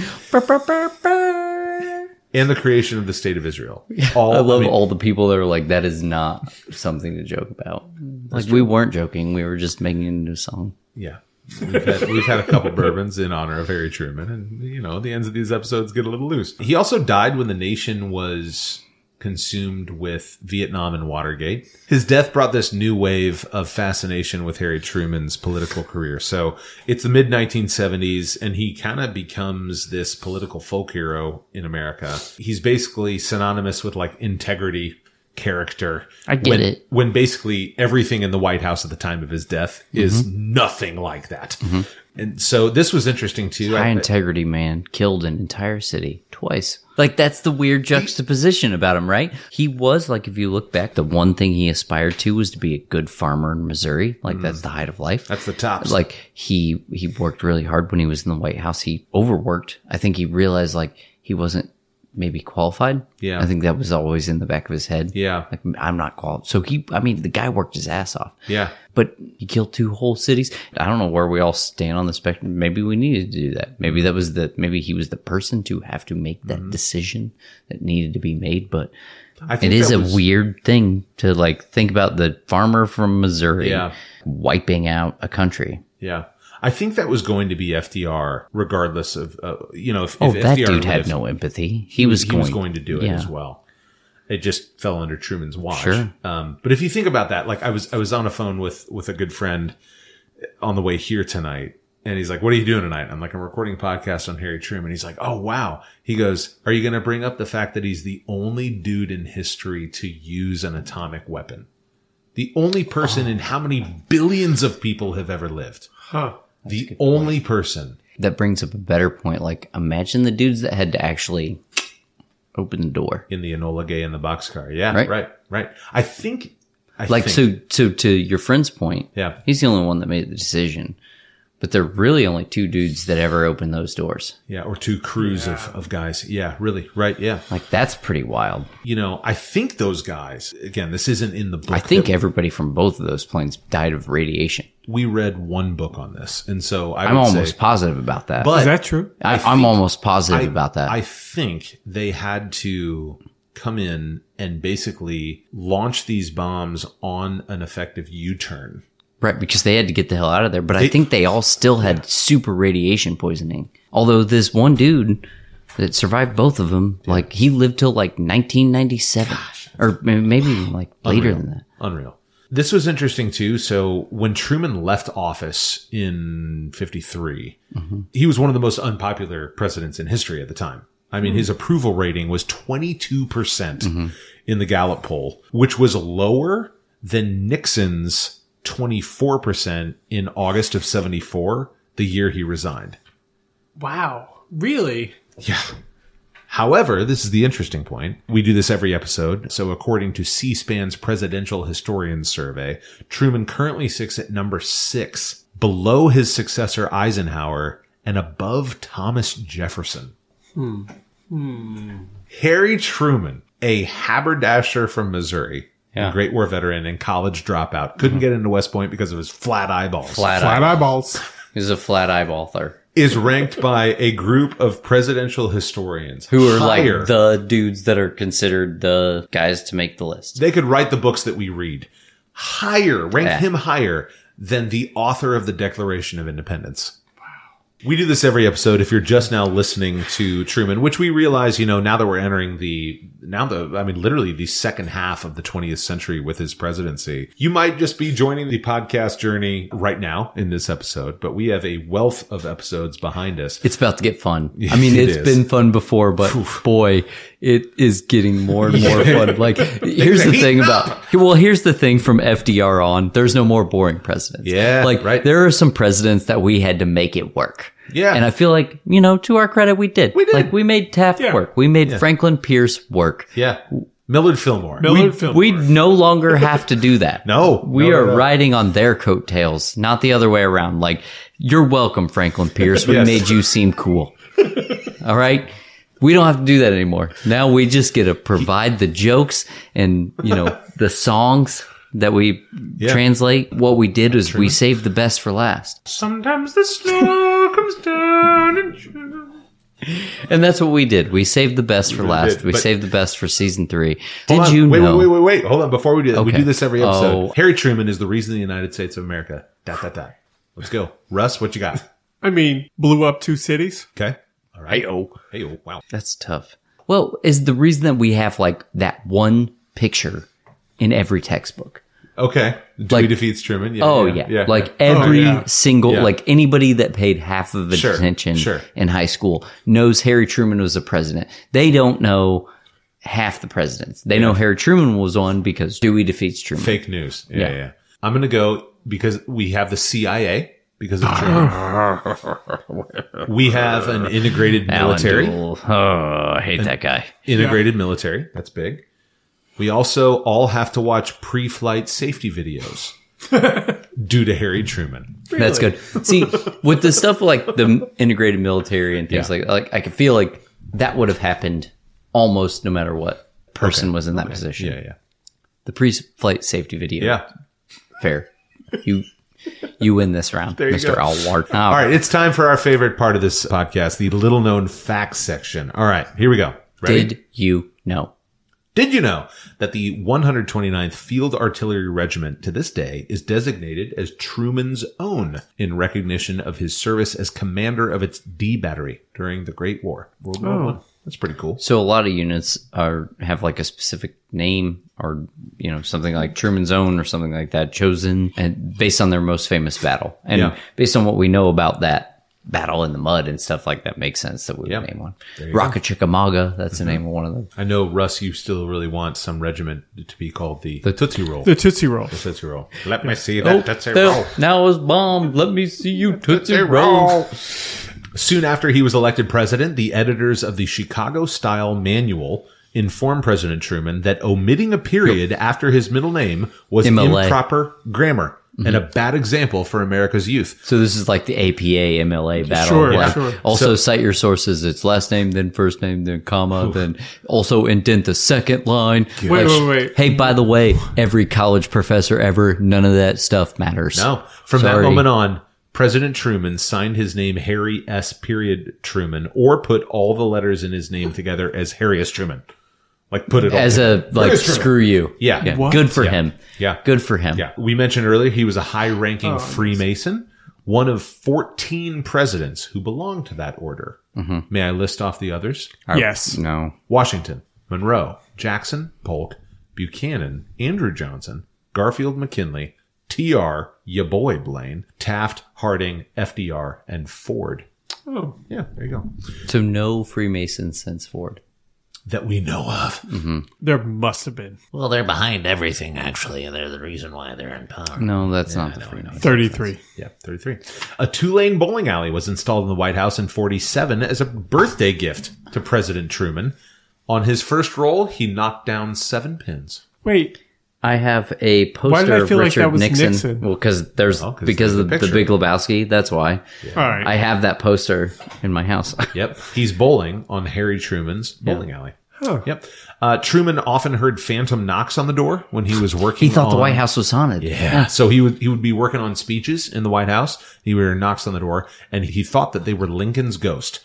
Speaker 6: and the creation of the state of Israel. All,
Speaker 3: I love
Speaker 6: mean,
Speaker 3: all the people that are like, that is not something to joke about. Like, we weren't joking. We were just making a new song.
Speaker 6: Yeah. We've had, we've had a couple bourbons in honor of Harry Truman, and you know the ends of these episodes get a little loose. He also died when the nation was consumed with Vietnam and Watergate. His death brought this new wave of fascination with Harry Truman's political career. So it's the mid 1970s, and he kind of becomes this political folk hero in America. He's basically synonymous with like integrity character.
Speaker 3: I get
Speaker 6: when,
Speaker 3: it.
Speaker 6: When basically everything in the White House at the time of his death is
Speaker 3: Mm-hmm.
Speaker 6: nothing like that. And so this was interesting too.
Speaker 3: High
Speaker 6: I-
Speaker 3: integrity man killed an entire city twice. Like that's the weird juxtaposition about him, right? He was like, if you look back, the one thing he aspired to was to be a good farmer in Missouri. Like that's the height of life.
Speaker 6: Mm. that's the tops.
Speaker 3: like he he worked really hard when he was in the White House. He overworked. I think he realized like he wasn't maybe qualified.
Speaker 6: Yeah.
Speaker 3: I think that was always in the back of his head.
Speaker 6: Yeah.
Speaker 3: like I'm not qualified. So he, I mean, the guy worked his ass off.
Speaker 6: yeah.
Speaker 3: But he killed two whole cities. I don't know where we all stand on the spectrum. Maybe we needed to do that. Maybe that was the maybe he was the person to have to make that
Speaker 6: Mm-hmm.
Speaker 3: decision that needed to be made. But
Speaker 6: I
Speaker 3: it is
Speaker 6: that
Speaker 3: a
Speaker 6: was-
Speaker 3: weird thing to like think about the farmer from Missouri
Speaker 6: Yeah.
Speaker 3: wiping out a country.
Speaker 6: Yeah. I think that was going to be FDR, regardless of, uh, you know, if,
Speaker 3: Oh,
Speaker 6: if
Speaker 3: that
Speaker 6: FDR
Speaker 3: dude
Speaker 6: would
Speaker 3: had
Speaker 6: have-
Speaker 3: no empathy. He was,
Speaker 6: he
Speaker 3: going,
Speaker 6: was going to do it
Speaker 3: yeah.
Speaker 6: as well. It just fell under Truman's watch.
Speaker 3: Sure.
Speaker 6: Um, but if you think about that, like I was, I was on the phone with with a good friend on the way here tonight, and he's like, "What are you doing tonight?" I'm like, "I'm recording a podcast on Harry Truman." He's like, "Oh wow." He goes, "Are you going to bring up the fact that he's the only dude in history to use an atomic weapon? The only person in how many billions of people have ever lived?
Speaker 4: Huh.
Speaker 6: the only person."
Speaker 3: That brings up a better point. Like, imagine the dudes that had to actually open the door.
Speaker 6: in the Enola Gay in the boxcar. Yeah, right,
Speaker 3: Right.
Speaker 6: right. I think, I
Speaker 3: Like,
Speaker 6: think,
Speaker 3: so, so to your friend's point,
Speaker 6: Yeah.
Speaker 3: he's the only one that made the decision. But there are really only two dudes that ever opened those doors.
Speaker 6: yeah, or two crews of, of guys. Yeah, really, right. Yeah,
Speaker 3: Like, that's pretty wild.
Speaker 6: you know, I think those guys. Again, this isn't in the book.
Speaker 3: I think everybody from both of those planes died of radiation.
Speaker 6: we read one book on this, and so I
Speaker 3: I'm
Speaker 6: would
Speaker 3: almost
Speaker 6: say,
Speaker 3: positive about that.
Speaker 6: but
Speaker 4: Is that true?
Speaker 3: I, I am almost positive about that.
Speaker 6: I think they had to come in and basically launch these bombs on an effective U-turn.
Speaker 3: Right, because they had to get the hell out of there. But I think they all still had super radiation poisoning. Although this one dude that survived both of them, like he lived till like 1997, or may- maybe even like later than that.
Speaker 6: Unreal. This was interesting too. So when Truman left office in 53, he was one of the most unpopular presidents in history at the time. I mean, his approval rating was 22% percent in the Gallup poll, which was lower than Nixon's 24% in August of 74, the year he resigned.
Speaker 4: Wow. Really?
Speaker 6: However, this is the interesting point. We do this every episode. So, according to C SPAN's Presidential Historians Survey, Truman currently sits at number six, below his successor Eisenhower and above Thomas Jefferson. Hmm. Harry Truman, a haberdasher from Missouri, a Great War veteran and college dropout, couldn't get into West Point because of his flat eyeballs
Speaker 3: Mm-hmm. Flat,
Speaker 4: Flat eyeballs.
Speaker 3: He's a flat eye author
Speaker 6: is ranked by a group of presidential historians
Speaker 3: who are
Speaker 6: higher.
Speaker 3: like the dudes that are considered the guys to make the list.
Speaker 6: they could write the books that we read higher, rank
Speaker 3: Yeah.
Speaker 6: him higher than the author of the Declaration of Independence. We do this every episode. If you're just now listening to Truman, which we realize, you know, now that we're entering the now the I mean, literally the second half of the 20th century with his presidency, you might just be joining the podcast journey right now in this episode. But we have a wealth of episodes behind us.
Speaker 3: It's about to get fun. I mean, it
Speaker 6: It
Speaker 3: has
Speaker 6: is.
Speaker 3: been fun before, but boy, it is getting more and more fun. Like, here's the
Speaker 6: heating
Speaker 3: thing about, well, here's the thing from FDR on, there's no more boring presidents.
Speaker 6: Yeah,
Speaker 3: Like,
Speaker 6: right.
Speaker 3: there are some presidents that we had to make it work.
Speaker 6: Yeah.
Speaker 3: And I feel like, you know, to our credit, we did. We
Speaker 6: did.
Speaker 3: Like, we made Taft work. We made Franklin Pierce work.
Speaker 6: Yeah, Millard Fillmore.
Speaker 4: Millard
Speaker 3: We no longer have to do that.
Speaker 6: No,
Speaker 3: We
Speaker 6: no, no,
Speaker 3: are
Speaker 6: no.
Speaker 3: riding on their coattails, not the other way around. Like, you're welcome, Franklin Pierce. We
Speaker 6: Yes.
Speaker 3: made you seem cool. All right. We don't have to do that anymore. Now we just get to provide the jokes and, you know, the songs that we translate. What we did is we saved the best for last.
Speaker 4: Sometimes the snow comes down and
Speaker 3: And that's what we did. We saved the best for last.
Speaker 6: did,
Speaker 3: we
Speaker 6: but-
Speaker 3: saved the best for season three.
Speaker 6: Hold
Speaker 3: Did
Speaker 6: on.
Speaker 3: you
Speaker 6: wait,
Speaker 3: know?
Speaker 6: Wait, wait, wait, wait. Hold on. Before we do that, we
Speaker 3: Okay.
Speaker 6: do this every episode.
Speaker 3: Oh.
Speaker 6: Harry Truman is the reason the United States of America. Dot, dot, dot. Let's go. Russ, what you got?
Speaker 4: I mean, blew up two cities.
Speaker 6: Okay. All right. Hey-oh. Hey-oh. Wow.
Speaker 3: That's tough. Well, is the reason that we have like that one picture in every textbook.
Speaker 6: Okay. Dewey
Speaker 3: Like-
Speaker 6: defeats Truman. Yeah,
Speaker 3: Oh
Speaker 6: yeah.
Speaker 3: yeah. Like every
Speaker 6: yeah.
Speaker 3: single
Speaker 6: Yeah.
Speaker 3: like anybody that paid half of
Speaker 6: Sure,
Speaker 3: attention
Speaker 6: sure.
Speaker 3: in high school knows Harry Truman was a president. They don't know half the presidents. They know Harry Truman was on because Dewey defeats Truman.
Speaker 6: Fake news. Yeah, yeah.
Speaker 3: Yeah.
Speaker 6: I'm gonna go because we have the CIA because of Truman. we have an integrated
Speaker 3: Alan
Speaker 6: military.
Speaker 3: Dole. Oh, I hate that guy.
Speaker 6: Integrated military. That's big. We also all have to watch pre-flight safety videos due to Harry Truman.
Speaker 3: That's good. See, with the stuff like the integrated military and things
Speaker 6: Yeah.
Speaker 3: like like I could feel like that would have happened almost no matter what person was in that position.
Speaker 6: Yeah, yeah,
Speaker 3: The pre-flight safety video.
Speaker 6: yeah.
Speaker 3: fair. You you win this round, Mister Alward.
Speaker 6: All right, it's time for our favorite part of this podcast, the little known facts section. All right, here we go. Ready?
Speaker 3: Did you know?
Speaker 6: Did you know that the 129th Field Artillery Regiment to this day is designated as Truman's own in recognition of his service as commander of its D battery during the Great War? World War One. That's pretty cool.
Speaker 3: So a lot of units are have like a specific name or you know something like Truman's Own or something like that chosen and based on their most famous battle and
Speaker 6: Yeah.
Speaker 3: based on what we know about that battle in the mud and stuff like that makes sense that we would
Speaker 6: Yeah.
Speaker 3: name one Rocket Chickamauga that's
Speaker 6: Mm-hmm.
Speaker 3: the name of one of them
Speaker 6: I know, Russ, you still really want some regiment to be called the, the Tootsie Roll.
Speaker 4: The Tootsie Roll.
Speaker 6: Tootsie Roll. Let me see that Tootsie Roll.
Speaker 3: now is bomb let me see you Tootsie Roll
Speaker 6: Roll. Soon after he was elected president, the editors of the Chicago Style Manual informed President Truman that omitting a period after his middle name was
Speaker 3: MLA.
Speaker 6: improper grammar and a
Speaker 3: Mm-hmm.
Speaker 6: bad example for America's youth.
Speaker 3: so this is like the APA MLA battle
Speaker 4: Sure,
Speaker 3: Like,
Speaker 4: sure.
Speaker 3: also cite your sources it's last name then first name then comma then also indent the second line
Speaker 4: Wait, wait, wait.
Speaker 3: Hey, by the way, every college professor ever, none of that stuff matters.
Speaker 6: No, from that
Speaker 3: Sorry.
Speaker 6: moment on, President Truman signed his name Harry S. Period Truman, or put all the letters in his name together as Harry S. Truman, like put it all
Speaker 3: As
Speaker 6: together.
Speaker 3: a like
Speaker 6: Harry S. Truman.
Speaker 3: screw you.
Speaker 6: Yeah. What?
Speaker 3: Good for
Speaker 6: Yeah.
Speaker 3: him.
Speaker 6: Yeah.
Speaker 3: Good for him.
Speaker 6: Yeah, we mentioned earlier he was a high-ranking Freemason, one of 14 presidents who belonged to that order. May I list off the others?
Speaker 3: Or-
Speaker 4: Yes.
Speaker 3: No.
Speaker 6: Washington, Monroe, Jackson, Polk, Buchanan, Andrew Johnson, Garfield McKinley, T.R., ya boy Blaine, Taft, Harding, FDR, and Ford.
Speaker 4: Oh.
Speaker 6: Yeah, there you go.
Speaker 3: So no Freemasons since Ford.
Speaker 6: That we know of.
Speaker 4: There must have been
Speaker 7: Well, they're behind everything, actually, and they're the reason why they're in power.
Speaker 3: No, that's not the Freemasons.
Speaker 4: 33.
Speaker 6: Yeah, 33. A two lane bowling alley was installed in the White House in 47 as a birthday gift to President Truman. On his first roll, he knocked down seven pins.
Speaker 4: Wait,
Speaker 3: I have a poster
Speaker 4: did I feel
Speaker 3: of
Speaker 4: like
Speaker 3: Richard
Speaker 4: that was
Speaker 3: Nixon.
Speaker 4: Nixon?
Speaker 3: Well, because there's
Speaker 6: Oh, 'cause
Speaker 3: because
Speaker 6: there's
Speaker 3: of
Speaker 6: a
Speaker 3: the,
Speaker 6: picture.
Speaker 3: Big Lebowski. That's why
Speaker 4: all right.
Speaker 3: I have that poster in my house.
Speaker 6: Yep. He's bowling on Harry Truman's bowling alley. Yep. Uh, Truman often heard phantom knocks on the door when he was working.
Speaker 3: he thought the
Speaker 6: on-
Speaker 3: White House was haunted.
Speaker 6: Yeah. So he would he would be working on speeches in the White House. He would hear knocks on the door, and he thought that they were Lincoln's ghost.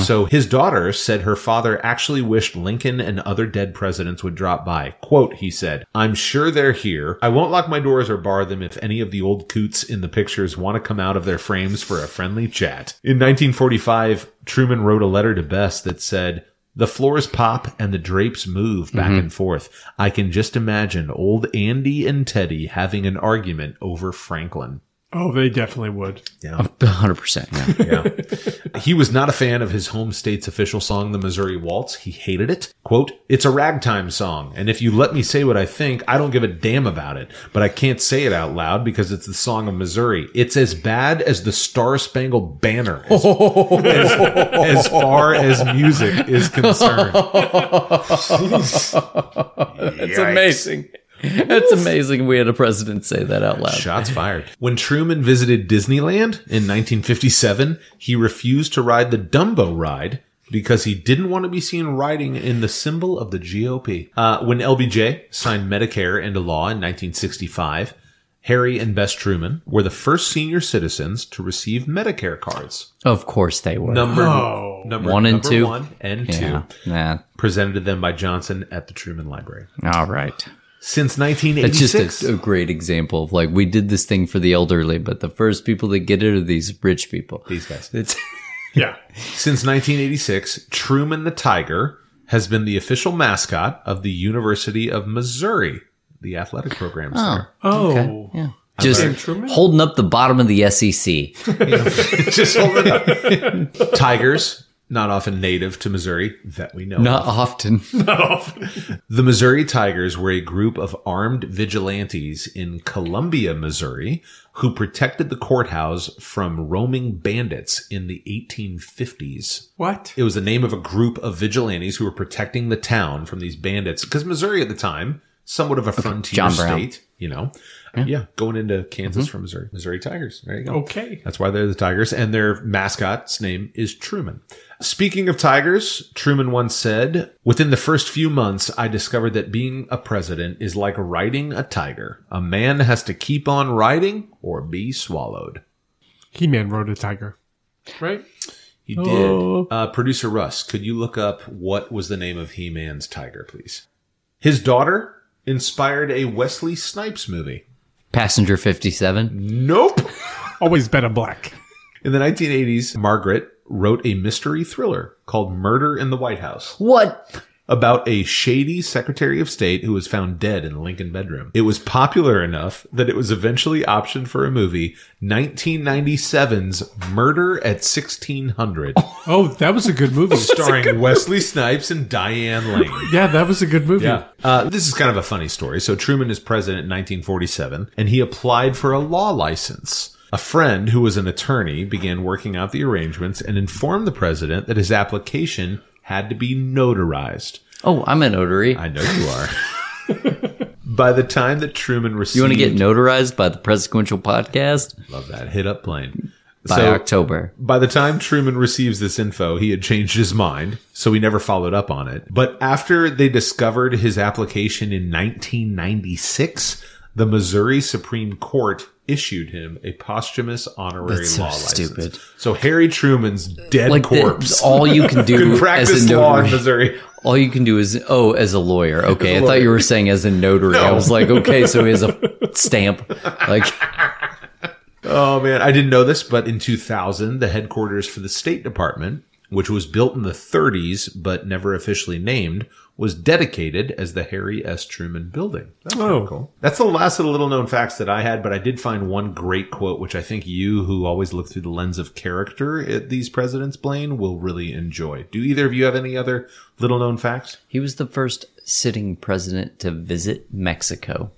Speaker 6: So his daughter said her father actually wished Lincoln and other dead presidents would drop by. Quote, he said, I'm sure they're here. I won't lock my doors or bar them if any of the old coots in the pictures want to come out of their frames for a friendly chat. In 1945, Truman wrote a letter to Bess that said, the floors pop and the drapes move back and forth. I can just imagine old Andy and Teddy having an argument over Franklin.
Speaker 4: Oh, they definitely would.
Speaker 3: hundred percent. Yeah.
Speaker 6: Yeah. he was not a fan of his home state's official song, the Missouri Waltz. He hated it. Quote, it's a ragtime song. And if you let me say what I think, I don't give a damn about it. But I can't say it out loud because it's the song of Missouri. It's as bad as the Star Spangled Banner as, as- as far as music is concerned.
Speaker 3: It's amazing. It's amazing. We had a president say that out loud.
Speaker 6: Shots fired. When Truman visited Disneyland in 1957, he refused to ride the Dumbo ride because he didn't want to be seen riding in the symbol of the GOP. Uh, when LBJ signed Medicare into law in 1965, Harry and Bess Truman were the first senior citizens to receive Medicare cards.
Speaker 3: Of course they were.
Speaker 6: Number,
Speaker 4: Oh.
Speaker 6: number
Speaker 3: One and
Speaker 6: number
Speaker 3: two?
Speaker 6: one and
Speaker 3: yeah.
Speaker 6: two,
Speaker 3: Nah.
Speaker 6: presented to them by Johnson at the Truman Library.
Speaker 3: All right.
Speaker 6: Since
Speaker 3: That's
Speaker 6: 1986,
Speaker 3: just a, a great example of like we did this thing for the elderly, but the first people that get it are these rich people.
Speaker 6: these guys.
Speaker 3: It's
Speaker 4: Yeah.
Speaker 6: Since 1986, Truman the Tiger has been the official mascot of the University of Missouri, the athletic programs there.
Speaker 4: Oh.
Speaker 3: yeah. Just
Speaker 4: Name Truman?
Speaker 3: E holding up the bottom of the SEC.
Speaker 6: Just hold it up. Tigers, not often native to Missouri that we know.
Speaker 3: Not
Speaker 6: of.
Speaker 3: often.
Speaker 4: Oh,
Speaker 6: The Missouri Tigers were a group of armed vigilantes in Columbia, Missouri, who protected the courthouse from roaming bandits in the 1850s.
Speaker 4: What?
Speaker 6: It was the name of a group of vigilantes who were protecting the town from these bandits because Missouri at the time, somewhat of a frontier
Speaker 3: John Brown. Mm-hmm.
Speaker 6: state, you know. Yeah. going into Kansas from Missouri. Missouri Tigers. There you go.
Speaker 3: Oh.
Speaker 4: Okay.
Speaker 6: That's why they're the Tigers, and their mascot's name is Truman. Speaking of Tigers, Truman once said, Within the first few months, I discovered that being a president is like riding a tiger. A man has to keep on riding or be swallowed.
Speaker 4: He Man rode a tiger. Right?
Speaker 6: He did.
Speaker 4: Oh.
Speaker 6: Uh, Producer Russ, could you look up what was the name of He Man's tiger, please? His daughter inspired a Wesley Snipes movie.
Speaker 3: Passenger 57.
Speaker 6: Nope.
Speaker 4: Always better black.
Speaker 6: In the 1980s, Margaret wrote a mystery thriller called Murder in the White House.
Speaker 3: What?
Speaker 6: about a shady Secretary of State who was found dead in a Lincoln bedroom. It was popular enough that it was eventually optioned for a movie, 1997's Murder at 1600,
Speaker 4: Oh, that was a good movie.
Speaker 6: starring Wesley Snipes and Diane Lane.
Speaker 4: yeah, that was a good movie.
Speaker 6: Yeah.
Speaker 3: Hmm.
Speaker 6: Uh, this is kind of a funny story. So Truman is president in 1947, and he applied for a law license. A friend who was an attorney began working out the arrangements and informed the president that his application had to be notarized.
Speaker 3: Oh, I'm a notary.
Speaker 6: I know you are. By the time that Truman received,
Speaker 3: you want to get notarized by the Presidential Podcast
Speaker 6: love that hit up plane.
Speaker 3: by
Speaker 6: so
Speaker 3: October?
Speaker 6: by the time Truman receives this info, he had changed his mind, so he never followed up on it. But after they discovered his application in 1996, the Missouri Supreme Court issued him a posthumous honorary
Speaker 3: That's so
Speaker 6: law license.
Speaker 3: stupid.
Speaker 6: So Harry Truman's dead
Speaker 3: Like the-
Speaker 6: corpse.
Speaker 3: all you can do
Speaker 6: can
Speaker 3: as
Speaker 6: practice
Speaker 3: a
Speaker 6: law in
Speaker 3: notary.
Speaker 6: Missouri.
Speaker 3: All you can do is oh, as a lawyer. Okay, I thought you were saying as a notary. I
Speaker 6: No.
Speaker 3: was like, okay, so he has a stamp. Like,
Speaker 6: Oh man, I didn't know this, but in 2000, the headquarters for the State Department, which was built in the 30s but never officially named, was dedicated as the Harry S. Truman Building. That's kinda
Speaker 4: Oh.
Speaker 6: cool. That's the last of the little known facts that I had, but I did find one great quote, which I think you, who always look through the lens of character at these presidents, Blaine, will really enjoy. Do either of you have any other little known facts?
Speaker 3: he was the first sitting president to visit Mexico.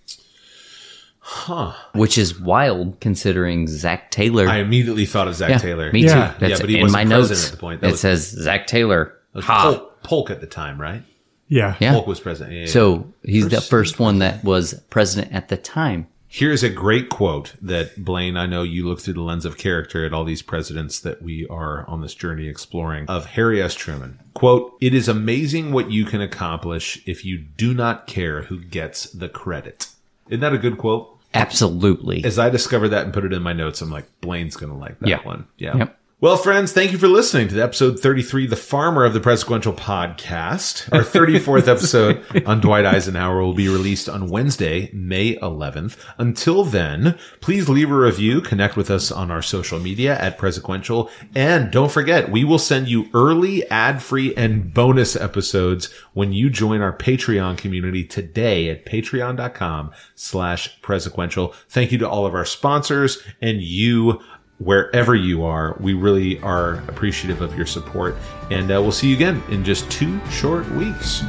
Speaker 3: Huh. Which is wild considering Zach Taylor.
Speaker 6: I immediately thought of Zach
Speaker 3: Yeah,
Speaker 6: Taylor.
Speaker 3: Me
Speaker 4: Yeah.
Speaker 3: too. That's
Speaker 6: Yeah, but he
Speaker 3: in
Speaker 6: wasn't
Speaker 3: my
Speaker 6: president
Speaker 3: notes.
Speaker 6: at the point. That
Speaker 3: It
Speaker 6: was-
Speaker 3: says Zach Taylor.
Speaker 6: It was
Speaker 3: Ha.
Speaker 6: Polk, Polk at the time, right?
Speaker 4: Yeah.
Speaker 3: Yeah.
Speaker 6: Polk was president. Yeah, yeah, yeah.
Speaker 3: So he's the first one that was president at the time.
Speaker 6: Here's a great quote that Blaine, I know you look through the lens of character at all these presidents that we are on this journey exploring of Harry S. Truman. Quote, it is amazing what you can accomplish if you do not care who gets the credit. Isn't that a good quote?
Speaker 3: Absolutely.
Speaker 6: As I discovered that and put it in my notes, I'm like, Blaine's going to like that
Speaker 3: Yeah.
Speaker 6: one. Yeah.
Speaker 3: Yep.
Speaker 6: Well, friends, thank you for listening to the episode 33, The Farmer of the Presequential Podcast. Our 34th episode on Dwight Eisenhower will be released on Wednesday, May 11th. Until then, please leave a review, connect with us on our social media at Presequential, and don't forget, we will send you early, ad-free, and bonus episodes when you join our Patreon community today at patreon.com slash Presequential. Thank you to all of our sponsors and you, wherever you are. We really are appreciative of your support. And uh, we'll see you again in just two short weeks.